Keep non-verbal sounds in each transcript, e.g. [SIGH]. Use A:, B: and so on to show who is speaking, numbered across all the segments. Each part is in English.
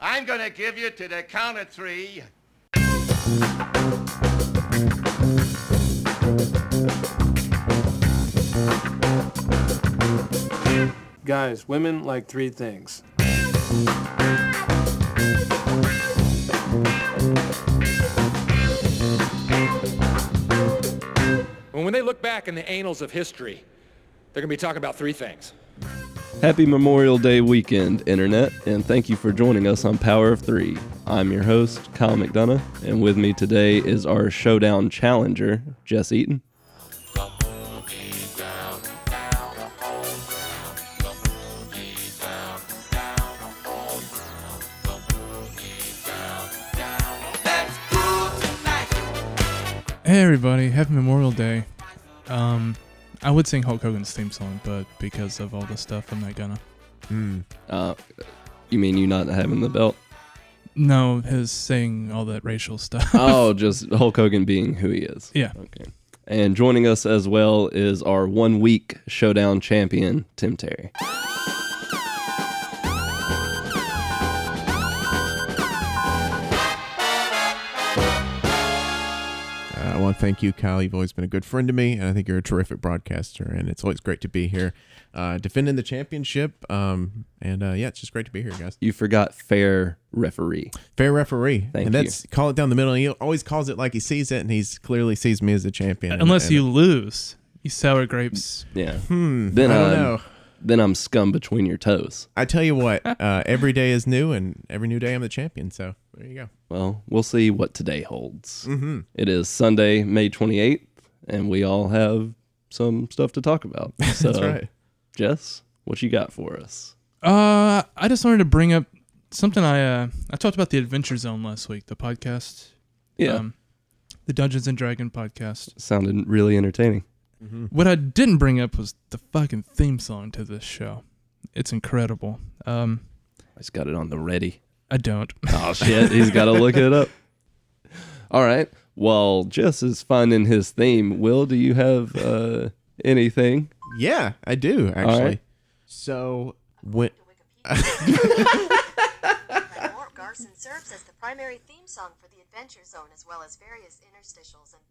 A: I'm going to give you to the count of three.
B: Guys, women like three things.
C: And when they look back in the annals of history, they're going to be talking about three things.
D: Happy Memorial Day weekend, Internet, and thank you for joining us on Power of Three. I'm your host, Kyle McDonough, and with me today is our showdown challenger, Jess Eaton.
E: Hey everybody, happy Memorial Day. Um, I would sing Hulk Hogan's theme song, but because of all this stuff, I'm not gonna.
D: Uh, you mean you not having the
F: [LAUGHS]
D: belt?
E: No, his saying all that racial stuff.
D: Oh, just Hulk Hogan being who he is.
E: [LAUGHS] yeah.
D: Okay. And joining us as well is our one week showdown champion, Tim Terry.
F: Uh, I want to thank you, Kyle. You've always been a good friend to me, and I think you're a terrific broadcaster. And it's always great to be here, uh, defending the championship. Um, and uh, yeah, it's just great to be here, guys.
D: You forgot fair referee.
F: Fair referee,
D: Thank
F: and that's call it down the middle. He always calls it like he sees it, and he's clearly sees me as a champion.
E: Uh, Unless
F: And-
E: you lose, you sour grapes.
D: Yeah.
F: hmm,
D: Then
F: I don't
D: I'm-
F: know.
D: Then I'm scum between your toes.
F: I tell you what, uh, every day is new, and every new day I'm the champion. So there you go.
D: Well, we'll see what today holds. Mm-hmm. is Sunday, May 28th, and we all have some stuff to talk [LAUGHS] about. So,
F: That's right.
D: Jess, what you got for us?
E: Uh, I just wanted to bring up something I uh I talked about the Adventure Zone last week, the podcast. Um,
D: Yeah.
E: the Dungeons and Dragon podcast.
D: Um, sounded really entertaining.
F: Mm-hmm.
E: What I didn't bring up was the fucking theme song to this show. It's incredible. Um,
D: I just got it on the ready.
E: I don't.
D: [LAUGHS] Oh, shit. He's got to look it up. [LAUGHS] All right. Well, Jess is finding his theme. Will, do you have uh, anything?
F: Yeah, I do actually.
D: right.
F: So when
G: Warp Garson serves as the primary theme song for the Adventure Zone as well as various interstitials and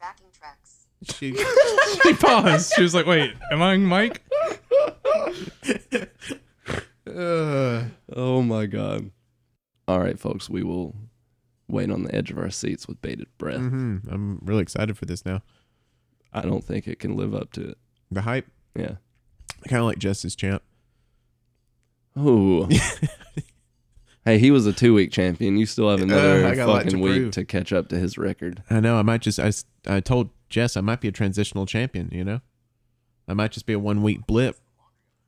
G: backing tracks.
F: she,
E: [LAUGHS] she paused. She was like, "Wait, am I on mic?"
F: [LAUGHS] uh,
D: Oh, my God. All right, folks. We will wait on the edge of our seats with bated breath.
F: hmm, I'm really excited for this now.
D: I don't think it can live up to it.
F: The hype,
D: Yeah.
F: kind of like Justice Champ.
D: Oh.
F: [LAUGHS]
D: hey, he was a two week champion. You still have another
F: Uh, I got a lot
D: fucking
F: to
D: week
F: prove.
D: to catch up to his record.
F: I know. I might just. I, s- I told Jess I might be a transitional champion. You know, I might just be a one week blip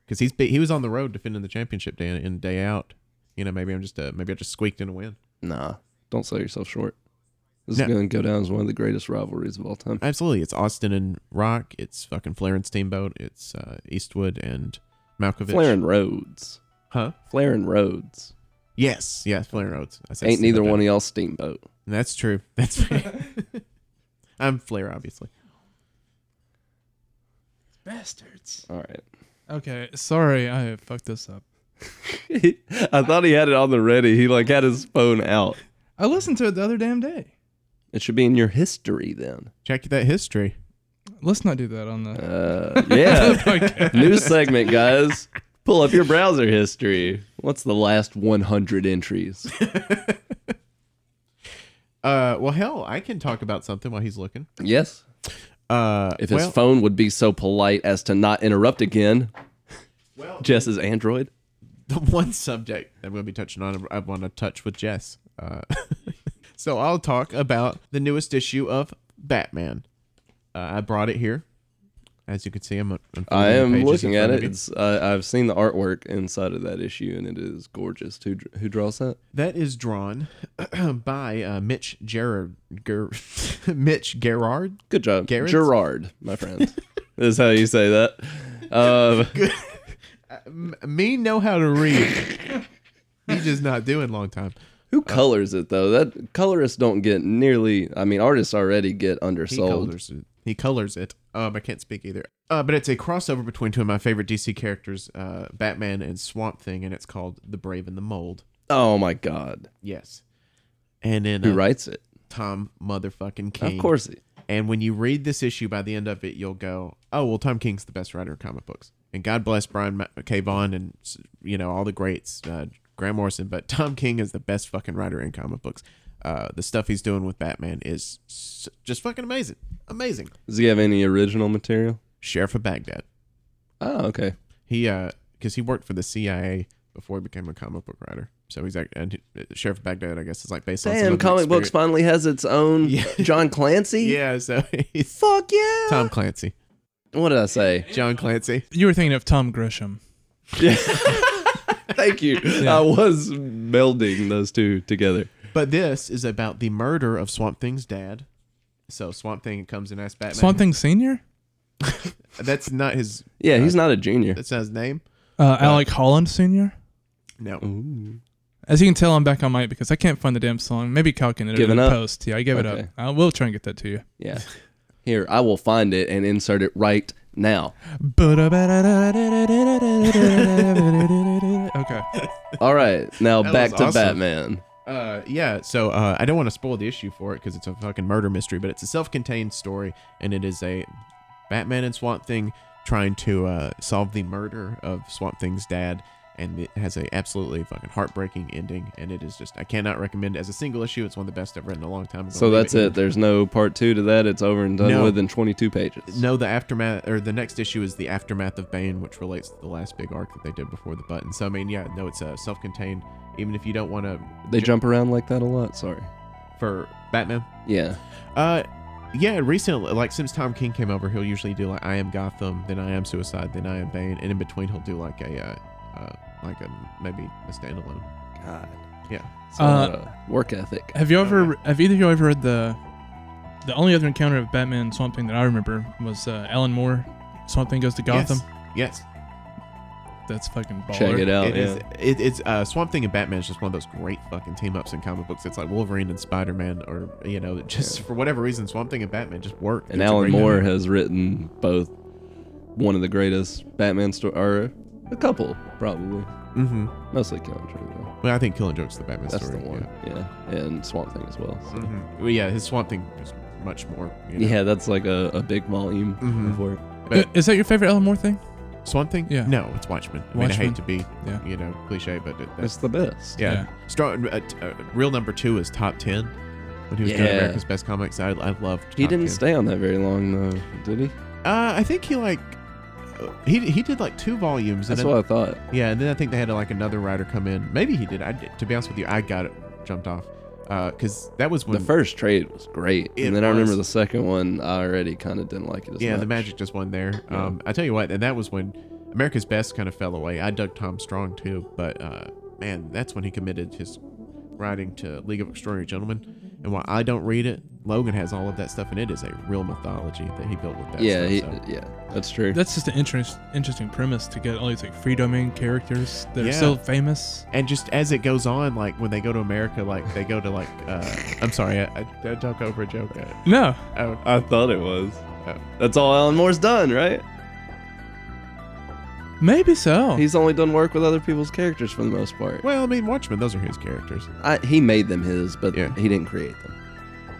F: because he's be, he was on the road defending the championship day in and day out. You know, maybe I'm just a, maybe I just squeaked in a win.
D: Nah, don't sell yourself short. This is
F: No.
D: going to go down as one of the greatest rivalries of all time.
F: Absolutely, it's Austin and Rock. It's fucking Flair and Steamboat. It's uh, Eastwood and Malkovich.
D: Flair and Rhodes.
F: huh?
D: Flair and Rhodes.
F: Yes, yes, Flair and Rhodes. I said
D: Ain't neither
F: Steamboat.
D: one of y'all steamboat.
F: That's true. [LAUGHS] That's fair. I'm Flair, obviously.
E: Bastards.
D: All right. [LAUGHS]
E: Okay, sorry, I fucked this up.
D: I thought he had it on the ready. He like had his phone out.
E: I listened to it the other damn day.
D: It should be in your history then.
F: Check that history.
E: Let's not do that on the. [LAUGHS]
F: [LAUGHS]
D: Uh, yeah.
E: Okay.
D: New segment, guys. Pull up your browser history. What's the last 100 entries?
F: Uh, well, hell, I can talk about something while he's looking.
D: Yes.
F: Uh,
D: If his
F: well,
D: phone would be so polite as to not interrupt again. Jess's Android.
F: [LAUGHS] the one subject that I'm going to be touching on, I want to touch with Jess. Uh, [LAUGHS] so I'll talk about the newest issue of Batman. Uh, I brought it here. As you can see, I'm, I'm
D: I
F: flipping the
D: am
F: pages
D: looking
F: in
D: at
F: front
D: it.
F: of you.
D: It's, I I've seen the artwork inside of that issue, and it is gorgeous. Who dr- who draws that?
F: That is drawn [CLEARS THROAT] by uh, Mitch Gerard. Ger- [LAUGHS] Mitch Gerard.
D: Good job,
F: Garrett's?
D: Gerard, my friend. [LAUGHS] is how you say that. Um,
F: M- me know how to read.
D: [LAUGHS]
F: He's just not doing long time.
D: who colors it though? That colorists don't get nearly. I mean, artists already get
F: He
D: undersold.
F: colors it. He colors it. Um, I can't speak either. Uh, but it's a crossover between two of my favorite DC characters, uh, Batman and Swamp Thing, and it's called The Brave and the Mold.
D: Oh my God.
F: Yes. And then
D: Who
F: uh,
D: writes it?
F: Tom motherfucking King.
D: Of course. It,
F: And when you read this issue, by the end of it, you'll go, "Oh well, Tom King's the best writer of comic books." And God bless Brian Ma- K. Vaughan and you know all the greats, uh, Grant Morrison. But Tom King is the best fucking writer in comic books. Uh, the stuff he's doing with Batman is s- just fucking amazing, amazing.
D: does he have any original material?
F: Sheriff of Baghdad.
D: Oh, okay.
F: He uh, because he worked for the CIA before he became a comic book writer. So he's like, and he- uh, Sheriff of Baghdad, I guess, is like based on some
D: Damn,
F: of the
D: comic books
F: experience-
D: finally has its own [LAUGHS] John Clancy.
F: Yeah, so [LAUGHS] he's
D: Fuck yeah.
F: Tom Clancy,
D: What did I say?
F: John Clancy.
E: You were thinking of Tom Grisham.
D: Thank
F: [LAUGHS]
D: you. I was melding those two together.
F: But this is about the murder of Swamp Thing's dad. So Swamp Thing comes and asks Batman.
E: Swamp Thing Senior.
F: That's not his.
D: Yeah, he's not a junior.
F: That's not his name.
E: Uh, Alec Holland Senior.
F: No.
E: As you can tell, I'm back on mic because I can't find the damn song. Maybe Kyle can edit it
D: Giving
E: in
D: up?
E: post. Yeah, I gave it
D: Okay.
E: up. I will try and get that to you. [LAUGHS]
D: Yeah. [LAUGHS] Here, I will find it and insert it right now.
E: okay.
D: [LAUGHS] All right. Now
F: [LAUGHS] That
D: back
F: was
D: to
F: awesome.
D: Batman.
F: Uh, yeah. So uh, I don't want to spoil the issue for it because it's a fucking murder mystery, but it's a self-contained story, and it is a Batman and Swamp Thing trying to uh, solve the murder of Swamp Thing's dad, and it has a absolutely fucking heartbreaking ending, and it is just I cannot recommend it as a single issue. It's one of the best I've read in a long time. I'm gonna
D: So
F: leave
D: that's
F: here.
D: it. There's no part two to that. It's over and done
F: No.
D: with in 22 pages.
F: No, the aftermath or the next issue is the aftermath of Bane, which relates to the last big arc that they did before the button. So I mean, yeah, no, it's uh, self-contained. Even if you don't want to,
D: They jump around like that a lot. Sorry.
F: for Batman.
D: Yeah.
F: Uh, yeah, recently, like since Tom King came over, he'll usually do like I am Gotham, then I am Suicide, then I am Bane, and in between he'll do like a, uh, uh like a maybe a standalone.
D: God.
F: Yeah.
D: It's a
E: Uh,
D: lot of uh, work ethic.
E: Have you ever? Have either of you ever read the? The only other encounter of Batman and Swamp Thing that I remember was uh, Alan Moore. Swamp Thing goes to Gotham.
F: Yes. yes.
E: That's fucking baller.
D: Check it out.
F: It
D: yeah.
F: is. It, it's uh, Swamp Thing and Batman is just one of those great fucking team ups in comic books. It's like Wolverine and Spider Man, or you know, it just for whatever reason, Swamp Thing and Batman just work.
D: And
F: It's a
D: Alan
F: great
D: Moore
F: movie.
D: has written both one of the greatest Batman stories, or a couple, probably.
F: Mhm.
D: Mostly Killing Joke. though.
F: Well, I think Killing Joke's the Batman
D: That's
F: story.
D: the one. Yeah. And Swamp Thing as well. so.
F: Yeah. Mhm. Well, yeah, his Swamp Thing is much more. You know.
D: Yeah, that's like a, a big volume
F: Mhm.
D: for it.
F: But
E: Is that your favorite Alan Moore thing?
F: Swamp Thing?
E: Yeah.
F: No, it's Watchmen. I mean, I
E: Watchmen.
F: hate to be,
E: Yeah.
F: you know, cliche, but it,
D: It's
F: that's
D: the best.
F: yeah.
E: Yeah.
F: Strong. Uh, t- uh, real number two is top ten. When he was doing
D: Yeah.
F: America's Best Comics, I, I loved.
D: He
F: Top
D: didn't
F: 10.
D: stay on that very long, though, did he?
F: Uh, I think he like. uh, He, he did like two volumes.
D: That's
F: and
D: what I thought.
F: Yeah, and then I think they had like another writer come in. Maybe he did. I did. To be honest with you, I got it jumped off because that was when
D: The first trade was great,
F: Mm. It
D: and then I remember
F: was.
D: the second one. I already kind of didn't like it. As
F: yeah the
D: much.
F: magic just won there. Um, I tell you what, and that was when America's Best kind of fell away. I dug Tom Strong too, but uh, man, that's when he committed his writing to League of Extraordinary Gentlemen. And while I don't read it, Logan has all of that stuff, and it is a real mythology that he built with that.
D: Yeah,
F: stuff,
D: he,
F: so.
D: yeah, that's true.
E: That's just an interest, interesting premise to get all these like free domain characters that are
F: Yeah.
E: still famous.
F: and just as it goes on, like when they go to America, like they go to like
D: [LAUGHS]
F: uh, I'm sorry, I, I, did I talk over a joke. Uh,
E: No,
F: oh,
D: I thought it was.
F: Oh.
D: That's all Alan Moore's done, right?
E: maybe so.
D: He's only done work with other people's characters for the most part.
F: well, I mean, Watchmen, those are his characters.
D: I, he made them his, but
F: Yeah.
D: he didn't create them.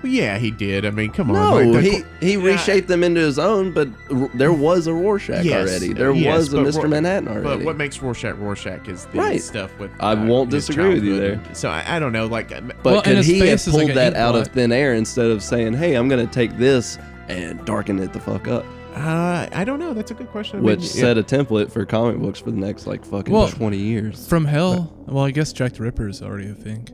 F: Yeah, he did. I mean, come
D: No,
F: on. like, the-
D: he, he reshaped them into his own, but r- there was a Rorschach
F: Yes,
D: already. There
F: yes,
D: was a
F: but
D: Mr.
F: Ror-
D: Manhattan
F: But
D: already.
F: what makes Rorschach Rorschach is the
D: Right.
F: stuff with. uh,
D: I won't
F: his
D: disagree with you
F: childhood. So I, I don't know, like, um,
D: But
E: Well, and
D: could
E: his
D: he have
E: face is like
D: pulled
E: an
D: that out of
E: inkblot.
D: thin air instead of saying, "Hey, I'm going to take this and darken it the fuck up,"
F: uh, I don't know. That's a good question. I
D: which
F: mean,
D: set a template for comic books for the next like fucking
E: Well,
D: 20 years.
E: From Hell. Well, I guess Jack the Ripper is already a thing.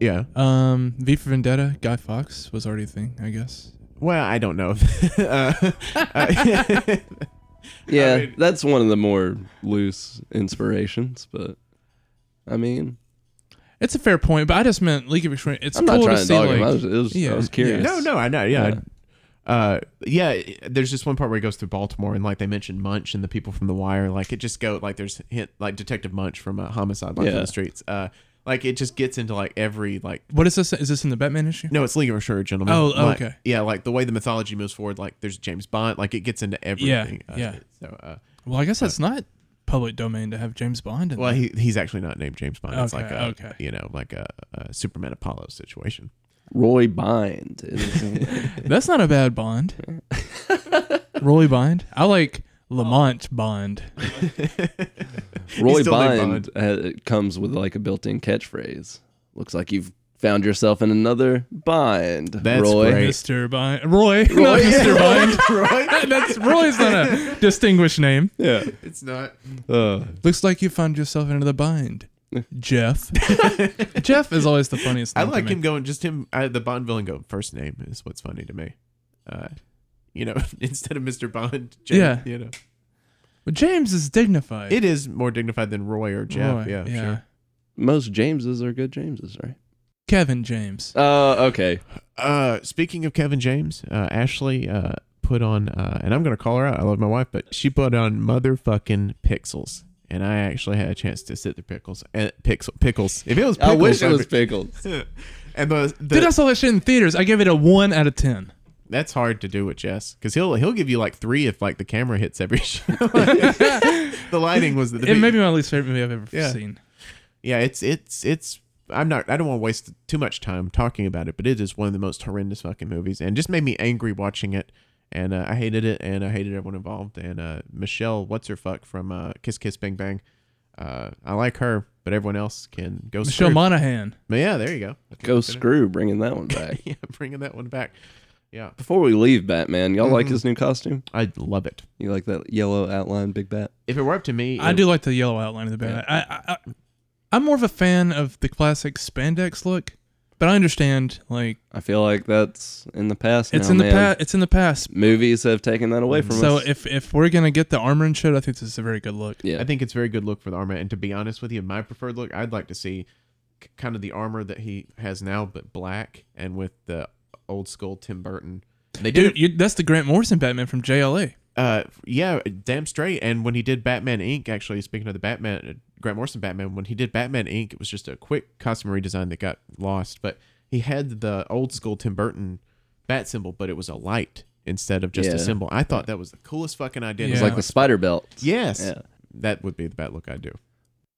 F: yeah. yeah.
E: Um, V for Vendetta, Guy Fox was already a thing, I guess.
F: Well, I don't know. [LAUGHS] if- uh, uh,
D: yeah,
F: mean-
D: that's one of the more loose inspirations, but I mean,
E: It's a fair point, but I just meant League of Extraordinary. It's
D: I'm
E: cool
D: not trying
E: to
D: to
E: see
D: dog
E: like
D: him. I was, it was,
E: yeah,
D: I was
E: yeah.
D: curious.
F: no, no, I know. Yeah.
D: Yeah.
F: Uh, yeah, there's just one part where he goes through Baltimore and like they mention Munch and the people from The Wire. Like it just go like there's hint like Detective Munch from uh, Homicide Life in
D: Yeah.
F: the Streets. Uh, like it just gets into like every like
E: what is this? Is this in the Batman issue?
F: No, it's League of Extraordinary Gentlemen.
E: Oh,
F: Like-
E: okay.
F: yeah, like the way the mythology moves forward, like there's James Bond, like it gets into everything.
E: yeah.
F: Uh, so, uh,
E: Well, I guess that's not public domain to have James Bond in
F: Well,
E: there.
F: he, he's actually not named James Bond. It's
E: Okay,
F: like a
E: okay.
F: you know like a, a Superman Apollo
E: [LAUGHS]
F: situation.
D: Roy Bind. [LAUGHS] is-
E: That's not a bad
F: [LAUGHS]
E: Bond. Roy Bond. I like Lamont Bond.
D: Roy
F: still named
D: Bind ha- comes with like a built-in catchphrase. Looks like you've found yourself in another bind,
F: That's
D: Roy.
F: great.
E: Mr. Bind. Roy. Not Mr.
F: [LAUGHS]
E: Bind. Roy. [LAUGHS] That's Roy's not a distinguished name.
D: Yeah.
F: It's not.
D: Uh,
E: Looks like you found yourself into the bind. [LAUGHS]
F: [LAUGHS]
E: Jeff. Jeff is always the funniest.
F: I
E: name to
F: like
E: me.
F: him going just him I, the Bond villain go first name is what's funny to me. Uh, you know, [LAUGHS] instead of Mr. Bond, James,
E: Yeah.
F: you know,
E: But James is dignified.
F: it is more dignified than Roy or
E: Roy,
F: Jeff. yeah, sure.
D: most Jameses are good Jameses, right?
E: Kevin James.
D: Uh, okay.
F: Uh, speaking of Kevin James, uh, Ashley uh, put on, uh, and I'm gonna call her out. I love my wife, but she put on motherfucking pixels, and I actually had a chance to sit the pickles and pixel pickles. If it was, pickles,
D: [LAUGHS] I wish it
F: I'd
D: was
F: [LAUGHS] be-
D: pickles.
F: and the, the
E: Dude, I saw that shit in theaters. I gave it a one out of ten.
F: that's hard to do with Jess because he'll he'll give you like three if like the camera hits every [LAUGHS]
D: [LAUGHS]
F: shot. the lighting was the
E: It may be my least favorite movie I've ever
F: Yeah.
E: seen.
F: yeah. It's it's it's. I'm not. I don't want to waste too much time talking about it, but it is one of the most horrendous fucking movies, and just made me angry watching it. And uh, I hated it, and I hated everyone involved. And uh, Michelle, what's her fuck from uh, Kiss Kiss Bang Bang? Uh, I like her, but everyone else can go.
E: Michelle
F: screw.
E: Monaghan.
F: yeah, there you go.
D: Go screw, bringing that one [LAUGHS] back.
F: [LAUGHS] yeah, bringing that one back. Yeah,
D: Before we leave, Batman, y'all like his new costume?
F: I love it.
D: You like that yellow outline big bat?
F: If it were up to me,
E: I
F: it-
E: do like the yellow outline of the band. I, I, I, I'm more of a fan of the classic spandex look, but I understand like
D: I feel like that's in the past.
E: it's
D: now,
E: in the
D: man.
E: past. It's in the past.
D: Movies have taken that away from
E: So
D: us.
E: if if we're gonna get the armor and shit, I think this is a very good look.
D: yeah,
F: I think it's a very good look for the armor. And to be honest with you, my preferred look, I'd like to see k- kind of the armor that he has now, but black and with the old school Tim Burton. They did,
E: Dude,
F: it-
E: you, that's the Grant Morrison Batman from JLA.
F: uh, yeah, damn straight. And when he did Batman Inc., actually speaking of the Batman, uh, Grant Morrison Batman, when he did Batman Inc., it was just a quick costume redesign that got lost. But he had the old school Tim Burton bat symbol, but it was a light instead of just
D: Yeah.
F: a symbol. I thought that was the coolest fucking idea. It was
E: Yeah.
D: like the spider belt.
F: yes,
D: Yeah.
F: that would be the bat look I do.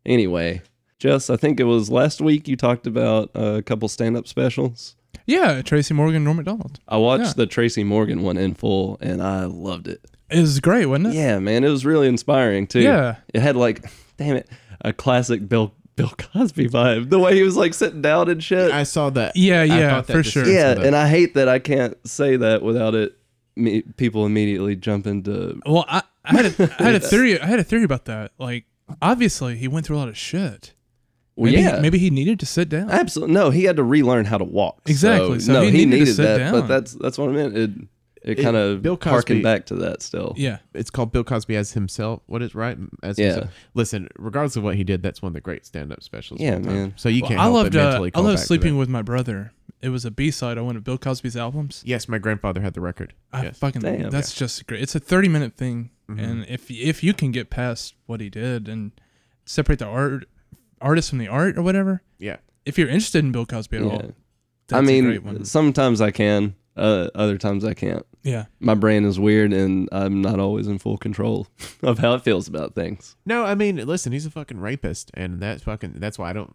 D: Anyway, Jess, I think it was last week you talked about a couple stand up specials.
E: Yeah, Tracy Morgan, Norm Macdonald.
D: I watched
E: Yeah.
D: the Tracy Morgan one in full and I loved it.
E: It was great, wasn't it?
D: Yeah, man, it was really inspiring too.
E: Yeah.
D: It had like, damn it, a classic Bill Bill Cosby vibe. The way he was like sitting down and shit.
F: I saw that.
E: Uh, Yeah,
F: I
E: yeah,
F: thought that
E: for
F: just-
E: sure.
D: yeah, and I hate that I can't say that without it me, people immediately jump into
E: Well, I, I had a, I had
D: [LAUGHS]
E: a theory. I had a theory about that. Like, obviously, he went through a lot of shit.
D: well,
E: maybe,
D: yeah.
E: maybe he needed to sit down.
D: Absolutely. No, he had to relearn how to walk.
E: Exactly. So
D: no, he,
E: he needed
D: needed,
E: to sit
D: that.
E: down.
D: But that's that's what I meant. It it, kind of
F: Bill Cosby-
D: harkened back to that still.
E: yeah,
F: it's called Bill Cosby as himself. What is right? As
D: Yeah.
F: himself. Listen, regardless of what he did, that's one of the great stand-up specials. of
D: Yeah,
F: all time.
D: man.
F: So you
E: Well,
F: can't.
E: I
F: help
E: loved.
F: But
E: Uh,
F: mentally
E: I
F: call
E: loved
F: back to
E: sleeping
F: that.
E: with my brother. It was a B side on one of Bill Cosby's albums.
F: Yes, my grandfather had the record.
E: I
F: yes. Mm-hmm.
E: fucking
D: Damn.
E: that's just great. It's a thirty minute thing, and if if you can get past what he did and separate the art artist from the art or whatever,
F: yeah.
E: if you're interested in Bill Cosby at all,
D: Yeah.
E: that's
D: I
E: a great one.
D: mean, sometimes I can, uh, other times I can't.
E: Yeah,
D: My brain is weird, and I'm not always in full control [LAUGHS] of how it feels about things.
F: No, I mean, listen, he's a fucking rapist, and that's fucking. That's why I don't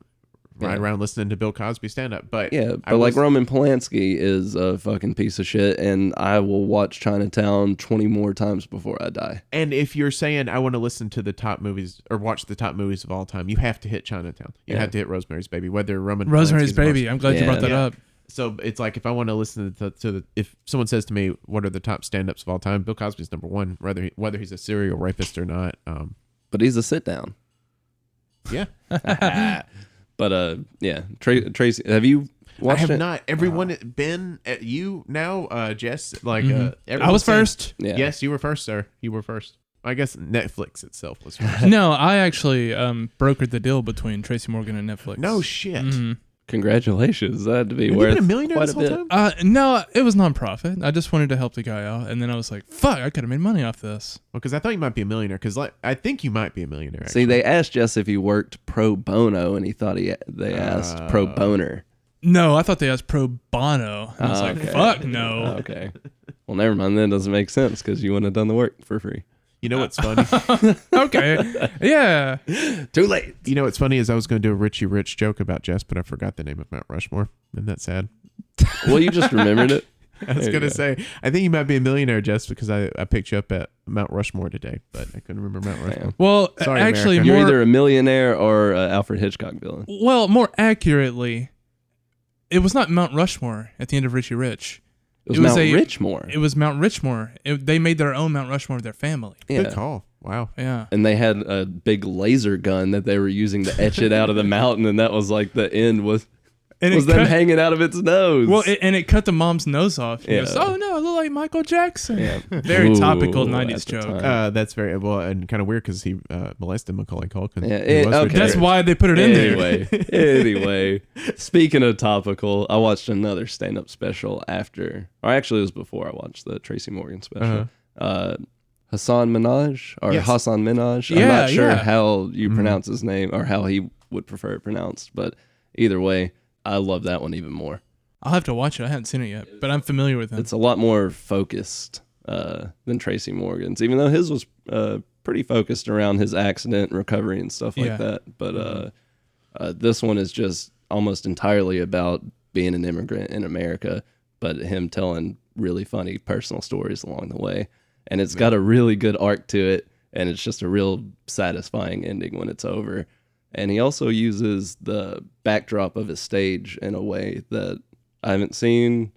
F: ride
D: Yeah.
F: around listening to Bill Cosby stand-up. But
D: Yeah,
F: I
D: but like
F: was-
D: Roman Polanski is a fucking piece of shit, and I will watch Chinatown 20 more times before I die.
F: And if you're saying I want to listen to the top movies or watch the top movies of all time, you have to hit Chinatown. You
D: Yeah.
F: have to hit Rosemary's Baby, whether Roman
E: Rosemary's
F: Polanski's a monster-
E: Baby. I'm glad you
D: Yeah.
E: brought that
F: Yeah.
E: up.
F: So it's like if I want to listen to, to the if someone says to me what are the top stand ups of all time, Bill Cosby's number one, whether he, whether he's a serial rapist or not. Um,
D: But he's a sit down.
E: [LAUGHS]
F: yeah,
D: But uh, yeah, Tra- Tracy, have you
F: I
D: watched
F: have
D: it?
F: not. Everyone, Ben, uh, you now, uh, Jess, like uh,
E: Mm-hmm. I
F: everyone
E: was
F: said- [LAUGHS]
E: first.
D: Yeah.
F: Yes, you were first, sir. You were first. I guess Netflix itself was first.
E: [LAUGHS] No, I actually um, brokered the deal between Tracy Morgan and Netflix.
F: no shit.
E: Mm-hmm.
D: Congratulations, that'd be
F: Have you
D: worth
F: been a millionaire
D: quite
F: this
D: a
F: whole
D: bit.
F: time?
E: Uh, no, it was nonprofit. I just wanted to help the guy out, and then I was like, "Fuck, I could have made money off this."
F: Well, because I thought you might be a millionaire. Because like I think you might be a millionaire.
D: See, they asked Jess if he worked pro bono, and he thought he they asked pro
E: Uh,
D: boner.
E: No, I thought they asked pro bono. And I was like, "Fuck no."
D: [LAUGHS]
F: [LAUGHS]
D: Okay. Well, never mind. Then it doesn't make sense because you wouldn't have done the work for free.
F: You know what's
D: uh,
F: funny?
D: [LAUGHS]
E: Okay. yeah.
D: Too late.
F: you know what's funny is I was going to do a Richie Rich joke about Jess, but I forgot the name of Mount Rushmore. Isn't that sad? [LAUGHS]
D: Well, you just remembered it.
F: I was
D: There you
F: going to
D: go.
F: say, I think you might be a millionaire, Jess, because I, I picked you up at Mount Rushmore today, but I couldn't remember Mount Rushmore.
E: Well,
F: Sorry,
E: actually,
F: America.
D: You're
E: more
D: either a millionaire or a Alfred Hitchcock villain.
E: well, more accurately, it was not Mount Rushmore at the end of Richie Rich.
D: It was,
E: It was
D: Mount
E: a-
D: Richmore.
E: It was Mount Richmore. It, they made their own Mount Rushmore of their family.
F: Good
D: yeah.
F: call. Wow.
E: Yeah.
D: And they had a big laser gun that they were using to etch it out of the mountain, and that was like the end was
E: And
D: was
E: it
D: them
E: cut,
D: hanging out of its nose.
E: well, it, and it cut the mom's nose off. She
D: Yeah.
E: goes, oh no, I look like Michael Jackson. Very topical
D: Ooh,
E: 90s
D: at the
E: joke.
D: time.
F: Uh, that's very well and kind of weird because he uh, molested Macaulay Culkin.
D: Yeah,
F: He
D: it-
F: was
D: okay.
F: Richie
E: That's
F: Rich.
E: why they put it in there.
D: anyway,
E: [LAUGHS]
D: anyway, speaking of topical, I watched another stand-up special after, or actually it was before I watched the Tracy Morgan special. uh
E: Uh-huh.
D: Hassan Minaj or
F: Yes.
D: Hassan Minaj. I'm
E: Yeah,
D: not sure
E: yeah. Mm-hmm.
D: how you pronounce his name or how he would prefer it pronounced, but either way, I love that one even more.
E: I'll have to watch it. I haven't seen it yet, but I'm familiar with him.
D: It's a lot more focused uh, than Tracy Morgan's, even though his was uh, pretty focused around his accident and recovery and stuff like
E: Yeah.
D: that. But uh, uh, this one is just almost entirely about being an immigrant in America, but him telling really funny personal stories along the way. And it's got a really good arc to it, and it's just a real satisfying ending when it's over. And he also uses the backdrop of his stage in a way that I haven't seen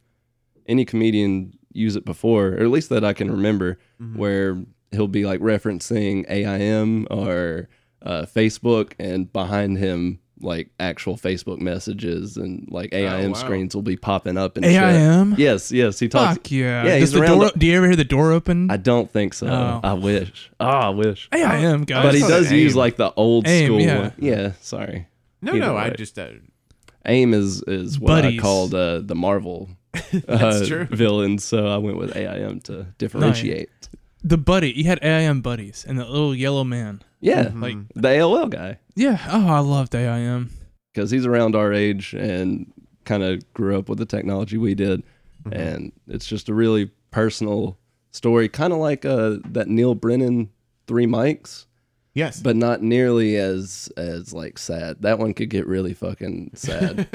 D: any comedian use it before, or at least that I can remember,
E: Mm-hmm.
D: where he'll be like referencing AIM or uh, Facebook, and behind him like actual Facebook messages and like
E: Oh,
D: AIM screens will be popping up and shit.
E: AIM?
D: Yes, yes, he talks.
E: Fuck yeah.
D: yeah,
E: Does
D: he's
E: the
D: around.
E: door,
D: the-
E: do you ever hear the door open?
D: I don't think so.
E: Oh.
D: I wish. Oh, I wish.
E: Hey, I am, guys.
D: But he
F: thought
D: does
F: AIM.
D: use like the old
E: AIM,
D: school.
E: yeah.
D: one. yeah. Sorry.
F: No,
D: Either
F: no, I
D: way.
F: just. Uh,
D: AIM is is what
E: Buddies.
D: I called uh, the
E: [LAUGHS]
D: Marvel uh,
F: true.
D: villain, so I went with AIM to differentiate.
E: the buddy. He had AIM buddies and the little yellow man.
D: Yeah,
E: Like,
D: the AOL guy
E: yeah. Oh, I loved AIM.
D: because he's around our age and kind of grew up with the technology we did,
F: Mm-hmm.
D: and it's just a really personal story, kind of like uh, that Neil Brennan Three Mics,
F: yes.
D: but not nearly as as like sad. That one could get really fucking sad.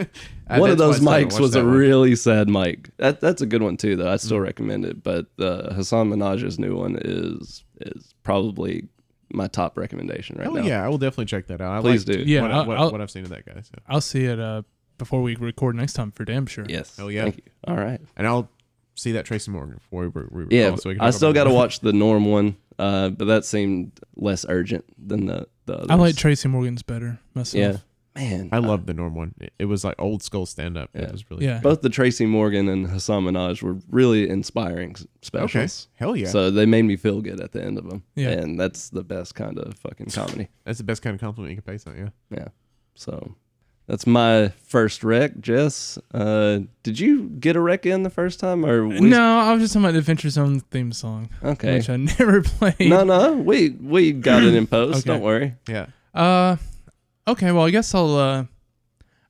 F: Uh,
D: one of
F: that's
D: those
F: why [LAUGHS] I started
D: mics
F: watching
D: was
F: that
D: a
F: one. Mm-hmm.
D: really sad mic. That that's a good one too, though. I still recommend it. But uh, Hassan Minaj's new one is is probably my top recommendation right
F: Oh,
D: now.
F: yeah. I will definitely check that out. I
D: Please
F: liked
D: do.
E: Yeah,
F: What, I-
E: I'll-
F: what,
E: I'll-
F: what I've seen of that guy. So.
E: I'll see it uh, before we record next time for damn sure.
D: Yes.
F: Hell yeah.
D: Thank you. All right.
F: And I'll see that Tracy Morgan before we, we
D: Yeah,
F: recall, Oh, so we can
D: I
F: talk
D: still
F: about
D: got to
F: it.
D: watch the Norm one, uh, but that seemed less urgent than the the. Others.
E: I like Tracy Morgan's better myself.
D: Yeah, man,
F: I love the Norm one. It, it was like old school stand up. It
D: Uh, Yeah.
F: was really
E: Yeah.
D: uh, both the Tracy Morgan and Hassan Minaj were really inspiring s- specials.
F: Hell yeah.
D: So they made me feel good at the end of them.
E: Yeah.
D: and that's the best kind of fucking comedy.
F: That's the best kind of compliment you can pay something. Yeah.
D: Yeah. So that's my first wreck, Jess. Uh, did you get a wreck in the first time or we-
E: No, I was just talking about the Adventure Zone theme song,
D: Okay.
E: which I [LAUGHS] never played.
D: No, no, we we got it in post.
E: [CLEARS THROAT] Okay.
D: Don't worry.
F: Yeah.
E: Uh, okay. Well, I guess I'll. Uh,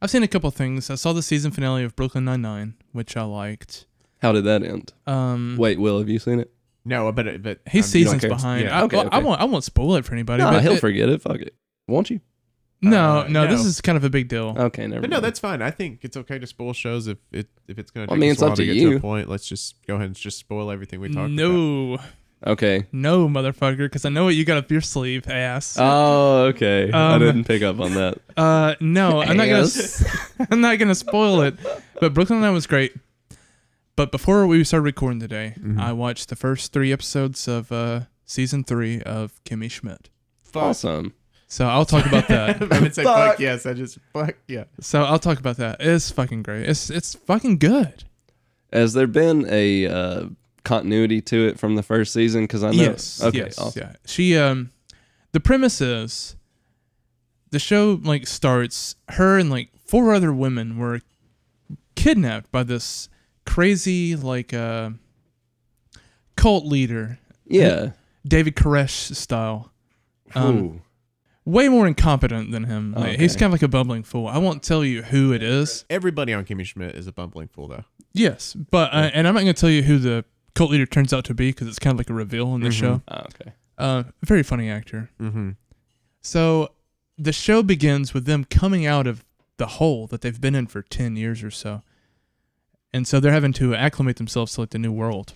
E: I've seen a couple things. I saw the season finale of Brooklyn Nine Nine, which I liked.
D: How did that end?
E: Um,
D: Wait, Will, have you seen it?
F: No, but it, but um,
E: he's
F: I'm-
E: seasons
D: Um, [LAUGHS] care.
E: behind.
F: Yeah,
E: I,
D: okay,
E: well, I
D: okay.
E: won't. I won't spoil it for anybody.
D: No,
E: but
D: he'll
E: it-
D: forget it. Fuck it. Won't you?
E: no,
F: Uh,
E: no, This
F: no.
E: is kind of a big deal.
D: Okay, never.
F: But no,
D: mind.
F: that's fine. I think it's okay to spoil shows if it if it's going
D: I
F: to.
D: mean,
F: us
D: it's
F: a
D: up
F: while
D: to
F: get To
D: you.
F: a point. Let's just go ahead and just spoil everything we talked about.
E: no,
D: okay.
E: no, motherfucker, because I know what you got up your sleeve, ass.
D: Oh, okay. I
E: Um,
D: didn't pick up on
E: [LAUGHS]
D: that.
E: Uh, no, I'm not gonna.
D: Ass.
E: [LAUGHS] I'm not gonna spoil it. But Brooklyn Nine was great. But before we started recording today,
D: Mm-hmm.
E: I watched the first three episodes of uh, season three of Kimmy Schmidt.
D: awesome.
E: So I'll talk
D: [LAUGHS]
E: about
F: [LAUGHS]
E: that.
F: I would say fuck yes. I just fuck yeah.
E: so I'll talk about that. It's fucking great. It's it's fucking good.
D: Has there been a uh, continuity to it from the first season? Because I know.
E: Yes.
D: Okay.
E: yes.
D: awesome.
E: Yeah. She um, the premise is, the show like starts her and like four other women were kidnapped by this crazy like uh cult leader
D: Yeah.
E: David Koresh style. Um,
D: Ooh.
E: Way more incompetent than him. Like, He's
D: Okay.
E: kind of like a bumbling fool. I won't tell you who it is.
F: Everybody on Kimmy Schmidt is a bumbling fool though.
E: Yes, but uh, and I'm not going to tell you who the cult leader turns out to be because it's kind of like a reveal in the show.
D: Oh, okay.
E: Uh, very funny actor. Mm-hmm. So the show begins with them coming out of the hole that they've been in for 10 years or so. And so they're having to acclimate themselves to like the new world.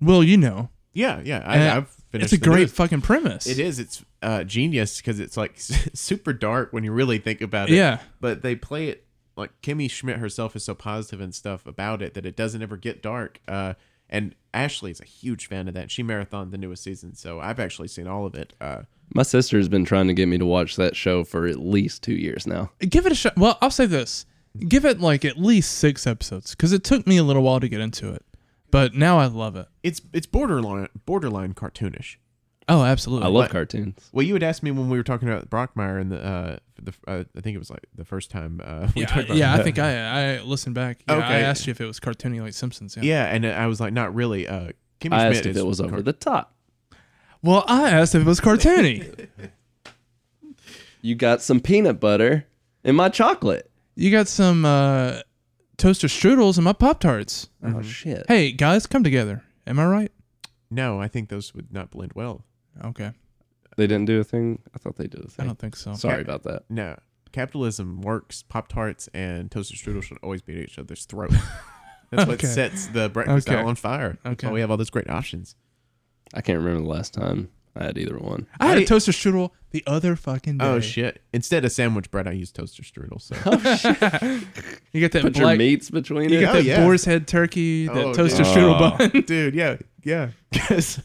E: Well, you know,
F: Yeah, yeah. I,
E: And
F: I've
E: it's
F: finished.
E: a
F: the
E: great
F: newest-
E: fucking premise.
F: It is. It's uh, genius because it's like [LAUGHS] super dark when you really think about it.
E: Yeah.
F: But they play it like Kimmy Schmidt herself is so positive and stuff about it that it doesn't ever get dark. Uh, and Ashley is a huge fan of that. She marathoned the newest season, so I've actually seen all of it. Uh,
D: My sister's been trying to get me to watch that show for at least two years now.
E: Give it a shot. Well, I'll say this. Give it like at least six episodes because it took me a little while to get into it. But now I love it.
F: it's it's borderline borderline cartoonish.
E: Oh, absolutely.
D: I love
F: What?
D: cartoons.
F: Well, you had asked me when we were talking about Brockmire and the uh, the uh, I think it was like the first time uh, [LAUGHS] we
E: Yeah,
F: talked
E: I,
F: about
E: yeah, I
F: that.
E: think I I listened back. Yeah, I
F: Okay.
E: asked you if it was cartoony like Simpsons. Yeah.
F: yeah, and I was like, not really. Uh, Kimmy
D: I
F: Schmidt
D: asked if
F: is
D: it was over
F: cart-
D: the top.
E: Well, I asked if it was cartoony.
D: You got some peanut butter in my chocolate.
E: you got some uh, toaster strudels and my pop tarts.
D: Oh shit!
E: Mm-hmm. Hey guys, come together. Am I right?
F: No, I think those would not blend well.
E: Okay,
D: They didn't do a thing. I thought they did a
E: I
D: thing.
E: don't think so.
D: Sorry about that.
F: No. Capitalism works. Pop tarts and toaster strudel should always be at each
E: [LAUGHS]
F: other's throat. That's what
E: Okay.
F: sets the breakfast
E: Okay.
F: style on fire. That's why
E: Okay.
F: we have all those great options.
D: I can't remember the last time I had either one.
E: I had a
F: I-
E: toaster strudel the other fucking day.
F: Oh shit! Instead of sandwich bread, I use toaster
E: [LAUGHS]
F: strudel. So
E: You get that
D: Put your
E: black,
D: meats between
E: you
D: it.
E: got
F: Oh,
E: that
F: yeah.
E: boar's head turkey, that
F: Oh,
E: toaster
F: dude.
E: strudel bun. [LAUGHS]
F: dude, yeah, yeah, 'Cause-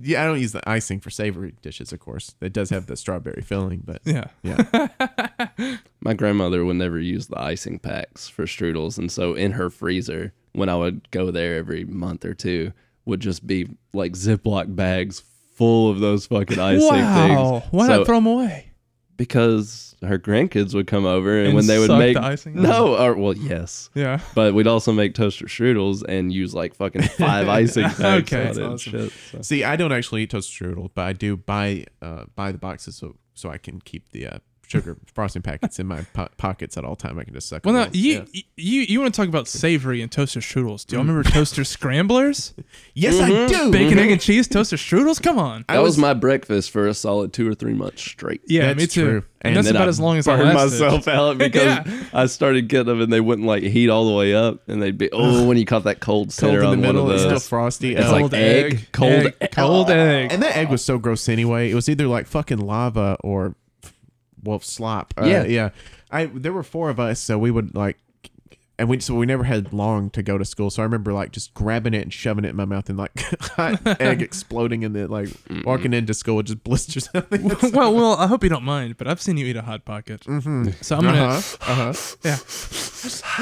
F: yeah, I don't use the icing for savory dishes, of course. It does have the strawberry filling, but
E: yeah. [LAUGHS]
F: yeah,
D: My grandmother would never use the icing packs for strudels, and so in her freezer, when I would go there every month or two, would just be like Ziploc bags full of those fucking icing
E: Wow.
D: things.
E: Why
D: So-
E: not throw them away?
D: because her grandkids would come over, and,
E: And
D: when they would
E: suck
D: make
E: the icing?
D: no, or well, yes,
E: Yeah.
D: but we'd also make toaster strudels and use like fucking five icing bags
E: Okay.
D: on
E: That's
D: it. and
F: awesome.
D: Shit, so.
F: See, I don't actually eat toaster strudel, but I do buy uh, buy the boxes so so I can keep the uh, sugar frosting packets in my po- pockets at all time. I can just suck.
E: Well,
F: them
E: now
F: in.
E: you
F: Yeah.
E: you you want to talk about savory and toaster strudels? Do y'all remember toaster scramblers, Mm-hmm.
F: yes, I do.
E: bacon, egg, and cheese toaster strudels? Come on.
D: That was, my breakfast for a solid two or three months straight.
E: Yeah,
F: That's
E: me too.
F: true.
E: And, that's
D: then I
E: about as long as I
D: burned
E: lasted.
D: myself out because
E: [LAUGHS] Yeah.
D: I started getting them and they wouldn't like heat all the way up and they'd be oh when you caught that cold
F: cold
D: center
F: in the
D: on
F: middle,
D: one of
F: it's
D: those.
F: still frosty.
D: It's
F: Uh,
D: like egg, cold
E: egg,
D: egg. Oh.
E: cold egg.
F: and that egg was so gross anyway. It was either like fucking lava or well slop. Uh,
D: Yeah.
F: yeah. I there were four of us, so we would like. And we so we never had long to go to school, so I remember like just grabbing it and shoving it in my mouth, and like [LAUGHS] hot egg exploding, and then like walking into school it just blisters. [LAUGHS] Uh-huh. out the inside.
E: well, well, I hope you don't mind, but I've seen you eat a hot pocket, so I'm gonna.
F: Mm-hmm. Uh-huh.
E: Yeah.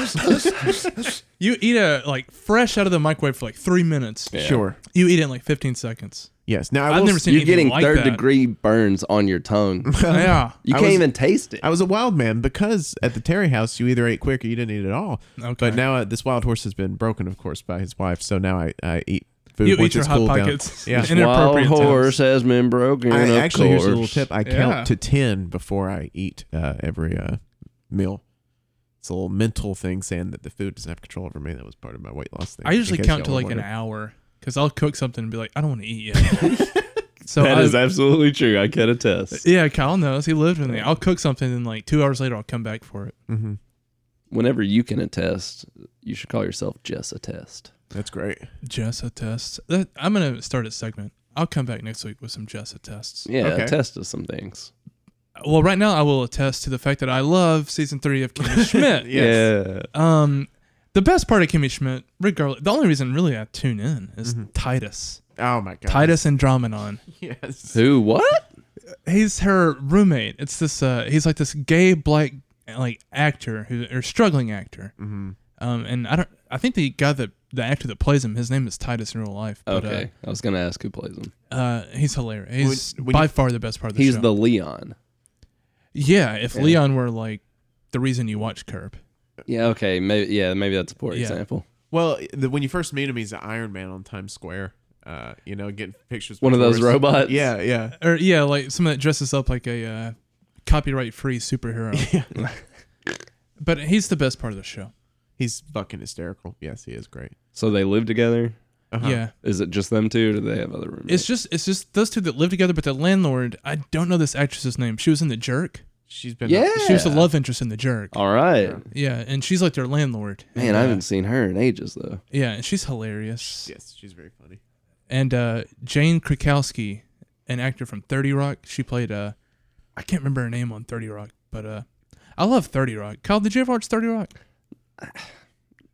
E: you eat a like fresh out of the microwave for like three minutes.
F: Sure.
E: You eat it in like 15 seconds.
F: [LAUGHS] Yes. Now I
E: I've
F: will
E: never
F: s-
E: seen
D: You're
E: anything
D: getting
E: like
D: third
E: that.
D: degree burns on your
E: [LAUGHS]
D: tongue.
E: Yeah.
D: You
F: I
D: can't
F: was-
D: even taste it.
F: I was a wild man because at the Terry house, you either ate quick or you didn't eat at all.
E: Okay.
F: But now uh, this wild horse has been broken, of course, by his wife. So now I, I eat food
E: You
F: once
E: eat your
F: it's
E: hot
F: cooled down.
E: pockets. [LAUGHS]
F: [LAUGHS] Yeah.
E: in inappropriate
D: Wild
E: times.
D: horse has been broken.
F: I
D: of
F: actually here's a little
D: course.
F: tip. I count
E: Yeah.
F: to ten before I eat uh, every uh, meal. It's a little mental thing saying that the food doesn't have control over me. That was part of my weight loss thing.
E: I
F: in
E: usually
F: case
E: count
F: y'all
E: to
F: were
E: like an
F: wondering.
E: hour because I'll cook something and be like, I don't want to
D: [LAUGHS]
E: eat yet. [LAUGHS] so
D: That
E: I,
D: is absolutely true. I can attest.
E: yeah, Kyle knows. He lived with me. I'll cook something and like two hours later I'll come back for it.
F: Mm-hmm.
D: Whenever you can attest, you should call yourself Jess attest.
F: That's great.
E: Jessa tests. That, I'm gonna start a segment. I'll come back next week with some Jessa tests.
D: Yeah,
F: Okay.
D: attest to some things.
E: Well, right now I will attest to the fact that I love season three of Kimmy Schmidt.
D: Yeah.
E: Um, the best part of Kimmy Schmidt, regardless, the only reason really I tune in is Titus,
F: Oh my god.
E: Titus Andromenon.
F: [LAUGHS] Yes.
D: Who? What?
E: He's her roommate. It's this. Uh, he's like this gay black like actor who or struggling actor. Mm-hmm. Um, and I don't. I think the guy that the actor that plays him, his name is Titus in real life. But,
D: Okay. I was gonna ask who plays him.
E: Uh, uh, he's hilarious. He's
F: When- when
E: by
F: you-
E: far the best part of the
D: He's
E: show.
D: the Leon.
E: yeah. If Leon were like the reason you watch Curb.
D: Yeah. Okay. Maybe. Yeah. Maybe that's a poor
E: Yeah.
D: example.
F: Well, the, when you first meet him, he's an Iron Man on Times Square. Uh, you know, getting pictures. with
D: One of those
F: tourists.
D: robots.
F: Yeah, yeah.
E: or yeah, like someone that dresses up like a uh, copyright-free superhero. [LAUGHS] but he's the best part of the show.
F: He's fucking hysterical. Yes, he is great.
D: So they live together.
F: Uh-huh.
E: Yeah.
D: Is it just them two? Or do they have other roommates?
E: It's just it's just those two that live together, but the landlord, I don't know this actress's name. She was in The Jerk.
F: She's been
D: yeah.
E: She was the love interest in The Jerk.
D: All right,
E: Yeah, and she's like their landlord.
D: man. I haven't seen her in ages though.
E: Yeah, and she's hilarious.
F: Yes, she's very funny.
E: And uh, Jane Krakowski, an actor from 30 Rock, she played uh I can't remember her name on 30 Rock, but uh I love 30 Rock. Kyle, did you ever watch 30 Rock?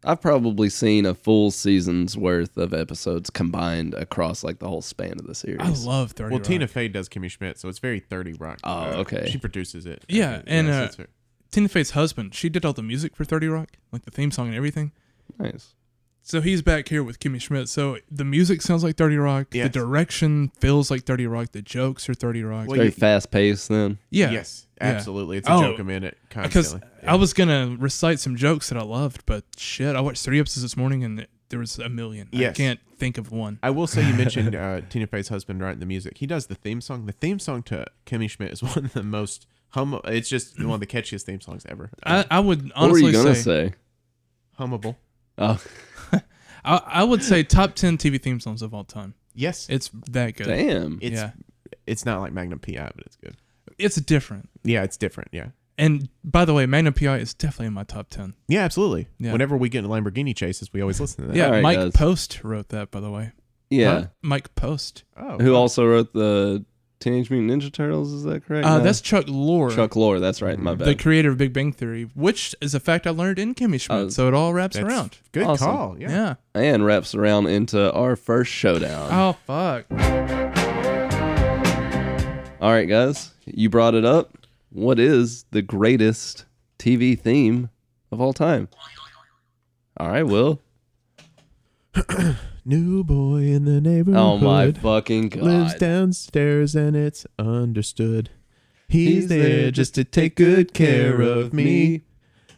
D: I've probably seen a full season's worth of episodes combined across like the whole span of the series.
E: I love 30
F: Well,
E: Rock.
F: Tina Fey does Kimmy Schmidt, so it's very 30 Rock. Uh,
D: Oh, okay.
F: She produces it.
E: Yeah, and, uh,
F: so it's her.
E: Tina Fey's husband, she did all the music for 30 Rock, like the theme song and everything.
D: Nice.
E: So he's back here with Kimmy Schmidt. So the music sounds like 30 Rock.
F: Yes.
E: The direction feels like 30 Rock. The jokes are 30 Rock.
F: Well,
D: Very
F: you-
D: fast paced then.
E: yeah.
F: Yes,
E: Yeah.
F: absolutely. It's a
E: Oh,
F: joke a minute
E: Because
F: constantly.
E: I was going to recite some jokes that I loved, but shit, I watched three episodes this morning and there was a million. I
F: Yes.
E: can't think of one.
F: I will say you mentioned uh, Tina Fey's husband writing the music. He does the theme song. The theme song to Kimmy Schmidt is [LAUGHS] one of the most hum. It's just one of the catchiest theme songs ever.
E: I, I would
D: What were
E: honestly
D: you gonna
E: say,
D: say?
F: Hummable.
D: Oh,
E: I, I would say top 10 TV theme songs of all time.
F: Yes,
E: It's that good.
D: damn.
F: it's
E: yeah.
F: it's not like Magnum PI, but it's good.
E: It's different.
F: Yeah, it's different. Yeah,
E: And by the way, Magnum PI is definitely in my top 10.
F: yeah, absolutely.
E: Yeah.
F: Whenever we get in Lamborghini chases, we always listen to that.
E: Yeah,
D: right,
E: Mike
D: guys.
E: Post wrote that, by the way.
D: Yeah.
E: Mike Post.
F: Oh,
D: Who also wrote the Teenage Mutant Ninja Turtles? Is that correct?
E: Uh,
D: No.
E: that's Chuck Lorre,
D: Chuck Lore. That's right. My
E: the
D: bad.
E: creator of Big Bang Theory, which is a fact I learned in Kimmy Schmidt.
D: Oh,
E: so it all wraps
F: that's
E: around.
F: Good
D: Awesome.
F: call. Yeah.
E: Yeah.
D: and wraps around into our first showdown.
E: Oh fuck.
D: All right, guys, you brought it up. What is the greatest TV theme of all time? All right, Will.
F: New boy in the neighborhood.
D: Oh my fucking
F: lives
D: god!
F: downstairs and it's understood. He's,
D: He's
F: there,
D: there
F: just to take good care of me,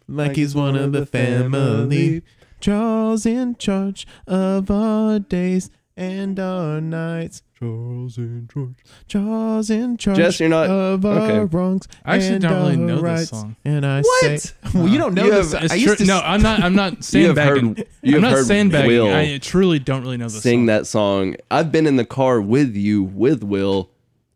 F: like
D: like
F: he's one of the family.
D: family.
F: Charles in charge of our days and our nights. Charles in charge. Charles in charge
D: Jess, you're not-
F: of our
D: okay.
F: wrongs.
E: I actually
F: and
E: don't really
F: our
E: know this
F: rights.
E: song.
F: And I
D: What?
F: say, well, you don't know
D: You
F: this.
D: have-
E: It's
F: I used
E: true-
F: to
E: no, I'm not. I'm not
D: [LAUGHS] You have
E: sandbagging.
D: heard- you
E: I'm
D: have
E: not
D: heard
E: sandbagging.
D: Will
E: I truly don't really know this
D: Sing
E: song.
D: that song. I've been in the car with you, with Will,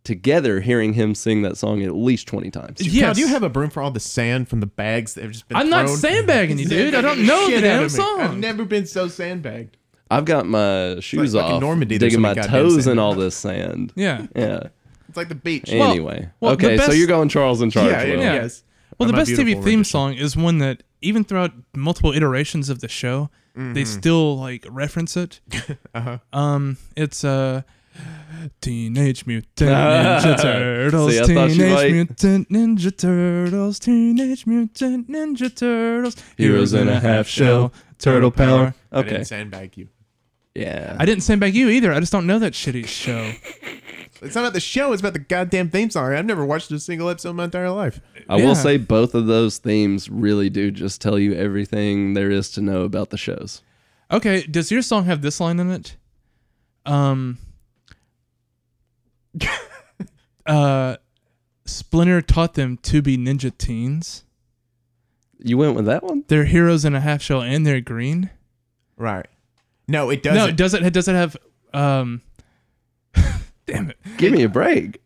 D: together, hearing him sing that song at least twenty times.
F: Yeah,
E: Yes.
F: do you have a broom for all the sand from the bags that have just been?
E: I'm not
F: thrown?
E: sandbagging
F: [LAUGHS]
E: you, dude. I don't know the
F: Shit out
E: damn
F: of me. I've
E: song.
F: never been so sandbagged.
D: I've got my shoes
F: like fucking
D: off,
F: Normandy, there's
D: digging
F: only
D: my
F: goddamn
D: toes in
F: sand.
D: all this sand.
E: yeah.
D: Yeah.
F: It's like the beach.
D: Anyway,
E: well, the
D: okay, so
E: best-
D: you're going Charles in charge.
F: yeah,
D: Will.
E: yeah.
F: yes.
E: Well, the
F: Am I
E: best TV
F: beautiful
E: theme
F: rendition?
E: song is one that even throughout multiple iterations of the show,
D: Mm-hmm.
E: they still like reference
D: [LAUGHS]
E: it.
D: Uh-huh.
E: Um, it's uh, Teenage Mutant
D: [LAUGHS]
E: Ninja Turtles.
D: See, I thought you
E: Teenage
D: might.
E: Mutant Ninja Turtles. Teenage Mutant Ninja Turtles.
D: Heroes in a half shell, turtle power.
F: I
D: Okay.
F: didn't sandbag you.
D: Yeah.
E: I didn't send back you either. I just don't know that shitty show.
F: It's not about the show. It's about the goddamn theme song. I've never watched a single episode in my entire life.
D: I
E: Yeah.
D: will say both of those themes really do just tell you everything there is to know about the shows.
E: Okay, does your song have this line in it? Um uh Splinter taught them to be ninja teens.
D: You went with that one?
E: They're heroes in a half shell and they're green.
F: Right. No, it doesn't.
E: no, it does it does it have um [LAUGHS] Damn it.
D: Give me a break.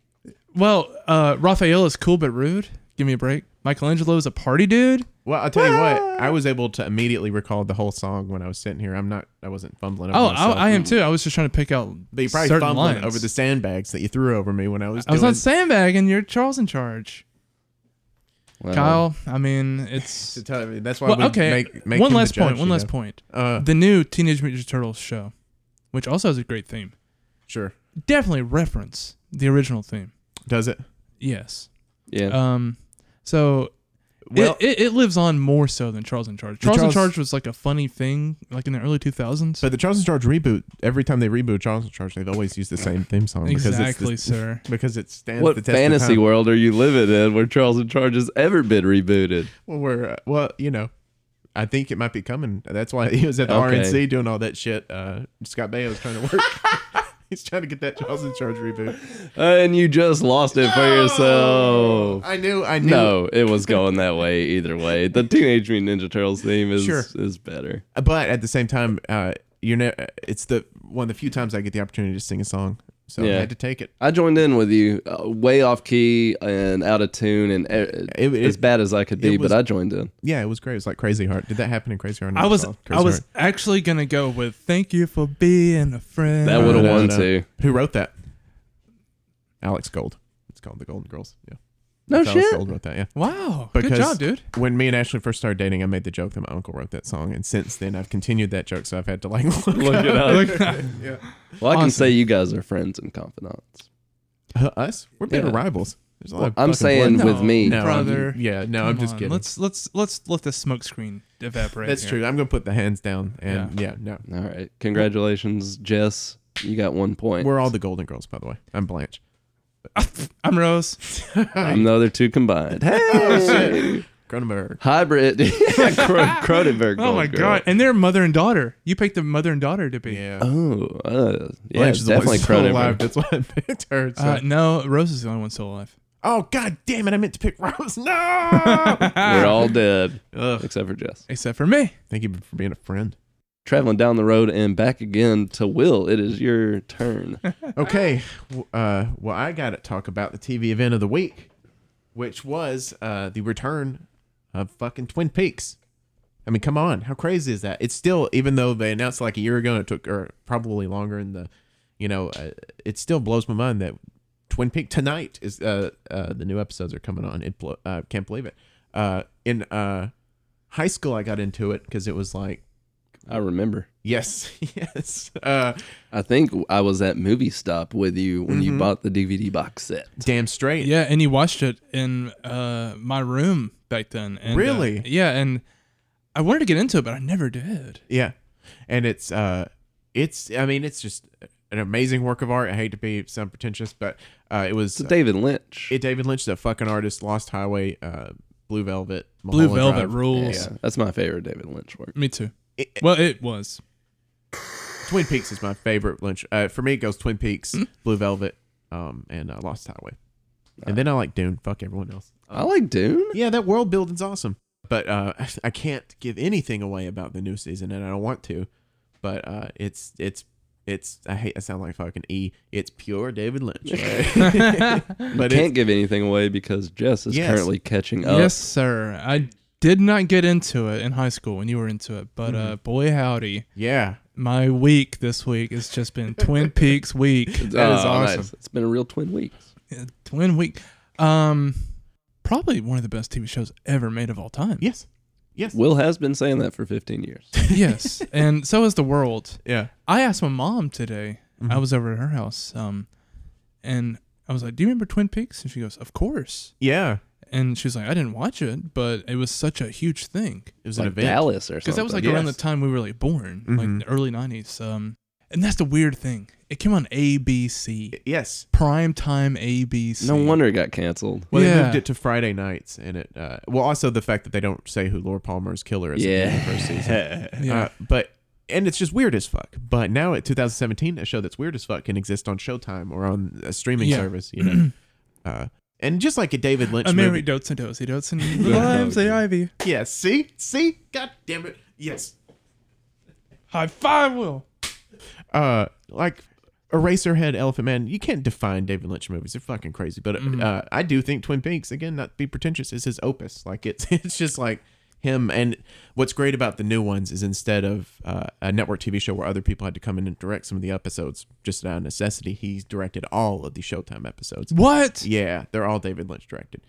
E: Well, uh Raphael is cool but rude. Give me a break. Michelangelo is a party dude.
F: well, I'll tell you
E: Ah.
F: what. I was able to immediately recall the whole song when I was sitting here. I'm not. I wasn't fumbling. Over
E: Oh,
F: myself.
E: I, I am too. I was just trying to pick out
F: But you probably
E: certain
F: fumbling
E: lines.
F: over the sandbags that you threw over me when I was.
E: I was
F: doing,
E: on sandbagging. You're Charles in charge,
D: Well,
E: Kyle. I mean, it's
F: to tell you. That's why.
E: Well,
F: we
E: okay.
F: Make, make
E: one
F: him the
E: last point.
F: judge,
E: One
F: you
E: last
F: know.
E: point.
F: Uh,
E: The new Teenage Mutant Ninja Turtles show, which also has a great theme,
F: sure.
E: definitely reference the original theme.
F: Does it?
E: Yes.
D: Yeah.
E: Um. So.
F: Well-
E: it, it, it lives on more so than Charles in Charge. Charles,
F: Charles-
E: in Charge was like a funny thing, like in the early 2000s.
F: But the Charles in Charge reboot. Every time they reboot Charles in Charge, they've always used the same theme song
E: exactly,
F: because it's
E: sir.
F: the, because it stands the
D: what
F: test of
D: fantasy
F: time.
D: world are you living in where Charles in Charge has ever been rebooted?
F: Well, we're uh, well, you know, I think it might be coming. That's why he was at the
D: Okay.
F: RNC doing all that shit. Uh, Scott Baio was trying to work. [LAUGHS] He's trying to get that Charles in Charge reboot.
D: And you just lost it for yourself.
F: I knew. I knew.
D: No, it was going that way either way. The Teenage Mutant Ninja Turtles theme is
F: Sure.
D: is better.
F: But at the same time, uh, you're ne- It's the one of the few times I get the opportunity to sing a song, so I
D: Yeah.
F: had to take it.
D: I joined in with you, uh, way off key and out of tune, and uh,
F: It- it-
D: as bad as I could be,
F: it was-
D: but I joined in.
F: Yeah, it was great. It was like Crazy Heart. Did that happen in Crazy Heart?
E: I was
F: Oh, Crazy
E: I was
F: Heart.
E: actually gonna go with "Thank you for being a friend."
D: That would have
F: No, no,
D: won
F: no.
D: too.
F: Who wrote that? Alex Gold. It's called The Golden Girls. Yeah.
D: No
F: Alex
D: shit.
F: Gold wrote that. Yeah.
E: Wow, good
F: Because
E: job, dude.
F: When me and Ashley first started dating, I made the joke that my uncle wrote that song, and since then I've continued that joke. So I've had to like [LAUGHS] look,
D: Look it
E: [LAUGHS]
D: up. Well, I can
E: Awesome.
D: say you guys are friends and confidants.
F: Uh, us. We're bitter
D: Yeah.
F: rivals. There's a lot of
D: I'm
F: fucking
D: saying
F: blood.
D: with me.
F: No, I'm-
E: brother.
F: yeah, no, I'm
E: Come
F: just
E: on,
F: kidding.
E: Let's let's let's let the smoke screen evaporate.
F: That's
E: here.
F: true. I'm gonna put the hands down, and yeah, no,
D: All right, congratulations, Jess. You got one point.
F: we're all the Golden Girls, by the way.
D: [LAUGHS]
F: I'm Blanche.
E: I'm Rose.
D: I'm the other two combined. Hey,
F: Oh, Cronenberg.
D: hybrid. [LAUGHS] Yeah,
F: [LAUGHS]
D: Cro- Cronenberg.
E: Oh my
D: Gold Girl.
E: god! And they're mother and daughter. You picked the mother and daughter to be.
F: Yeah,
D: Oh, uh, yeah,
F: Blanche
D: it's
F: the one
D: definitely
F: still alive.
D: Cronenberg.
F: That's why I picked her. So.
E: Uh, no, Rose is the only one still alive.
F: oh god damn it! I meant to pick
E: [LAUGHS]
F: Rose. No.
D: We're all dead
F: Ugh.
D: except for Jess.
E: Except for me.
F: Thank you for being a friend.
D: Traveling down the road and back again to Will. It is your turn.
F: Okay. w- Uh, well, I got to talk about the TV event of the week, which was uh, the return of fucking Twin Peaks. I mean, come on, how crazy is that? It's still, even though they announced it like a year ago, and it took or probably longer in the, you know, uh, it still blows my mind that Twin Peak tonight is uh, uh the new episodes are coming on. It blo- uh, can't believe it. Uh, in uh, high school, I got into it because it was like,
D: I remember.
F: yes, [LAUGHS] yes. Uh,
D: I think I was at Movie Stop with you when
F: Mm-hmm.
D: you bought the DVD box set.
F: damn straight.
E: Yeah, and you watched it in uh, my room back then. And, uh,
F: Really?
E: yeah, and I wanted to get into it, but I never did.
F: Yeah. And it's uh it's I mean it's just an amazing work of art. I hate to be sound pretentious, but uh it was
D: It's a David Lynch.
F: it David Lynch, the fucking artist, Lost Highway, uh Blue Velvet,
E: Blue
F: Mulholland
E: Velvet
F: Drive.
E: rules.
D: yeah, that's my favorite David Lynch work.
E: Me too.
F: It- it-
E: well, it was.
F: Twin Peaks is my favorite Lynch. Uh for me it goes Twin Peaks, Blue Velvet, um and uh, Lost Highway. And then I like Dune. Fuck everyone else.
D: I like Dune.
F: Yeah, that world building's awesome. But uh, [LAUGHS] I can't give anything away about the new season, and I don't want to. But uh, it's it's it's I hate I sound like fucking E. It's pure
D: [LAUGHS]
F: David Lynch. right? but
D: Can't
F: it's,
D: give anything away because Jess is
F: Yes.
D: currently catching up.
E: Yes, sir. I did not get into it in high school when you were into it, but uh, boy howdy,
F: yeah,
E: my week this week has just been Twin Peaks week.
F: That is
D: Oh,
F: awesome.
D: It's been a real twin weeks.
E: Yeah, Twin week. Um, probably one of the best TV shows ever made of all time.
F: yes, yes,
D: Will has been saying that for 15 years.
E: [LAUGHS] yes, and so is the world.
F: yeah.
E: I asked my mom today.
F: Mm-hmm.
E: I was over at her house, um, and I was like, "Do you remember Twin Peaks?" And she goes, "Of course."
F: Yeah,
E: And she's like, "I didn't watch it, but it was such a huge thing
F: it was
D: Like
F: an event.
D: Dallas or something.
E: because that was like
F: Yes. Mm-hmm.
E: around the time we were like born, like the early '90s." Um, and that's the weird thing. It came on ABC,
F: Yes.
E: prime time ABC.
D: no wonder it got canceled.
F: Well, they
E: Yeah.
F: moved it to Friday nights, and it. Uh, well, also the fact that they don't say who Laura Palmer's killer is. in the first season.
D: Yeah.
E: Yeah.
F: Uh, but and it's just weird as fuck. But now at 2017, a show that's weird as fuck can exist on Showtime or on a streaming
E: Yeah.
F: service, you
E: [CLEARS THROAT]
F: know. uh, and just like a David Lynch
E: A Mary
F: movie. Oh,
E: dotes and dozy dotes and
F: [LAUGHS]
E: the limes they ivy.
F: yeah, see? See? God damn it. Yes.
E: High five, Will.
F: Uh like Eraserhead, Elephant Man, you can't define David Lynch movies. They're fucking crazy. But uh,
E: Mm-hmm.
F: I do think Twin Peaks, again, not to be pretentious, is his opus. Like it's [LAUGHS] it's just like him. And what's great about the new ones is instead of uh, a network TV show where other people had to come in and direct some of the episodes just out of necessity, he's directed all of the Showtime episodes.
E: What?
F: Yeah, they're all David Lynch directed.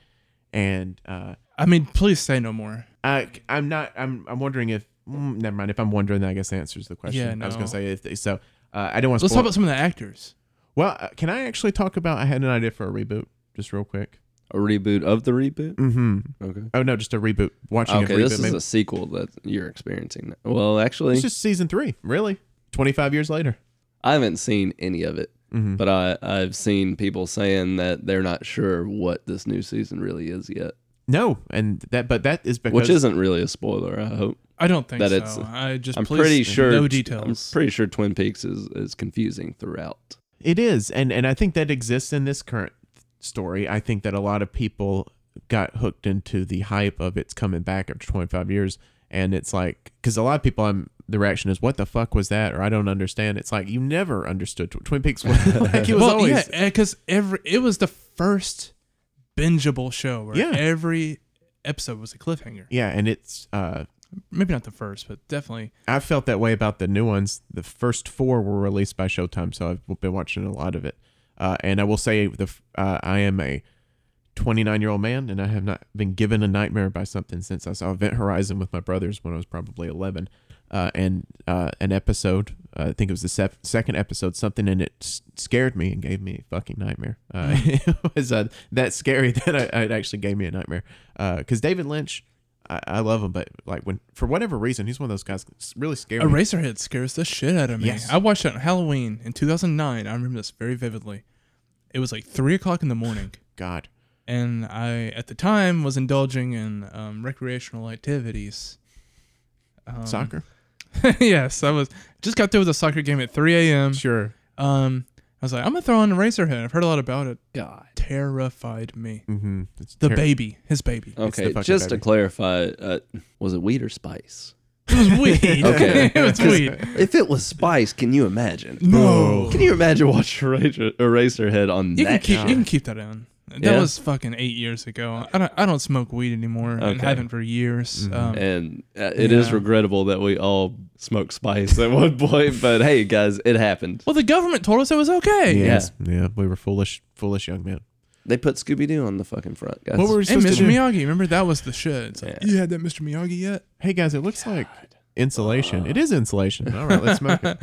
F: And uh,
E: I mean, please say no more.
F: I, I'm not. I'm. I'm wondering if. mm, never mind. If I'm wondering, I guess that answers the question.
E: Yeah,
F: I was
E: no.
F: gonna say if they, so. Uh, I don't want to.
E: Let's talk about some of the actors.
F: Well, uh, can I actually talk about? I had an idea for a reboot, just real quick.
D: [LAUGHS] A reboot of the reboot?
F: Mm-hmm.
D: Okay.
F: Oh no, just a reboot. Watching
D: Okay,
F: a reboot.
D: this is
F: maybe.
D: a sequel that you're experiencing. now. Well, actually,
F: It's just season three. Really, twenty five years later.
D: I haven't seen any of it,
E: Mm-hmm.
D: but I, I've seen people saying that they're not sure what this new season really is yet,
F: No, and that, but that is because
D: which isn't really a spoiler. I hope.
E: I don't think
D: That
E: so.
D: it's-
E: I just
D: I'm
E: please
D: pretty sure.
E: no
D: I'm
E: details.
D: pretty sure Twin Peaks is, is confusing throughout.
F: It is, and and I think that exists in this current story. I think that a lot of people got hooked into the hype of it's coming back after 25 years, and it's like because a lot of people I'm the reaction is what the fuck was that or I don't understand. It's like you never understood Tw- Twin Peaks. Was, [LAUGHS] like it was
E: well, yeah,
F: always
E: because every it was the first bingeable show where
F: Yeah.
E: every episode was a cliffhanger.
F: yeah, and it's uh
E: Maybe not the first, but definitely.
F: I felt that way about the new ones. The first four were released by Showtime, so I've been watching a lot of it. Uh, and I will say, the f- uh, I am a 29 year old man, and I have not been given a nightmare by something since I saw Event Horizon with my brothers when I was probably 11. Uh, and uh, an episode, uh, I think it was the sef- second episode, something in it s- scared me and gave me a fucking nightmare. Uh, [LAUGHS] it was uh, that scary [LAUGHS] that I, it actually gave me a nightmare. Because David Lynch, I, I love him, but like when for whatever reason, he's one of those guys that's really scary.
E: Eraserhead scares the shit out of me.
F: Yes.
E: I watched it on Halloween in 2009. I remember this very vividly. It was like three o'clock in the morning,
F: God,
E: and I at the time was indulging in um, recreational activities.
F: soccer.
E: [LAUGHS] yes, I was just got through with a soccer game at 3 a.m.
F: Sure.
E: Um, I was like, I'm gonna throw on Eraserhead. I've heard a lot about it.
D: God.
E: Terrified me.
F: Mm-hmm. It's
E: The
F: ter-
E: baby, his baby.
D: Okay,
F: fucking
D: just to
F: baby.
D: clarify, uh, was it weed or spice?
E: [LAUGHS] It was
D: [LAUGHS]
E: weed.
D: Okay.
E: [LAUGHS] it was weed.
D: If it was spice, can you imagine?
E: No.
D: Can you imagine watching Eraser, Eraserhead on
E: You can
D: that?
E: keep
D: shit?
E: you can keep that in. That
D: Yeah.
E: was fucking eight years ago. I don't I don't smoke weed anymore. and
D: Okay.
E: haven't for years.
F: Mm-hmm.
E: Um,
D: and uh, it is
E: Yeah.
D: regrettable that we all smoked spice at one point, but hey, guys, it happened.
E: well, the government told us it was okay.
F: Yes. Yeah. we were foolish, foolish young men.
D: They put Scooby Doo on the fucking front, guys.
F: What were we
E: Hey,
F: supposed to
E: Mr.
F: do?
E: Miyagi, remember that was the shit. It's like,
D: Yeah.
E: You had that Mr. Miyagi yet?
F: Hey guys, it looks like insulation. it is insulation. All right, let's
E: [LAUGHS]
F: smoke it.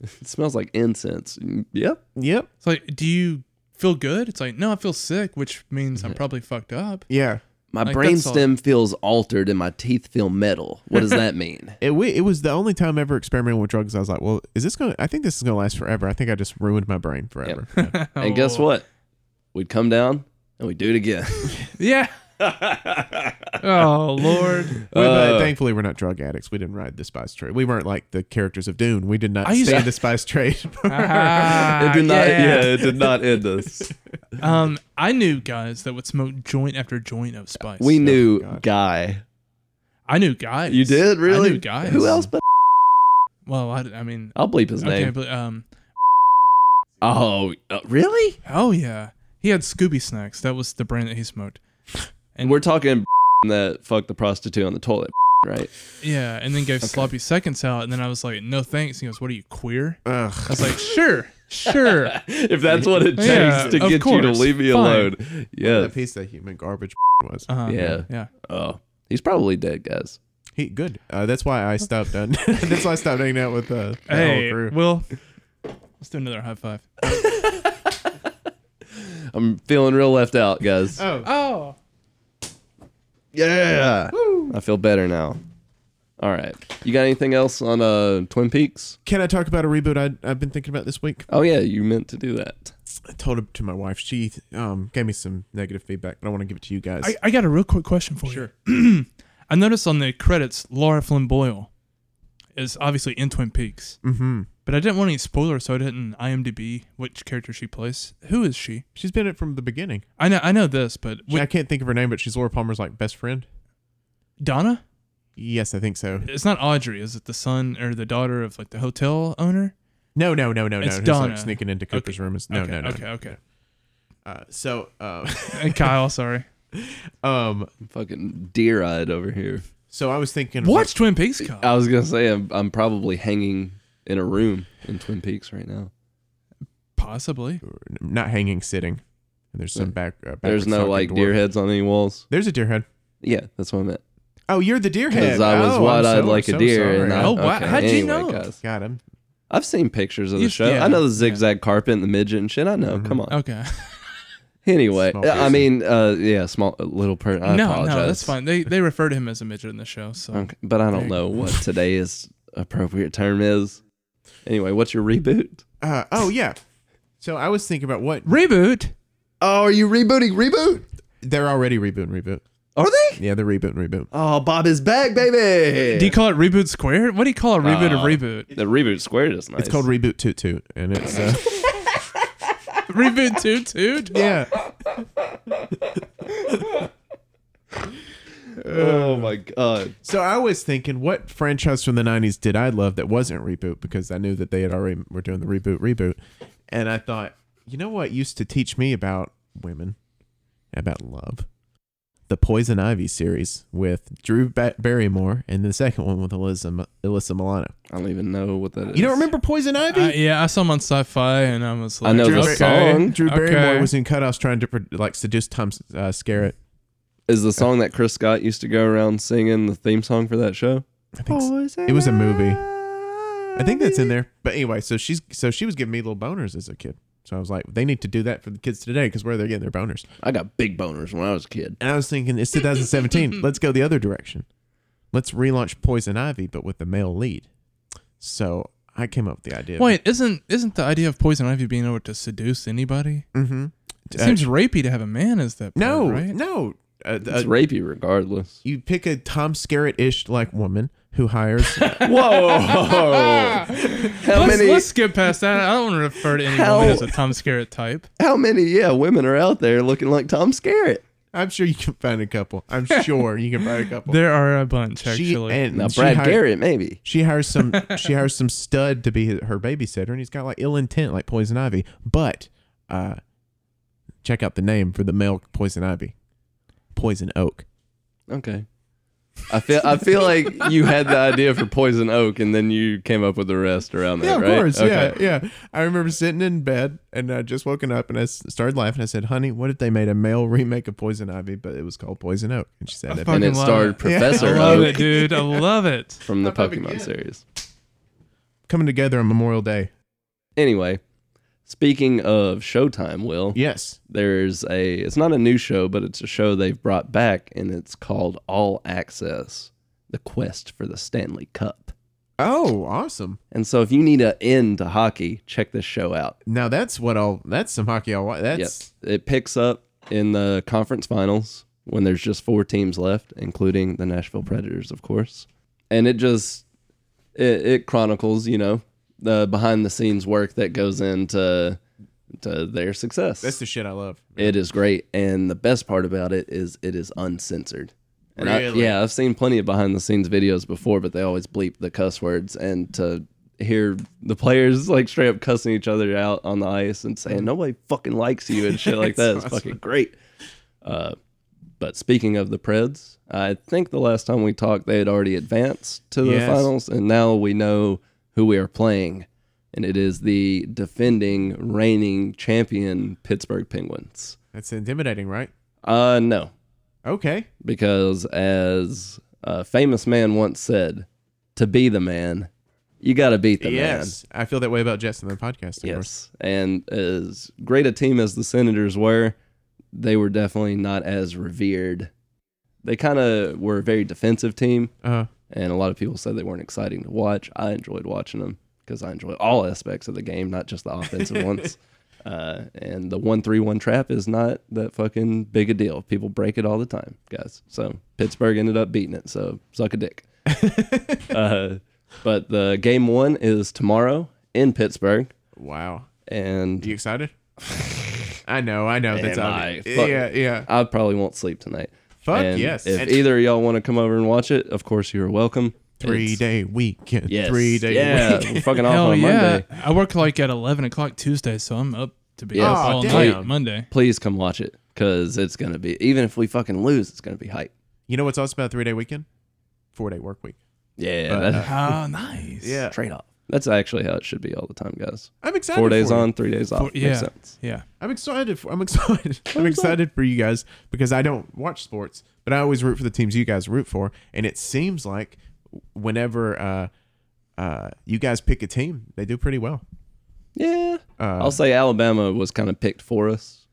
D: it smells like incense. Mm, Yep.
F: Yep.
E: It's like, do you feel good? It's like, no, I feel sick, which means
D: Mm-hmm.
E: I'm probably fucked up.
F: Yeah.
D: My
E: Like,
D: brain
E: that's all-
D: stem feels altered and my teeth feel metal. What does that
E: [LAUGHS]
D: mean?
F: It, we, it was the only time I ever experimenting with drugs. I was like, well, is this going to, I think this is going to last forever. I think I just ruined my brain forever. [LAUGHS] Yeah.
D: And guess
E: Oh.
D: what? We'd come down and we'd do it
E: [LAUGHS]
D: again. [LAUGHS]
E: Yeah. oh Lord.
F: We- but thankfully, we're not drug addicts. We didn't ride the spice trade. We weren't like the characters of Dune. We did not
E: I used
F: stand
E: to-
F: the
E: [LAUGHS]
F: spice trade. [LAUGHS]
D: it
E: Ah,
D: did not. Yeah. it did not end
E: [LAUGHS]
D: us.
E: Um, I knew guys that would smoke joint after joint of spice.
D: We knew
F: God.
D: guy.
E: I knew guys.
D: You did really?
E: I knew guys.
D: Who else? But
E: Well, I, I mean,
D: I'll bleep his
E: okay,
D: name.
E: but um,
D: oh, uh, really?
E: oh yeah, he had Scooby snacks. That was the brand that he smoked.
D: And we're talking [LAUGHS] that fucked the prostitute on the toilet, [LAUGHS] right?
E: Yeah, and then gave sloppy seconds out, and then I was like, no thanks. He goes, what are you queer? I
F: Ugh.
E: was like, sure,
D: [LAUGHS]
E: sure.
D: If that's what it takes
E: Yeah,
D: to get
E: of
D: you to
E: course.
D: leave me
E: Fine.
D: alone. Yeah.
F: The piece of human garbage [LAUGHS] was.
E: Um,
D: Yeah.
E: yeah.
D: Oh, he's probably dead, guys.
F: He good. Uh, that's why I stopped. Uh, [LAUGHS] that's why I stopped hanging out with uh, the
E: Hey,
F: whole crew.
E: Will, let's do another high five.
D: I'm feeling real left out, guys.
E: Oh,
D: yeah. I feel better now. All right. You got anything else on uh, Twin Peaks?
F: Can I talk about a reboot I, I've been thinking about this week?
D: Oh, yeah. You meant to do that.
F: I told it to my wife. She um, gave me some negative feedback, but I want to give it to you guys.
E: I, I got a real quick question for you. [CLEARS THROAT] I noticed on the credits, Laura Flynn Boyle is obviously in Twin Peaks,
F: mm-hmm.
E: but I didn't want any spoilers, so I didn't IMDb which character she plays. Who is she?
F: She's been it from the beginning.
E: I know, I know this, but
F: I can't think of her name, but she's Laura Palmer's like best friend.
E: Donna?
F: Yes, I think so.
E: It's not Audrey. Is it the son or the daughter of like the hotel owner?
F: No, no, no, no,
E: It's
F: no. Who's,
E: Donna.
F: Like sneaking into Cooper's room. Is, no,
E: okay,
F: no, no.
E: Okay, okay.
F: Uh, so, uh, [LAUGHS]
E: And Kyle, sorry.
F: um,
D: I'm fucking deer eyed over here.
F: so I was thinking. of,
E: Watch Twin Peaks, Kyle.
D: I was going to say, I'm, I'm probably hanging in a room in Twin Peaks right now.
E: Possibly.
F: like, not hanging, sitting. And there's some back. Uh,
D: There's
F: backwards
D: no
F: talking
D: like
F: dwarf.
D: deer heads on any walls.
F: There's a deer head.
D: Yeah, that's what I meant.
F: Oh, you're the deer head.
D: Because I was
F: oh, I'm
D: wide-eyed
F: so-
D: like
F: so
D: a deer.
F: sorry.
D: and I,
E: Oh, wow.
D: okay,
E: How'd you
D: anyway,
E: know?
D: guys.
F: God, I'm
D: I've seen pictures of the
E: You-
D: show.
E: yeah, Mm-hmm.
D: I know the zigzag carpet and the midget and shit. I know. Come on.
E: Okay. [LAUGHS]
D: Anyway,
F: Small
D: I
F: person.
D: mean, uh, yeah, small uh, little person. I
E: no,
D: apologize.
E: no, that's fine. They they refer to him as a midget in the show, so
D: Okay, but I don't
E: Okay.
D: know [LAUGHS] what today's appropriate term is. Anyway, what's your reboot?
F: Uh, oh yeah. So I was thinking about what
E: reboot.
D: Oh, are you rebooting reboot?
F: they're already rebooting reboot.
D: Are they?
F: Yeah, they're rebooting reboot.
D: Oh, Bob is back, baby.
E: Do you call it reboot squared? What do you call a reboot
F: Uh,
E: of reboot?
D: the reboot squared is nice.
F: It's called reboot toot toot, and it's uh,
E: [LAUGHS] reboot
F: [LAUGHS]
E: two two.
F: yeah.
D: Oh my god.
F: So I was thinking, what franchise from the '90s did I love that wasn't reboot? Because I knew that they had already were doing the reboot, reboot, and I thought, you know what used to teach me about women, about love, the Poison Ivy series with Drew ba- Barrymore, and the second one with Alyssa Alyssa Milano.
D: I don't even know what that is.
F: You don't remember Poison Ivy?
E: I, yeah, I saw him on Sci-Fi, and I was like,
D: I know the
E: okay.
D: song.
F: Drew
E: okay.
F: Barrymore was in Cutoffs trying to pro- like seduce Tom uh, Skerritt.
D: Is the song that Chris Scott used to go around singing the theme song for that show?
F: I think so. it was a movie. I think that's in there. But anyway, so she's so she was giving me little boners as a kid. So I was like, they need to do that for the kids today because where they're getting their boners.
D: I got big boners when I was a kid.
F: And I was thinking, it's 2017. Let's go the other direction. Let's relaunch Poison Ivy, but with the male lead. So I came up with the idea.
E: Wait, isn't isn't the idea of Poison Ivy being able to seduce anybody?
F: Mm-hmm.
E: It seems rapey to have a man as that. Part,
F: no,
E: right?
F: no. Uh,
D: It's
F: uh,
D: rapey [LAUGHS] regardless.
F: you pick a Tom Skerritt-ish like woman who hires
D: [LAUGHS] Whoa! how
E: Let's,
D: many?
E: let's skip past that. I don't want to refer to anyone
D: How-
E: as a Tom Skerritt type.
D: How many? Yeah, women are out there looking like Tom Skerritt.
F: I'm sure you can find a couple. I'm sure you can find a couple.
E: There are a bunch
F: she
E: actually.
F: and
D: Now
F: she
D: Brad
F: hired-
D: Garrett, maybe.
F: She hires some. she hires some stud to be her babysitter, and he's got like ill intent, like Poison Ivy. But uh, check out the name for the male Poison Ivy, Poison Oak.
D: Okay. I feel I feel like you had the idea for Poison Oak, and then you came up with the rest around that,
F: Yeah, of
D: right?
F: course.
D: Okay.
F: Yeah, yeah. I remember sitting in bed and I just woken up and I s- started laughing. I said, "Honey, what if they made a male remake of Poison Ivy, but it was called Poison Oak?" And she
D: [LAUGHS]
F: said, "That'd be-
D: And
E: Fucking
D: it
E: love
D: starred
E: it. I
D: Professor
E: love
D: Oak
E: it, dude. I love it.
D: [LAUGHS] from the
F: I love it,
D: Pokemon
F: yeah.
D: series.
F: "Coming together on Memorial Day."
D: Anyway, speaking of Showtime, Will,
F: Yes.
D: there's a it's not a new show but it's a show they've brought back and it's called all access the quest for the stanley cup
F: Oh, awesome.
D: and so if you need an end to hockey check this show out
F: Now that's what I'll. That's some hockey I'll watch. That's.
D: yep. it picks up in the conference finals when there's just four teams left including the nashville predators of course and it just it, it chronicles you know the behind the scenes work that goes into to their success
F: That's the shit I love.
D: It is great, and the best part about it is it is uncensored. And I,
F: Really?
D: yeah, I've seen plenty of behind the scenes videos before, but they always bleep the cuss words. And to hear the players like straight up cussing each other out on the ice and
F: Mm-hmm.
D: saying nobody fucking likes you and shit
F: [LAUGHS]
D: like that is fucking great. Uh, but speaking of the Preds, I think the last time we talked, they had already advanced to the
F: Yes.
D: finals, and now we know who we are playing, and it is the defending reigning champion Pittsburgh Penguins.
F: That's intimidating, right?
D: Uh, no,
F: Okay.
D: because as a famous man once said, "To be the man, you got to beat the
F: yes, I feel that way about Jess in the podcast. Of
D: man." Yes,
F: course.
D: and as great a team as the Senators were, they were definitely not as revered. They kind of were a very defensive team,
F: Uh,
D: and a lot of people said they weren't exciting to watch. I enjoyed watching them because I enjoy all aspects of the game, not just the
F: [LAUGHS]
D: offensive ones. Uh, and the one three one trap is not that fucking big a deal. People break it all the time, guys. So Pittsburgh ended up beating it. So suck a
F: [LAUGHS]
D: dick. uh, but the game one is tomorrow in Pittsburgh,
F: wow.
D: and [LAUGHS]
F: You excited? I know. I know. That's
D: Am
F: obvious.
D: I? Fuck.
F: Yeah. Yeah.
D: I probably won't sleep tonight.
F: Fuck
D: And
F: yes.
D: If
F: And-
D: either of y'all want to come over and watch it, of course you're welcome.
F: Three
D: It's-
F: day weekend.
D: Yes.
F: Three day
D: Yeah.
F: weekend. [LAUGHS]
D: we're fucking off
E: Hell
D: on
E: yeah!
D: Monday.
E: I work like at eleven o'clock Tuesday, so I'm up to be
D: Yeah. Oh,
E: up
F: Aw,
E: all
F: damn.
E: night Monday.
D: please come watch it because it's gonna be even if we fucking lose it's gonna be hype
F: You know what's awesome about three day weekend? Four day work week.
D: yeah [LAUGHS]
F: But,
D: that's
E: Oh, nice.
F: Yeah.
D: trade off that's actually how it should be all the time guys
F: I'm excited.
D: four days
F: for it.
D: on three days off
E: Four- yeah.
D: makes sense
E: Yeah.
F: I'm excited. For, I'm excited. [LAUGHS] I'm excited for you guys because I don't watch sports, but I always root for the teams you guys root for. And it seems like whenever uh, uh, you guys pick a team, they do pretty well.
D: yeah i'll say alabama was kind of picked for us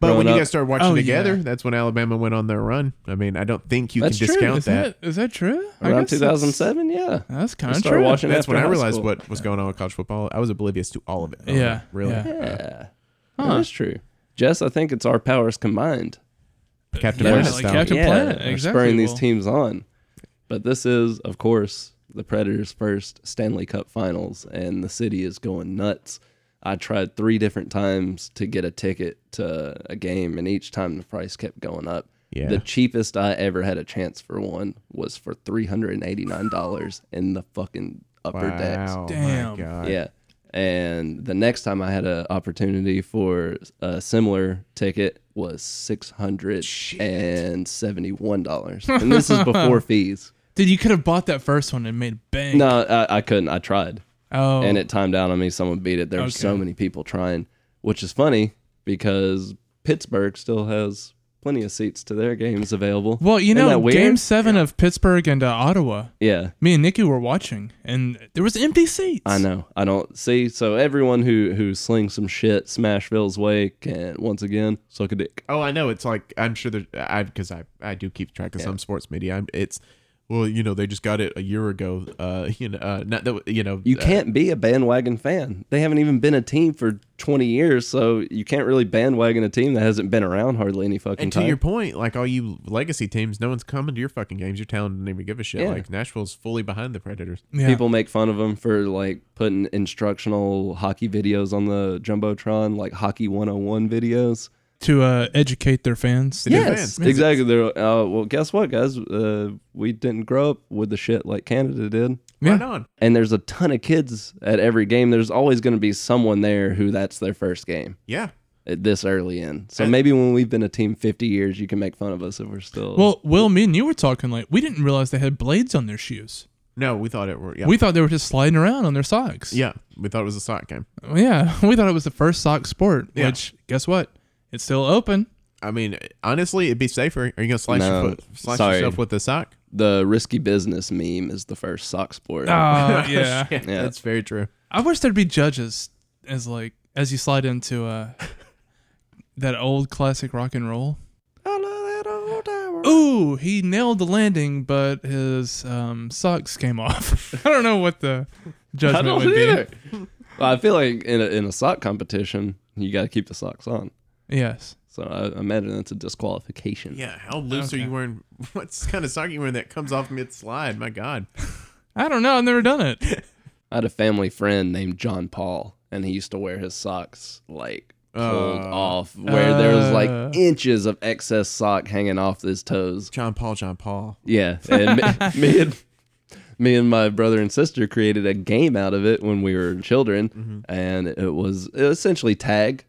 F: But
D: growing
F: when you
D: up.
F: guys started watching
E: Oh,
F: together,
E: yeah.
F: that's when Alabama went on their run. I mean, I don't think you
D: That's
F: can
D: true,
F: discount
E: Is
F: that.
E: that is that true? I
D: around
E: guess it's-
D: 2007 yeah
E: That's
D: I
E: kind of
D: started
E: true.
D: watching
F: That's
D: after
F: when I
D: high
F: realized
D: school.
F: what was going on with college football. I was oblivious to all of it.
E: Yeah,
F: really.
E: yeah.
D: yeah that is true jess i think it's our powers combined
F: Captain
E: Yeah,
F: Planet
E: like
F: style.
E: Captain-
D: yeah,
E: Planet,
D: are
E: exactly,
D: spurring these
E: Will.
D: teams on but this is of course the predators first stanley cup finals and the city is going nuts i tried three different times to get a ticket to a game and each time the price kept going up
F: Yeah.
D: The cheapest I ever had a chance for one was for three hundred and eighty nine dollars in the fucking upper decks.
F: Wow, my
E: Damn.
F: God.
D: Yeah. And the next time I had an opportunity for a similar ticket was six hundred and seventy one dollars,
E: [LAUGHS]
D: and this is before fees.
E: Dude, you could have bought that first one and made bank.
D: No, I, I couldn't. I tried,
E: Oh.
D: and it timed out on me. Someone beat it. There were so
E: Okay.
D: many people trying, which is funny because Pittsburgh still has plenty of seats to their games available.
E: well, you
D: Isn't
E: know,
D: that weird?
E: Game Seven of Pittsburgh and uh, Ottawa.
D: Yeah,
E: Me and Nikki were watching, and there was empty seats.
D: I know. I don't see. So everyone who who slings some shit Smashville's way can once again suck a dick.
F: Oh, I know. It's like I'm sure that I because I I do keep track of some sports media. I'm, it's well, you know, they just got it a year ago. Uh, [LAUGHS] you know, uh, not that you know.
D: You
F: uh,
D: can't be a bandwagon fan. They haven't even been a team for 20 years, so you can't really bandwagon a team that hasn't been around hardly any fucking
F: And to
D: time.
F: your point, like all you legacy teams, no one's coming to your fucking games. Your town doesn't even give a shit.
D: Yeah.
F: Like Nashville's fully behind the Predators.
E: Yeah.
D: People make fun of them for like putting instructional hockey videos on the Jumbotron, like hockey 101 videos.
E: to uh, educate their fans.
F: Yeah. fans.
D: exactly. They're uh, well, guess what, guys? Uh, we didn't grow up with the shit like Canada did.
E: Yeah.
F: Right on.
D: And there's a ton of kids at every game. There's always going to be someone there who that's their first game.
F: Yeah.
D: at this early in. So
F: And-
D: maybe when we've been a team 50 years, you can make fun of us if we're still.
E: Well, Will, me and you were talking like we didn't realize they had blades on their shoes.
F: No, we thought it were. Yeah.
E: We thought they were just sliding around on their socks.
F: yeah. We thought it was a sock game.
E: Well, yeah. [LAUGHS] We thought it was the first sock sport.
F: Yeah.
E: Which guess what? It's still open.
F: I mean, honestly, it'd be safer. Are you gonna slice
D: No,
F: your foot, slice
D: sorry.
F: yourself with the sock?
D: the risky business meme is the first sock sport.
E: Uh, [LAUGHS] yeah.
F: yeah. That's very true.
E: I wish there'd be judges as like as you slide
D: [LAUGHS]
E: into uh that old classic rock and roll. Ooh, he nailed the landing, but his um, socks came off. [LAUGHS] I don't know what the judgment
D: don't
E: would
D: either. [LAUGHS] Well, I feel like in a, in a sock competition, you got to keep the socks on.
E: be. Yes.
D: So I imagine that's a disqualification.
F: Yeah. How loose
E: Okay.
F: are you wearing? [LAUGHS] What kind of sock are you wearing that comes off mid slide? My God.
E: I don't know. I've never
D: [LAUGHS]
E: done it.
D: I had a family friend named John Paul, and he used to wear his socks like pulled
F: Uh.
D: off, where there was
E: Oh. Uh.
D: like inches of excess sock hanging off his toes.
F: John Paul. John Paul.
D: Yeah, and
F: [LAUGHS]
D: me, me and me and my brother and sister created a game out of it when we were children,
F: Mm-hmm.
D: and it was essentially tag,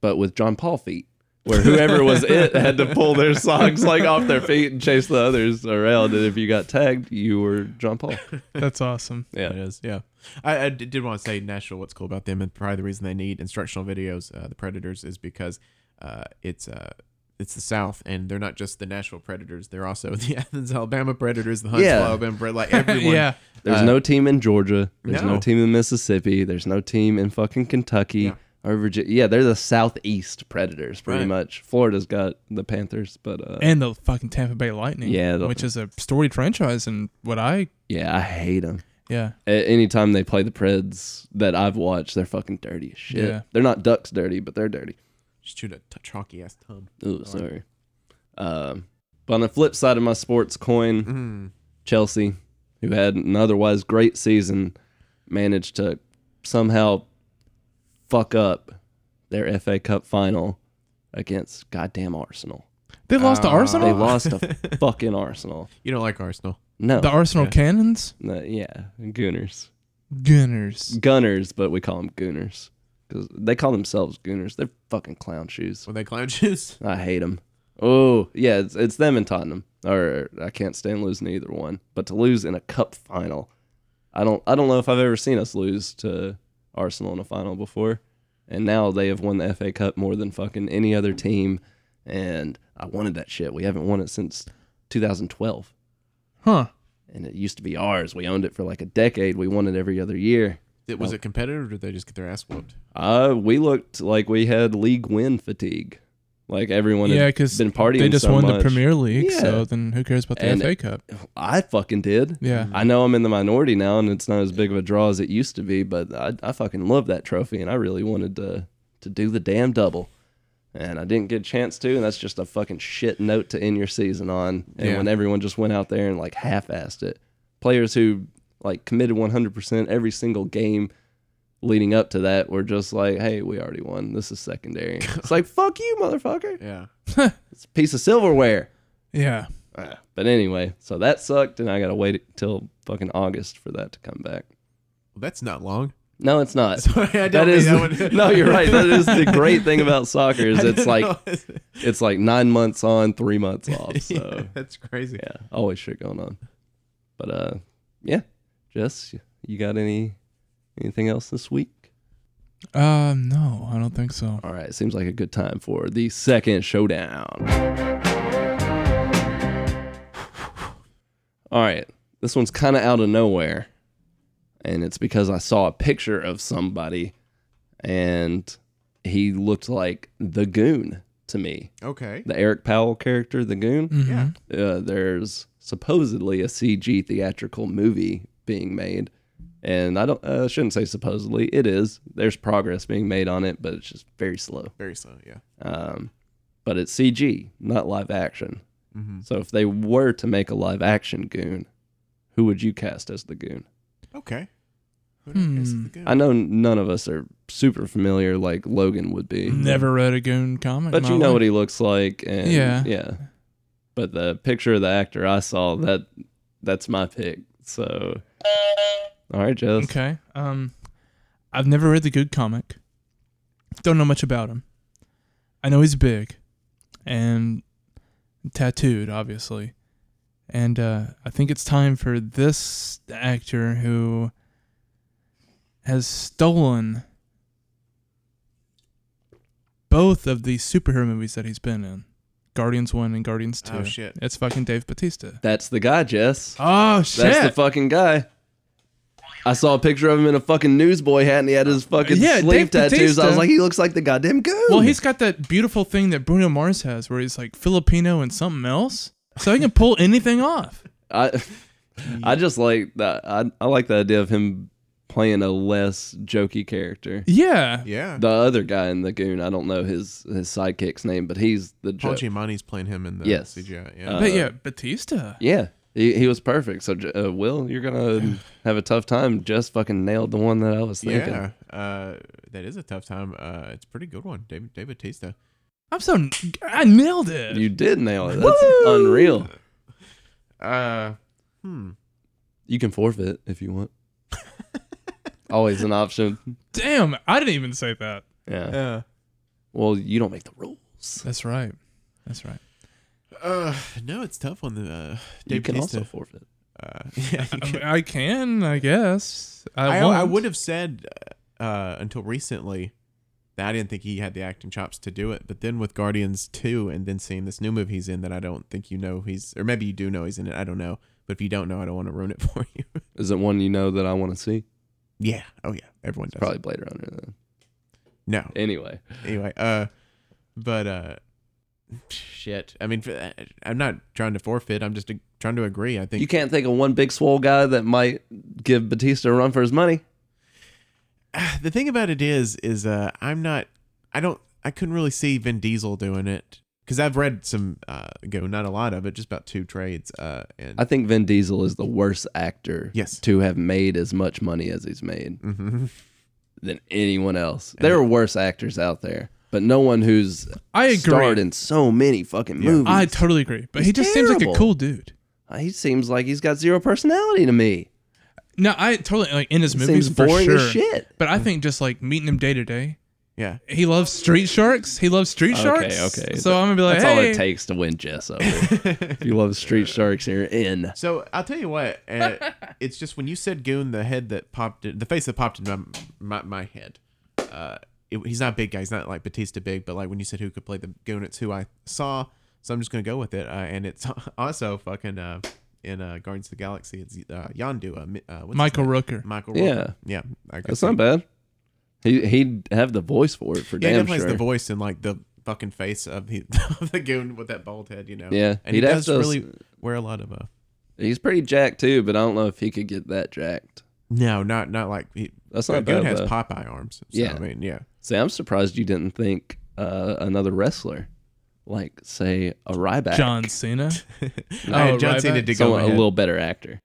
D: but with John Paul feet, where whoever was
F: [LAUGHS]
D: it had to pull their socks like off their feet and chase the others around, and if you got tagged, you were John Paul.
E: That's awesome.
F: It is, yeah. I, I d- did want to say Nashville. What's cool about them, and probably the reason they need instructional videos, uh, the Predators, is because uh, it's uh, it's the South, and they're not just the Nashville Predators. They're also [LAUGHS] the Athens, Alabama Predators, the Huntsville,
D: Yeah.
F: Alabama, Pred- like [LAUGHS] everyone.
E: Yeah.
D: There's
F: Uh,
D: no team in Georgia. There's no.
F: no.
D: team in Mississippi. There's no team in fucking Kentucky
F: Yeah.
D: or Virginia. Yeah, they're the Southeast Predators, pretty
F: Right.
D: much. Florida's got the Panthers, but uh,
E: And the fucking Tampa Bay Lightning.
D: Yeah, the-
E: which is a storied franchise, and what I
D: yeah, I hate them.
E: yeah
D: A- anytime they play the Preds that I've watched, they're fucking dirty as shit.
E: Yeah.
D: They're not ducks dirty, but they're dirty.
F: Just shoot a t- chalky ass tub.
D: Ooh, sorry. Um, but on the flip side of my sports coin,
E: Mm.
D: Chelsea, who had an otherwise great season, managed to somehow fuck up their FA Cup final against goddamn Arsenal.
E: they lost to
F: Uh,
E: Arsenal.
D: They lost
E: [LAUGHS]
D: to fucking Arsenal.
F: You don't like Arsenal.
D: No.
E: the Arsenal Cannons.
D: No, yeah, Gooners.
E: Gunners.
D: Gunners, but we call them Gooners. Because they call themselves Gooners. They're fucking clown shoes.
F: Were they clown shoes?
D: I hate them. Oh, yeah, it's, it's them and Tottenham. Or I can't stand losing to either one. But to lose in a cup final, I don't I don't know if I've ever seen us lose to Arsenal in a final before. And now they have won the FA Cup more than fucking any other team. And I wanted that shit. We haven't won it since 2012.
E: Huh.
D: And it used to be ours. We owned it for like a decade. We won it every other year.
F: It, was it competitive, or [LAUGHS] did they just get their ass whooped?
D: Uh, we looked like we had league win fatigue. Like everyone
E: Yeah,
D: had
E: 'cause
D: been partying
E: They just
D: so
E: won
D: much.
E: the Premier League,
D: Yeah.
E: so then who cares about the
D: And-
E: FA Cup?
D: I fucking did.
E: Yeah.
D: I know I'm in the minority now and it's not as big of a draw as it used to be, but I, I fucking love that trophy and I really wanted to to do the damn double. And I didn't get a chance to, and that's just a fucking shit note to end your season on. And
F: Yeah.
D: when everyone just went out there and like half assed it. Players who like committed one hundred percent every single game leading up to that were just like, Hey, we already won. This is secondary. it's like, fuck you, motherfucker.
F: Yeah.
D: It's a piece of silverware.
E: Yeah.
D: But anyway, so that sucked, and I gotta wait till fucking August for that to come back.
F: Well, that's
D: [LAUGHS]
F: not long.
D: No, it's not.
F: [LAUGHS] Sorry, I
D: that
F: don't
D: is
F: mean that
D: [LAUGHS]
F: one.
D: no, you're right. That is the great thing
F: [LAUGHS]
D: about soccer is it's like [LAUGHS] it's like nine months on, three months
F: [LAUGHS]
D: off. So
F: Yeah, that's crazy.
D: yeah, always shit going on. But uh, yeah, Jess, you got any anything else this week?
E: Um, no, I don't think so.
D: All right, seems like a good time for the second showdown. All right, this one's kind of out of nowhere, and it's because I saw a picture of somebody, and he looked like the Goon to me,
F: Okay.
D: the Eric Powell character, the Goon.
E: Mm-hmm.
F: Yeah.
D: Uh, there's supposedly a CG theatrical movie being made, and I don't uh, shouldn't say supposedly. It is. There's progress being made on it, but it's just very slow.
F: Very slow. Yeah.
D: Um, but it's CG, not live action. So if they were to make a live action goon, who would you cast as the goon?
F: Okay. Who do I guess is the good?
D: I know none of us are super familiar, like Logan would be.
E: Never read a Goon comic.
D: But
E: in
D: you
E: my
D: know what
E: life.
D: he looks like, and
E: Yeah.
D: yeah. But the picture of the actor I saw that that's my pick. So, all right, Jess.
E: Okay. Um, I've never read the Goon comic. Don't know much about him. I know he's big, and tattooed, obviously. And uh, I think it's time for this actor who has stolen both of the superhero movies that he's been in, Guardians One and Guardians Two.
F: Oh, shit.
E: It's fucking Dave Batista.
D: That's the guy, Jess.
E: Oh shit!
D: That's the fucking guy. I saw a picture of him in a fucking newsboy hat and he had his fucking
E: Yeah,
D: sleeve
E: Dave
D: tattoos. I was
E: Bautista.
D: like, he looks like the goddamn goon.
E: Well, he's got that beautiful thing that Bruno Mars has where he's like Filipino and something else. So he can pull anything off.
D: I, I just like that. I, I like the idea of him playing a less jokey character.
E: Yeah.
F: Yeah.
D: The other guy in the goon, I don't know his his sidekick's name, but he's the
F: Paul
D: joke.
F: Giamatti's playing him in the
D: Yes. Uh,
F: CGI. Yeah.
E: But yeah, Batista.
D: Yeah, he, he was perfect. So, J- uh, Will, you're
E: [SIGHS]
D: gonna have a tough time. Just fucking nailed the one that I was thinking.
F: yeah. Uh, that is a tough time. Uh, it's a pretty good one. David David Batista.
E: I'm so I nailed it.
D: You did nail it. That's unreal.
F: Uh,
D: hmm. You can forfeit if you want. Always an option.
E: Damn, I didn't even say that.
D: Yeah.
F: uh,
D: Well, you don't make the rules.
E: That's right. That's right.
F: uh, no, it's tough on the uh,
D: You
F: David
D: can
F: Batista.
D: also forfeit.
F: uh, [LAUGHS]
D: [LAUGHS]
F: yeah, you
E: I,
F: can-
E: Um, I can, I guess. I,
F: I,
E: won't.
F: I would have said uh, until recently that I didn't think he had the acting chops to do it. But then with Guardians 2 and then seeing this new movie he's in that I don't think you know he's, or maybe you do know he's in it. I don't know. But if you don't know, I don't want to ruin it [LAUGHS] for you.
D: Is it one you know that I want to see?
F: yeah. Oh, yeah. Everyone does.
D: Probably Blade Runner then.
F: No.
D: Anyway,
F: Anyway. Uh, but, uh, [SIGHS] shit. I mean, for- I'm not trying to forfeit. I'm just uh, trying to agree. I think
D: you can't think of one big swole guy that might give Batista a run for his money.
F: [SIGHS] the thing about it is is uh i'm not i don't i couldn't really see vin diesel doing it because i've read some uh go not a lot of it just about two trades uh and
D: I think Vin Diesel is the worst actor
F: Yes.
D: to have made as much money as he's made
F: Mhm.
D: than anyone else. There are worse actors out there, but no one who's
E: I agree.
D: starred in so many fucking movies.
E: I totally agree. But he
D: He's
E: just seems like
D: terrible.
E: a cool dude.
D: Uh, he seems like he's got zero personality to me.
E: No, I totally like in his
D: He
E: movies
D: seems
E: for
D: boring
E: sure.
D: as shit.
E: But I think just like meeting him day to day,
F: yeah
E: he loves street sharks. He loves street sharks.
D: Okay, okay.
E: So I'm gonna be like,
D: That's
E: hey,
D: all it takes to win Jess
F: [LAUGHS]
D: over. if you love Street Sharks, you're in.
F: so i'll tell you what uh, it's just when you said goon the head that popped in the face that popped in my my, my head uh it, he's not a big guy he's not like batista big but like when you said who could play the goon it's who i saw so i'm just gonna go with it uh, and it's [LAUGHS] also fucking uh in uh guardians of the galaxy it's uh yondu uh, mi- uh what's his
E: Michael
F: name?
E: Rooker.
F: Michael.
D: Yeah.
F: Rooker. yeah. I could
D: That's
F: see-
D: not bad. He he'd have the voice for it for
F: Yeah, he
D: damn
F: definitely
D: sure.
F: has the voice and like the fucking face of the, [LAUGHS] of the goon with that bald head, you know.
D: Yeah,
F: and he
D: he'd have
F: does
D: those-
F: really wear a lot of uh.
D: He's pretty jacked too, but I don't know if he could get that jacked.
F: No, not not like he,
D: That's
F: the
D: not
F: goon
D: bad,
F: has
D: though.
F: Popeye arms. So,
D: Yeah.
F: I mean, yeah,
D: See, I'm surprised you didn't think uh, another wrestler, like say a Ryback,
E: John Cena.
F: I had
E: Oh,
F: John Cena
E: Ryback?
F: to go.
D: someone a
F: in my head.
D: little better
F: [LAUGHS]
D: actor.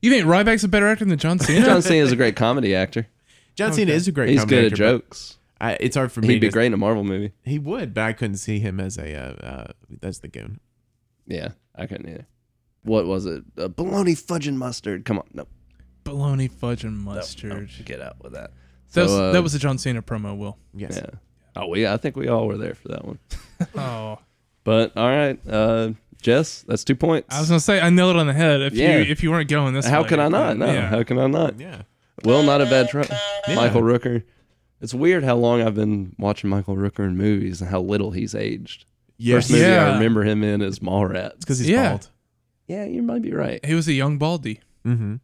E: You think Ryback's a better actor than John
D: [LAUGHS]
E: Cena?
D: John Cena is a great comedy actor.
F: John Cena is a great.
D: He's
F: comedy
D: good at
F: actor, but
D: jokes.
F: I, it's hard for me.
D: He'd be
F: to-
D: great in a Marvel movie.
F: He would, but I couldn't see him as a uh, uh as the goon.
D: Yeah, I couldn't either. What was it? Uh, bologna fudge and mustard. Come on, no,
E: Bologna, fudge, and
D: no, no,
E: mustard.
D: get out with that.
E: That, was,
D: So, uh,
E: that was a John Cena promo, Will.
F: Yes.
D: yeah. Oh, we. I think we all were there for that one.
E: Oh,
D: But all right, uh, Jess, that's two points.
E: I was gonna say I nailed it on the head. If
D: Yeah.
E: you if you weren't going this,
D: how
E: way,
D: can I not?
E: then-
D: No,
E: yeah.
D: how can I not?
F: Yeah.
D: Well, not a bad try.
F: Yeah.
D: Michael Rooker. It's weird how long I've been watching Michael Rooker in movies and how little he's aged.
F: Yes.
D: First movie I
E: Yeah.
D: remember him in is Mallrats.
F: because he's
E: Yeah.
F: bald.
D: Yeah, you might be right.
E: he was a
D: [LAUGHS]
E: young baldy.
F: Mm-hmm.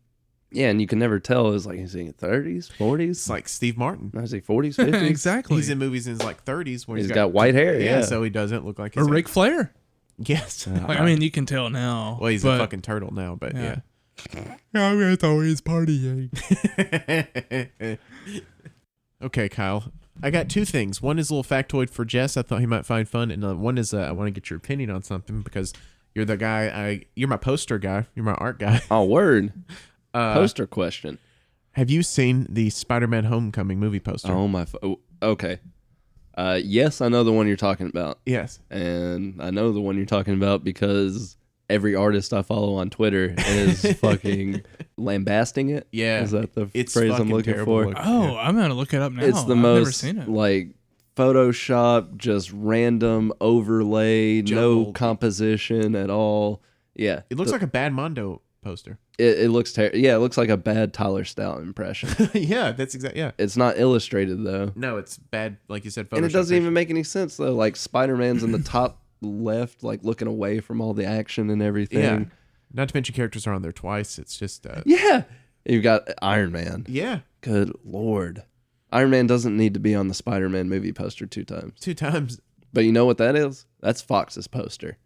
D: Yeah, and you can never tell. Is like he's in thirties,
F: It's
D: forties.
F: like Steve Martin.
D: I say forties, fifties.
E: [LAUGHS] exactly.
F: He's in movies in his like 30s when
D: He's got white hair.
F: yeah,
D: Yeah. Uh,
F: so he doesn't look like
E: or
F: he's like-
E: Ric Flair.
F: [LAUGHS] Yes.
E: Like, I mean, you can tell now.
F: well, he's a
E: but- [LAUGHS]
F: fucking turtle now, but yeah.
E: Yeah. I'm always partying.
F: [LAUGHS] okay, Kyle. I got two things. One is a little factoid for Jess. I thought he might find fun, and uh, one is uh, I want to get your opinion on something because you're the guy. I you're my poster guy. You're my art guy. [LAUGHS]
D: oh, word.
F: Uh,
D: Poster question.
F: Have you seen the Spider-Man Homecoming movie poster?
D: Oh my. f oh, okay. Uh, yes, I know the one you're talking about,
F: Yes.
D: and I know the one you're talking about because every artist I follow on Twitter is
F: [LAUGHS]
D: fucking lambasting it.
F: Yeah.
D: Is that the
F: It's
D: phrase I'm
F: fucking
D: looking
F: terrible
D: for?
F: looking.
E: Oh, I'm gonna look it up now.
D: It's the
E: I've
D: most
E: Never seen it.
D: like Photoshop, just random overlay, no
F: Jumbled.
D: composition at all. Yeah,
F: It looks like a bad Mondo
D: [LAUGHS]
F: poster.
D: it, it looks terrible. Yeah, it looks like a bad Tyler Stout impression.
F: [LAUGHS] yeah, that's exactly. Yeah.
D: it's not illustrated though,
F: No, it's bad. Like you said,
D: and it
F: Photoshop
D: doesn't even make any sense though. Like Spider Man's in the top [LAUGHS] left, like looking away from all the action and
F: Yeah.
D: everything.
F: Not to mention characters are on there twice. It's just. Uh,
D: Yeah, you've got Iron Man.
F: yeah.
D: Good lord. Iron Man doesn't need to be on the Spider Man movie poster two times.
F: Two times
D: But you know what that is? That's Fox's poster.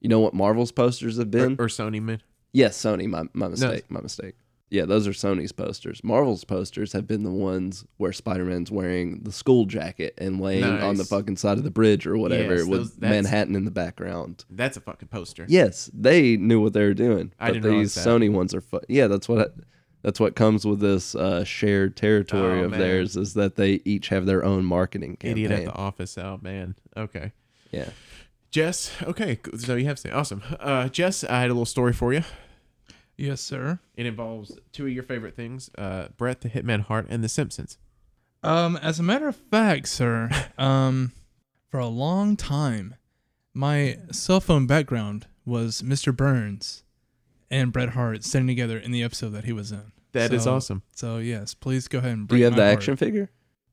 D: You know what Marvel's posters have
F: or,
D: been?
F: or Sony man.
D: yes, Sony. My, my mistake. My mistake. Yeah, those are Sony's posters. Marvel's posters have been the ones where Spider Man's wearing the school jacket and laying on the
F: Nice.
D: fucking side of the bridge or whatever
F: Yes,
D: with
F: those- that's-
D: Manhattan in the background.
F: That's a fucking poster.
D: Yes, they knew what they were doing.
F: I
D: but
F: didn't realize
D: these
F: that.
D: Sony ones are fu- Yeah, that's what. I- that's what comes with this uh, shared territory
F: Oh,
D: of
F: man.
D: theirs is that they each have their own marketing campaign.
F: Idiot at the office. Oh man. Okay.
D: yeah.
F: Jess. Okay. cool. So you have seen. Awesome. Uh, Jess, I had a little story for you.
E: Yes, sir.
F: It involves two of your favorite things: uh, Brett the Hitman Hart and The Simpsons.
E: Um, as a matter of fact, sir, um, for a long time, my cell phone background was Mr. Burns and Bret Hart sitting together in the episode that he was in.
F: That
E: That
F: is
E: is
F: awesome.
E: So yes, please go ahead and.
D: Do you
E: break
D: have
E: my
D: the
E: heart.
D: action figure?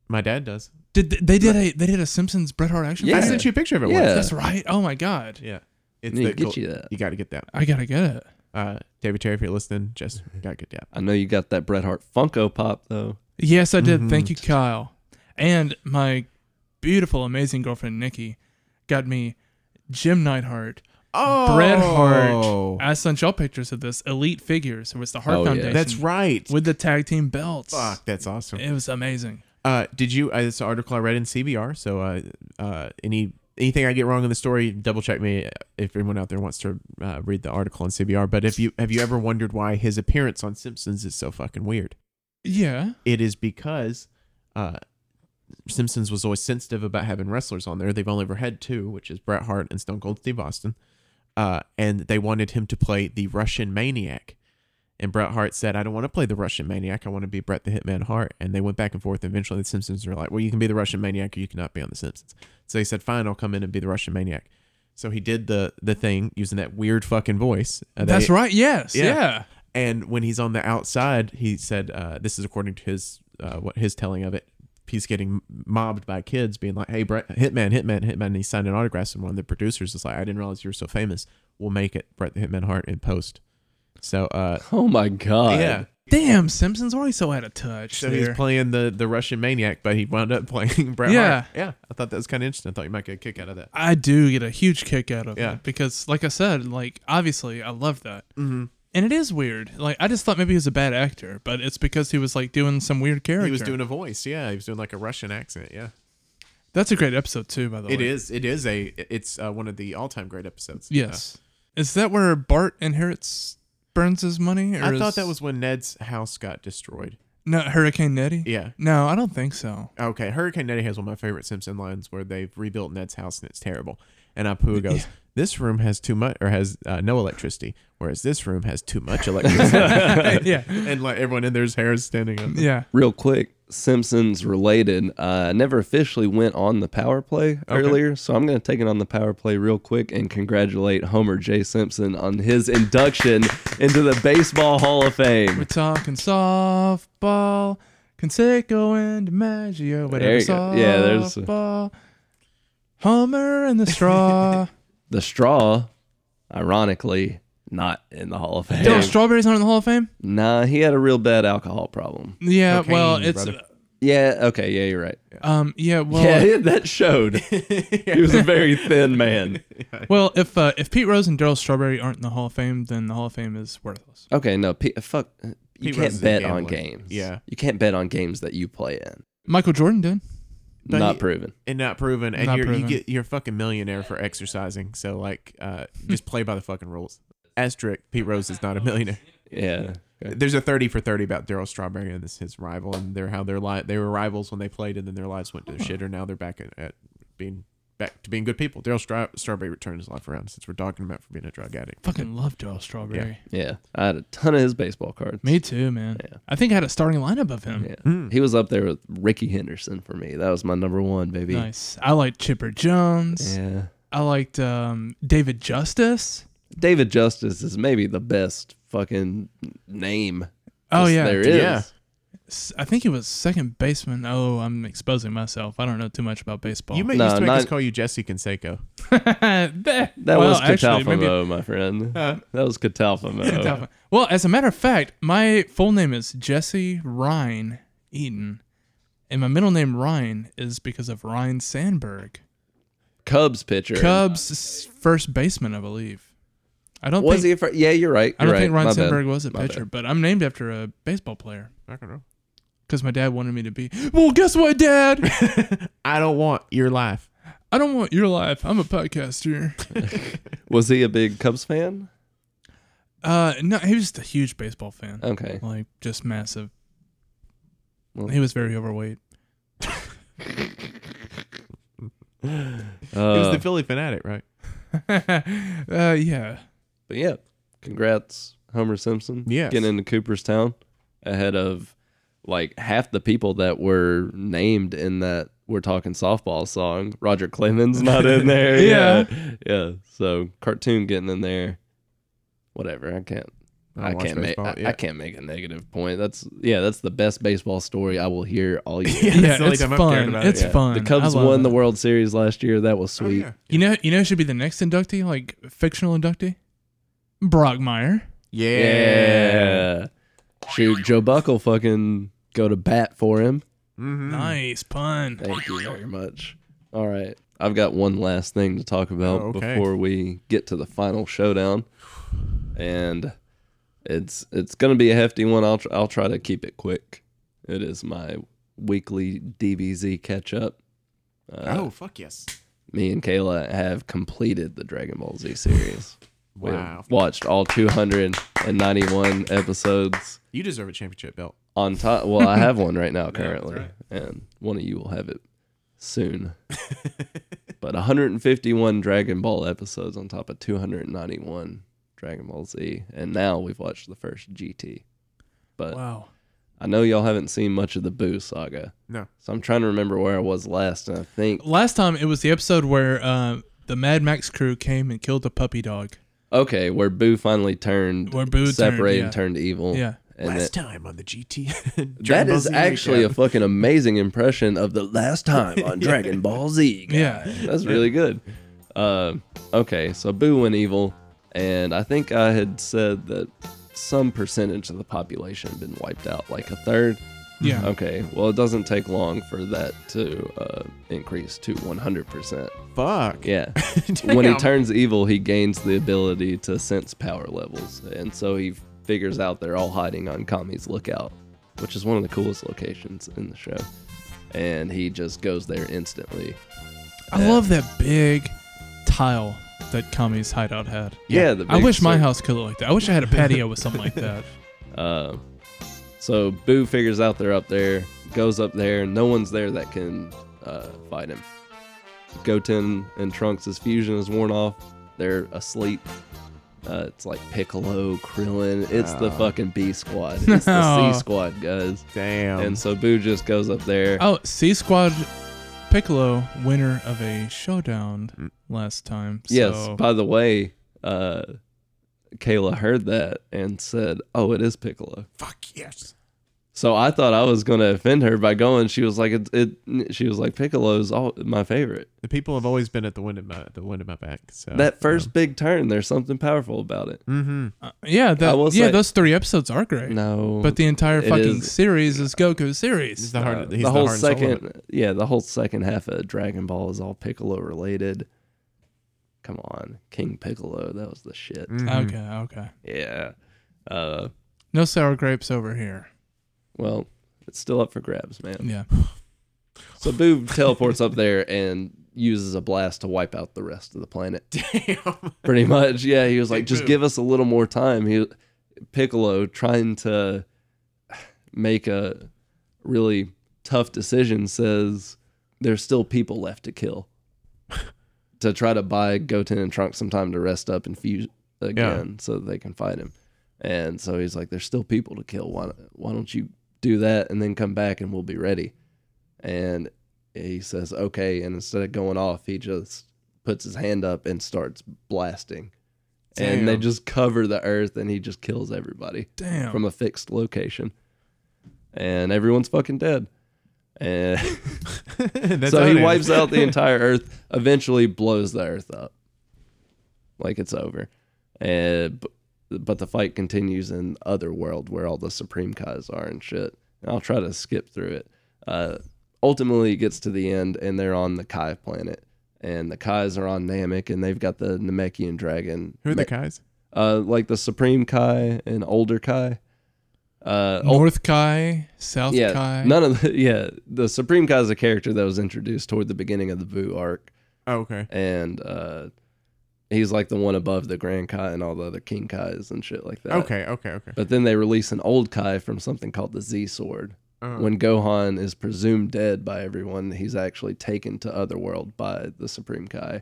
F: My dad does.
E: Did th- they did a they did a Simpsons Bret Hart action?
D: Yeah.
F: I
E: figure?
F: sent you a picture of it.
D: Yeah.
F: Once.
E: That's right. Oh my god,
F: Yeah. It's
D: need
F: the
D: to get you that.
F: You got to get that.
E: I gotta get it.
F: Uh, David Terry, if you're listening, Jess got to get that.
D: I know you got that Bret Hart Funko Pop though. [LAUGHS]
E: Yes, I did. Thank
D: Mm-hmm.
E: you, Kyle. And my beautiful, amazing girlfriend Nikki got me Jim Neidhart,
F: Oh,
E: Bret Hart. I sent y'all pictures of this Elite Figures. It was the Hart
D: Oh, yeah.
E: Foundation.
F: That's right.
E: With the tag team belts.
F: Fuck, that's awesome.
E: It was amazing.
F: Uh, did you? Uh, this article I read in CBR. So, uh, uh, any anything I get wrong in the story, double check me uh, if anyone out there wants to uh, read the article on CBR. But if you have you ever wondered why his appearance on Simpsons is so fucking weird?
E: Yeah.
F: It is because uh, Simpsons was always sensitive about having wrestlers on there. They've only ever had two, which is Bret Hart and Stone Cold Steve Austin. Uh, and they wanted him to play the Russian Maniac. And Bret Hart said, I don't want to play the Russian Maniac. I want to be Bret the Hitman Hart. And they went back and forth. And eventually, the Simpsons were like, well, you can be the Russian Maniac or you cannot be on The Simpsons. So he said, fine, I'll come in and be the Russian Maniac. So he did the the thing using that weird fucking voice. Uh,
E: That's
F: they-
E: right. Yes.
F: Yeah.
E: Yeah.
F: and when he's on the outside, he said, uh, "This is according to his uh, what his telling of it." He's getting mobbed by kids, being like, "Hey, Brett, hitman, hitman, hitman!" And he's signing autographs, and one of the producers is like, "I didn't realize you were so famous. We'll make it, Brett the Hitman Hart, in post." So, uh,
D: Oh my god.
F: yeah.
E: Damn, Simpsons always so out of touch.
F: So
E: there.
F: he's playing the the Russian maniac, but he wound up [LAUGHS] playing Bret
E: Yeah.
F: Hart. Yeah, I thought that was kind of interesting. I thought you might get a kick out of that.
E: I do get a huge kick out of
F: Yeah.
E: it because, like I said, like obviously I love that, mm-hmm. and it is weird. Like I just thought maybe he was a bad actor, but it's because he was like doing some weird character.
F: He was doing a voice. Yeah, he was doing like a Russian accent. Yeah,
E: That's a great episode too, by the
F: it
E: way.
F: is. It is a. It's uh, one of the all time great episodes. Yeah.
E: Yes. Is that where Bart inherits Burns' money? Or
F: I
E: is-
F: thought that was when Ned's house got destroyed.
E: no Hurricane Nettie.
F: Yeah.
E: No, I don't
D: [LAUGHS]
E: think so.
F: Okay, Hurricane Nettie has one of my favorite Simpson lines where they've rebuilt Ned's house and it's terrible. And Apu goes, this room has too much or has uh, no electricity, whereas this room has
D: [LAUGHS]
F: too much electricity.
E: yeah,
F: and like everyone in there's hair is standing up.
E: yeah.
D: Real quick, Simpsons related. Uh, I never officially went on the power play earlier, so I'm going to take it on the power play real quick and congratulate Homer J. Simpson on his induction into the Baseball Hall of Fame.
E: We're talking softball, Conseco and DiMaggio,
D: There
E: whatever
D: you go. Yeah, there's-
E: softball. Homer and the
D: [LAUGHS]
E: straw.
D: The straw, ironically, not in the Hall of Fame.
E: Yo, strawberries aren't in the Hall of Fame.
D: Nah, he had a real bad alcohol problem.
E: Yeah,
F: Cocaine,
E: well, it's
F: brother.
D: Yeah, okay, yeah, you're right.
E: um,
D: [LAUGHS]
E: yeah, well,
D: yeah, that showed.
F: [LAUGHS]
D: he was a
E: [LAUGHS]
D: very thin man.
E: well, if uh, if Pete Rose and Daryl Strawberry aren't in the Hall of Fame, then the Hall of Fame is worthless.
D: Okay, no, P- fuck. You
F: Pete Rose
D: can't
F: is a
D: bet on
F: gambler.
D: games.
F: Yeah.
D: You can't bet on games that you play in.
E: Michael Jordan did.
F: But
D: not
F: he-
D: proven.
F: and not proven. And
E: Not
F: you're, you
E: proven.
F: get you're a fucking millionaire for exercising. So like, uh, just play by the fucking rules. Asterisk: Pete Rose is not a millionaire.
D: Yeah. Okay.
F: There's a thirty for thirty about Daryl Strawberry and this his rival, and they're how their li- they were rivals when they played, and then their lives went to the shit, or now they're back at, at being back to being good people. Daryl Stra- Strawberry returned his life around since we're talking about for being a drug addict.
E: Fucking love Daryl Strawberry.
D: Yeah. I had a ton of his baseball cards.
E: Me too, man. I think I had a starting lineup of him.
D: Yeah. He was up there with Ricky Henderson for me. That was my number one, baby.
E: Nice. I liked Chipper Jones.
D: Yeah.
E: I liked um, David Justice.
D: David Justice is maybe the best fucking name.
E: Oh,
D: this-
E: yeah.
D: There is.
F: Yeah.
E: S- I think he was second baseman. Oh, I'm exposing myself. I don't know too much about baseball.
F: You may
D: No,
F: used to make us
D: not-
F: call you Jesse Canseco.
E: [LAUGHS] that
D: That
E: well,
D: was
E: actually, maybe- Uh,
D: Catalfamo, my friend. that was Catalfamo.
E: [LAUGHS] Catalfamo. Well, as a matter of fact, my full name is Jesse Ryan Eaton, and my middle name Ryan is because of Ryan Sandberg,
D: Cubs pitcher.
E: Cubs' s- first baseman, I believe. I don't
D: Was
E: think
D: he a fir- Yeah, you're right.
E: I don't
D: you're
E: think
D: right.
E: Ryan
D: My bad.
E: Sandberg was a
D: My bad.
E: pitcher, but I'm named after a baseball player
F: Rock and roll.
E: because my dad wanted me to be. [GASPS] Well, guess what, Dad?
F: I don't want your life.
E: I don't want your life. I'm a podcaster.
D: Was he a big Cubs fan?
E: Uh, no, he was just a huge baseball fan.
D: Okay.
E: like just massive.
D: Well-
E: he was very overweight. [LAUGHS]
F: He was
D: Uh,
F: the Philly fanatic, right?
E: uh,
F: [LAUGHS]
E: yeah.
D: But yeah, congrats, Homer Simpson.
F: Yes.
D: Getting into Cooperstown ahead of like half the people that were named in that We're Talking Softball song. Roger Clemens not
E: [LAUGHS]
D: in there.
E: Yeah.
D: Yeah. So cartoon getting in there. Whatever. I can't.
F: I
D: I,
F: don't watch
D: can't make.
F: baseball,
D: I,
F: yeah.
D: I can't make a negative point. That's yeah. That's the best baseball story I will hear all year.
F: That's
E: yeah,
F: the only
E: it's
F: time I've cared
E: fun.
F: about it.
E: It's
F: Yeah.
E: fun.
D: The Cubs
E: I love
D: won the
E: it.
D: World Series last year. That was
F: Oh,
D: sweet.
E: You know, you know, who should be the next inductee, like fictional inductee, Brockmeyer.
F: Yeah.
D: yeah. Shoot, Joe Buck will fucking go to bat for him.
F: Mm. Mm-hmm.
D: Uh,
E: Nice pun.
D: Thank you very much. All right. I've got one last thing to talk about
F: Oh, okay.
D: before we get to the final showdown. And it's it's going to be a hefty one. I'll tr- I'll try to keep it quick. It is my weekly DBZ catch up.
F: Oh fuck yes.
D: Me and Kayla have completed the Dragon Ball Z series. We have
F: Wow.
D: watched all 291 episodes
F: You deserve a championship belt.
D: on top. Well, I have one right now currently, and one of you will have it soon. but 151 Dragon Ball episodes on top of 291 Dragon Ball Z, and now we've watched the first GT. But
E: Wow.
D: I know y'all haven't seen much of the Boo saga,
F: No.
D: so I'm trying to remember where I was last, and I think
E: Last time it was the episode where uh, the Mad Max crew came and killed the puppy dog.
D: okay, where Boo finally turned,
E: Where Boo turned,
D: separated
E: yeah.
D: and turned evil.
E: Yeah.
D: and that-
F: Last time on the [LAUGHS] GT.
D: that is actually a fucking amazing impression of the
F: [LAUGHS]
D: last time on Dragon Ball Z. guys.
E: Yeah.
D: That's really good. Uh, okay, so Boo went evil, and I think I had said that some percentage of the population had been wiped out, like a third.
E: Yeah.
D: Okay, well, it doesn't take long for that to uh, increase to 100%.
F: fuck.
D: Yeah. when he
F: Damn.
D: turns evil, he gains the ability to sense power levels, and so he figures out they're all hiding on Kami's lookout, which is one of the coolest locations in the show. And he just goes there instantly.
E: I love that big tile that Kami's hideout had.
D: Yeah,
F: Yeah.
D: the
E: I
D: big
E: wish my
D: cir-
E: house could look like that. I wish I had a patio with something
D: [LAUGHS]
E: like that.
D: Uh, so Boo figures out they're up there, goes up there. No one's there that can uh, fight him. Goten and Trunks' fusion is worn off. They're asleep. Uh, it's like Piccolo, Krillin. It's
E: Ah.
D: the fucking B
E: [LAUGHS]
D: squad. It's
E: No.
D: the C squad, guys.
F: Damn.
D: And so Boo just goes up there.
E: Um, Oh, C Squad Piccolo, winner of a showdown last time. So
D: Mm. Yes. By the way, uh, Kayla heard that and said, "Oh, it is Piccolo."
F: Fuck yes.
D: So I thought I was gonna offend her by going. She was like, "It." it she was like, "Piccolo's all my favorite."
F: The people have always been at the wind of my the wind of my back. So
D: that first big turn, there's something powerful about it.
F: Mm-hmm.
E: Uh, yeah, that,
D: I will
E: yeah,
D: say-
E: those three episodes are great.
D: No,
E: But the entire
D: It
E: fucking
D: is-
E: series is Goku
F: He's
E: series.
F: the hard.
D: uh,
F: he's the,
D: the whole
F: heart and soul of it.
D: second, yeah, the whole second half of Dragon Ball is all Piccolo related. Come on, King Piccolo, that was the shit.
F: Mhm.
E: Okay, okay.
D: Yeah. Uh,
E: No sour grapes over here.
D: well, it's still up for grabs, man.
E: Yeah.
D: So Boo [LAUGHS] teleports up there and uses a blast to wipe out the rest of the
F: [LAUGHS]
D: planet.
F: Damn.
D: [LAUGHS] Pretty much, yeah. He was like, just
F: Boo."
D: give us a little more time. He, Piccolo, trying to make a really tough decision, says there's still people left to kill. to try to buy Goten and Trunks some time to rest up and fuse again, so that they can fight him. And so he's like, "There's still people to kill. Why, why don't you do that and then come back and we'll be ready?" And he says, "Okay." And instead of going off, he just puts his hand up and starts blasting. And they
F: Damn.
D: just cover the earth, and he just kills everybody
E: Damn.
D: from a fixed location. And everyone's fucking dead. And
F: [LAUGHS]
D: [LAUGHS]
F: That's
D: so
F: how it
D: he
F: is.
D: wipes out
F: [LAUGHS]
D: the entire Earth, eventually blows the Earth up, like it's over. And Eh, b- but the fight continues in other world where all the Supreme Kais are and shit. And I'll try to skip through it. Uh, ultimately, it gets to the end, and they're on the Kai planet, and the Kais are on Namek, and they've got the Namekian dragon.
F: Who are the
D: Ma-
F: guys?
D: Uh, like the Supreme Kai and older Kai. Uh, ul-
E: North Kai, South
D: yeah,
E: Kai.
D: none of the [LAUGHS] yeah. The Supreme Kai is a character that was introduced toward the beginning of the Boo arc,
F: Oh, okay.
D: and uh, he's like the one above the Grand Kai and all the other King Kais and shit like that.
F: Okay. Okay. Okay.
D: But then they release an old Kai from something called the Z Sword.
F: Uh,
D: When Gohan is presumed dead by everyone, he's actually taken to Otherworld by the Supreme Kai,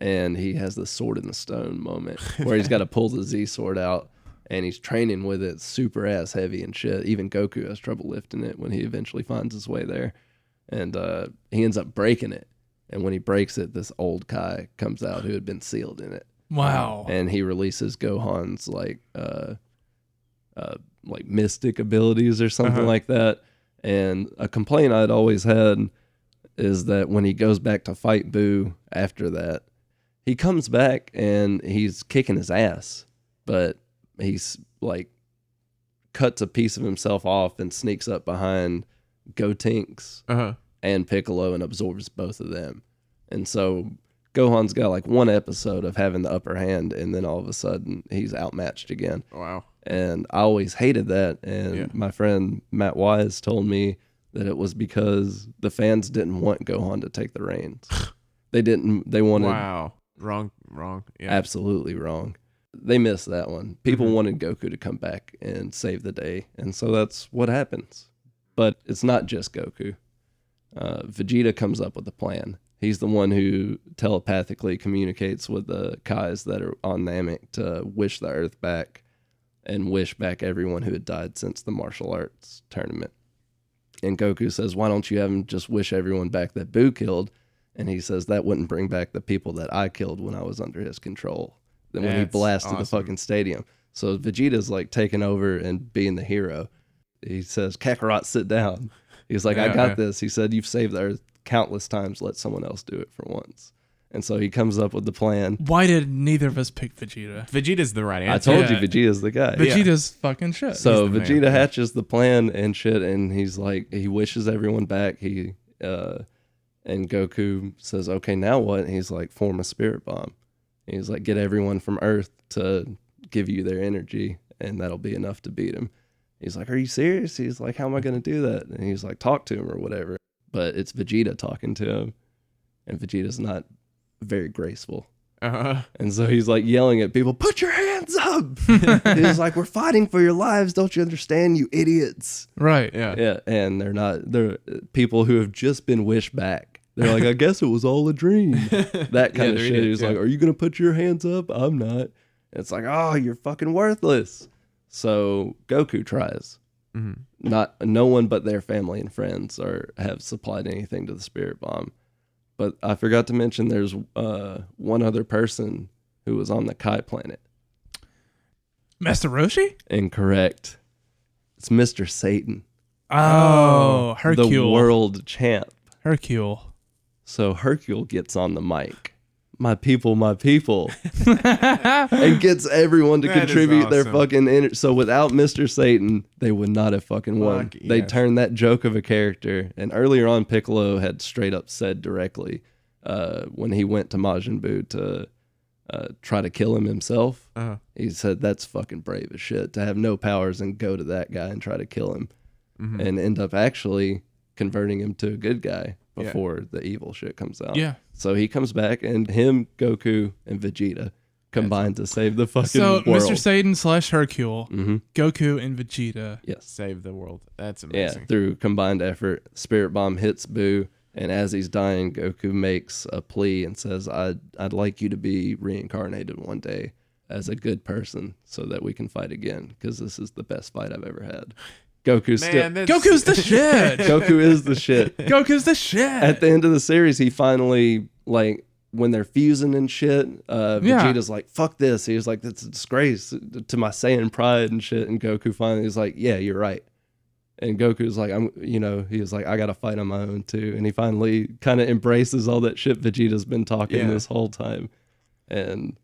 D: and he has the sword in the stone moment where he's got to pull the Z Sword out. And he's training with it, super ass heavy and shit. Even Goku has trouble lifting it when he eventually finds his way there, and uh, he ends up breaking it. And when he breaks it, this old Kai comes out who had been sealed in it
E: wow.
D: and he releases Gohan's like uh, uh, like mystic abilities or something
F: Uh-huh.
D: like that. And a complaint I'd always had is that when he goes back to fight Boo after that, he comes back and he's kicking his ass, but he's like cuts a piece of himself off and sneaks up behind Gotenks
F: uh-huh.
D: and Piccolo and absorbs both of them. And so Gohan's got like one episode of having the upper hand, and then all of a sudden he's outmatched again.
F: Wow.
D: And I always hated that. And
F: Yeah.
D: my friend Matt Wise told me that it was because the fans didn't want Gohan to take the
F: [SIGHS]
D: reins. they didn't, they wanted
F: Wow. Wrong. Wrong. Yeah.
D: absolutely wrong. They missed that one. People wanted Goku to come back and save the day, and so that's what happens. But it's not just Goku. Uh, Vegeta comes up with a plan. He's the one who telepathically communicates with the Kais that are on Namek to wish the Earth back and wish back everyone who had died since the martial arts tournament. And Goku says, Why don't you have him just wish everyone back that Boo killed? And he says, That wouldn't bring back the people that I killed when I was under his control. Then when he
F: That's
D: blasted the
F: awesome.
D: fucking stadium. So Vegeta's like taking over and being the hero. He says, Kakarot, sit down. He's like, I
F: Yeah,
D: got
F: yeah.
D: this. He said, You've saved the earth countless times. Let someone else do it for once. And so he comes up with the plan.
E: Why did neither of us pick Vegeta?
F: Vegeta's the right
D: I
F: answer.
D: told
E: Yeah.
D: you Vegeta's the guy.
E: Vegeta's fucking shit.
D: So
F: He's the
D: Vegeta
F: man.
D: hatches the plan and shit, and he's like, he wishes everyone back. He uh, and Goku says, "Okay, now what?" And he's like, "Form a spirit bomb." And he's like, "Get everyone from Earth to give you their energy, and that'll be enough to beat him." He's like, "Are you serious?" He's like, "How am I gonna do that?" And he's like, "Talk to him or whatever." But it's Vegeta talking to him, and Vegeta's not very graceful.
F: Uh-huh.
D: And so he's like yelling at people, put your hands up. [LAUGHS] he's like, we're fighting for your lives. Don't you understand, you idiots?
E: right.
F: Yeah.
D: Yeah. And they're not, they're uh, people who have just been wished back They're like, I guess it was all a
F: [LAUGHS]
D: dream. That kind of shit.
F: they're idiots,
D: He was
F: yeah.
D: like, Are you gonna put your hands up? I'm not. It's like, oh, you're fucking worthless. So Goku tries.
F: Mm-hmm.
D: Not no one but their family and friends are have supplied anything to the spirit bomb. But I forgot to mention there's uh, one other person who was on the Kai planet.
E: Master Roshi?
D: Incorrect. It's Mr. Satan,
E: Oh, Hercule.
D: the world champ.
E: Hercule.
D: So Hercule gets on the mic. My people, my
F: [LAUGHS]
D: people. and gets everyone to
F: That is
D: contribute their
F: awesome.
D: fucking energy. So without Mr. Satan, they would not have fucking won.
F: Fuck
D: They
F: yes.
D: turned that joke of a character. And earlier on, Piccolo had straight up said directly uh, when he went to Majin Buu to uh, try to kill him himself.
F: Uh-huh.
D: He said, That's fucking brave as shit to have no powers and go to that guy and try to kill him and end up actually converting him to a good guy
F: Yeah.
D: before the evil shit comes out.
E: Yeah.
D: So he comes back and him, Goku, and Vegeta combine to save the fucking
E: So
D: world. Mm-hmm.
E: Mr. Satan slash Hercule, Goku
D: [LAUGHS]
E: and Vegeta.
D: yes.
F: Save the world. That's
D: Yeah.
F: amazing.
D: Through combined effort, Spirit Bomb hits Boo, and as he's dying, Goku makes a plea and says, I'd I'd like you to be reincarnated one day as a good person so that we can fight again because this is the best fight I've ever had. Goku's still
F: Man, that's,
E: Goku's the
F: [LAUGHS]
E: shit.
D: Goku is the shit.
E: Goku's the shit.
D: at the end of the series, he finally like when they're fusing and shit. Uh,
E: Yeah.
D: Vegeta's like, "Fuck this!" He was like, "That's a disgrace to my Saiyan pride and shit." And Goku finally is like, "Yeah, you're right." And Goku's like, "I'm," you know, he was like, "I got to fight on my own too." And he finally kind of embraces all that shit Vegeta's been talking
F: Yeah.
D: this whole time, and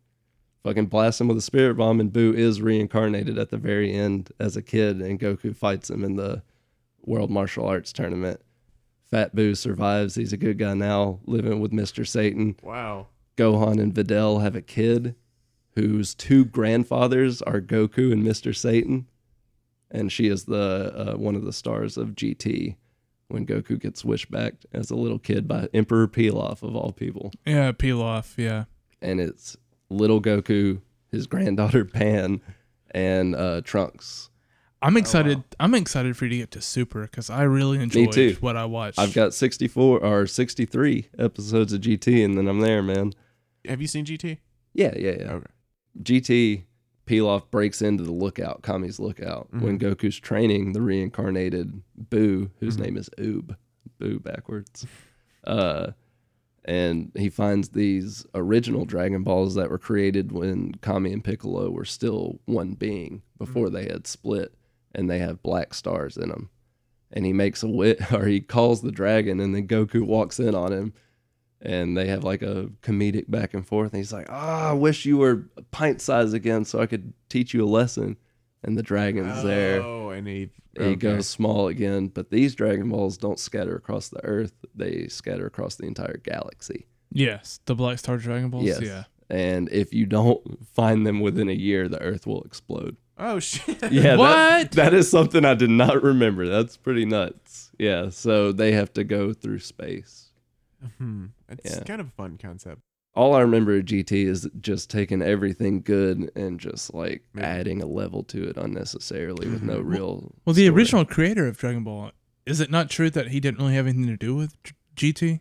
D: fucking blasts him with a spirit bomb. And Boo is reincarnated at the very end as a kid, and Goku fights him in the World Martial Arts Tournament. Fat Boo survives. He's a good guy now, living with Mr. Satan.
F: wow.
D: Gohan and Videl have a kid whose two grandfathers are Goku and Mr. Satan. And she is the uh, one of the stars of GT when Goku gets wished back as a little kid by Emperor Pilaf, of all people.
E: yeah, Pilaf. Yeah.
D: And it's little Goku, his granddaughter Pan, and uh, Trunks.
E: I'm
D: Oh,
E: excited. I'm excited for you to get to Super because I really enjoyed
D: too.
E: what I watched.
D: I've got 64 or 63 episodes of GT, and then I'm there, man.
F: Have you seen GT?
D: Yeah, yeah, yeah.
F: Okay.
D: GT Pilaf breaks into the lookout, Kami's lookout, when Goku's training the reincarnated Boo, whose name is Oob, Boo backwards. Uh, and he finds these original Dragon Balls that were created when Kami and Piccolo were still one being before they had split, and they have black stars in them. And he makes a wit, [LAUGHS] or he calls the dragon, and then Goku walks in on him, and they have like a comedic back and forth. And he's like, "Ah, I wish you were pint size again, so I could teach you a lesson." And the dragon's there.
F: Oh, and he,
D: It goes small again, but these Dragon Balls don't scatter across the Earth; they scatter across the entire galaxy.
E: yes, the Black Star Dragon Balls.
D: Yes.
E: Yeah.
D: And if you don't find them within a year, the Earth will explode. [LAUGHS]
F: Oh shit.
D: Yeah. that-
E: What?
D: that is something I did not remember. That's pretty nuts. Yeah. So they have to go through space.
F: Hmm. It's
D: Yeah.
F: kind of a fun concept.
D: all I remember of GT is just taking everything good and just like
F: Yeah.
D: adding a level to it unnecessarily with no real.
E: Mm-hmm. Well, the
D: story.
E: original creator of Dragon Ball. Is it not true that he didn't really have anything to do with G- GT?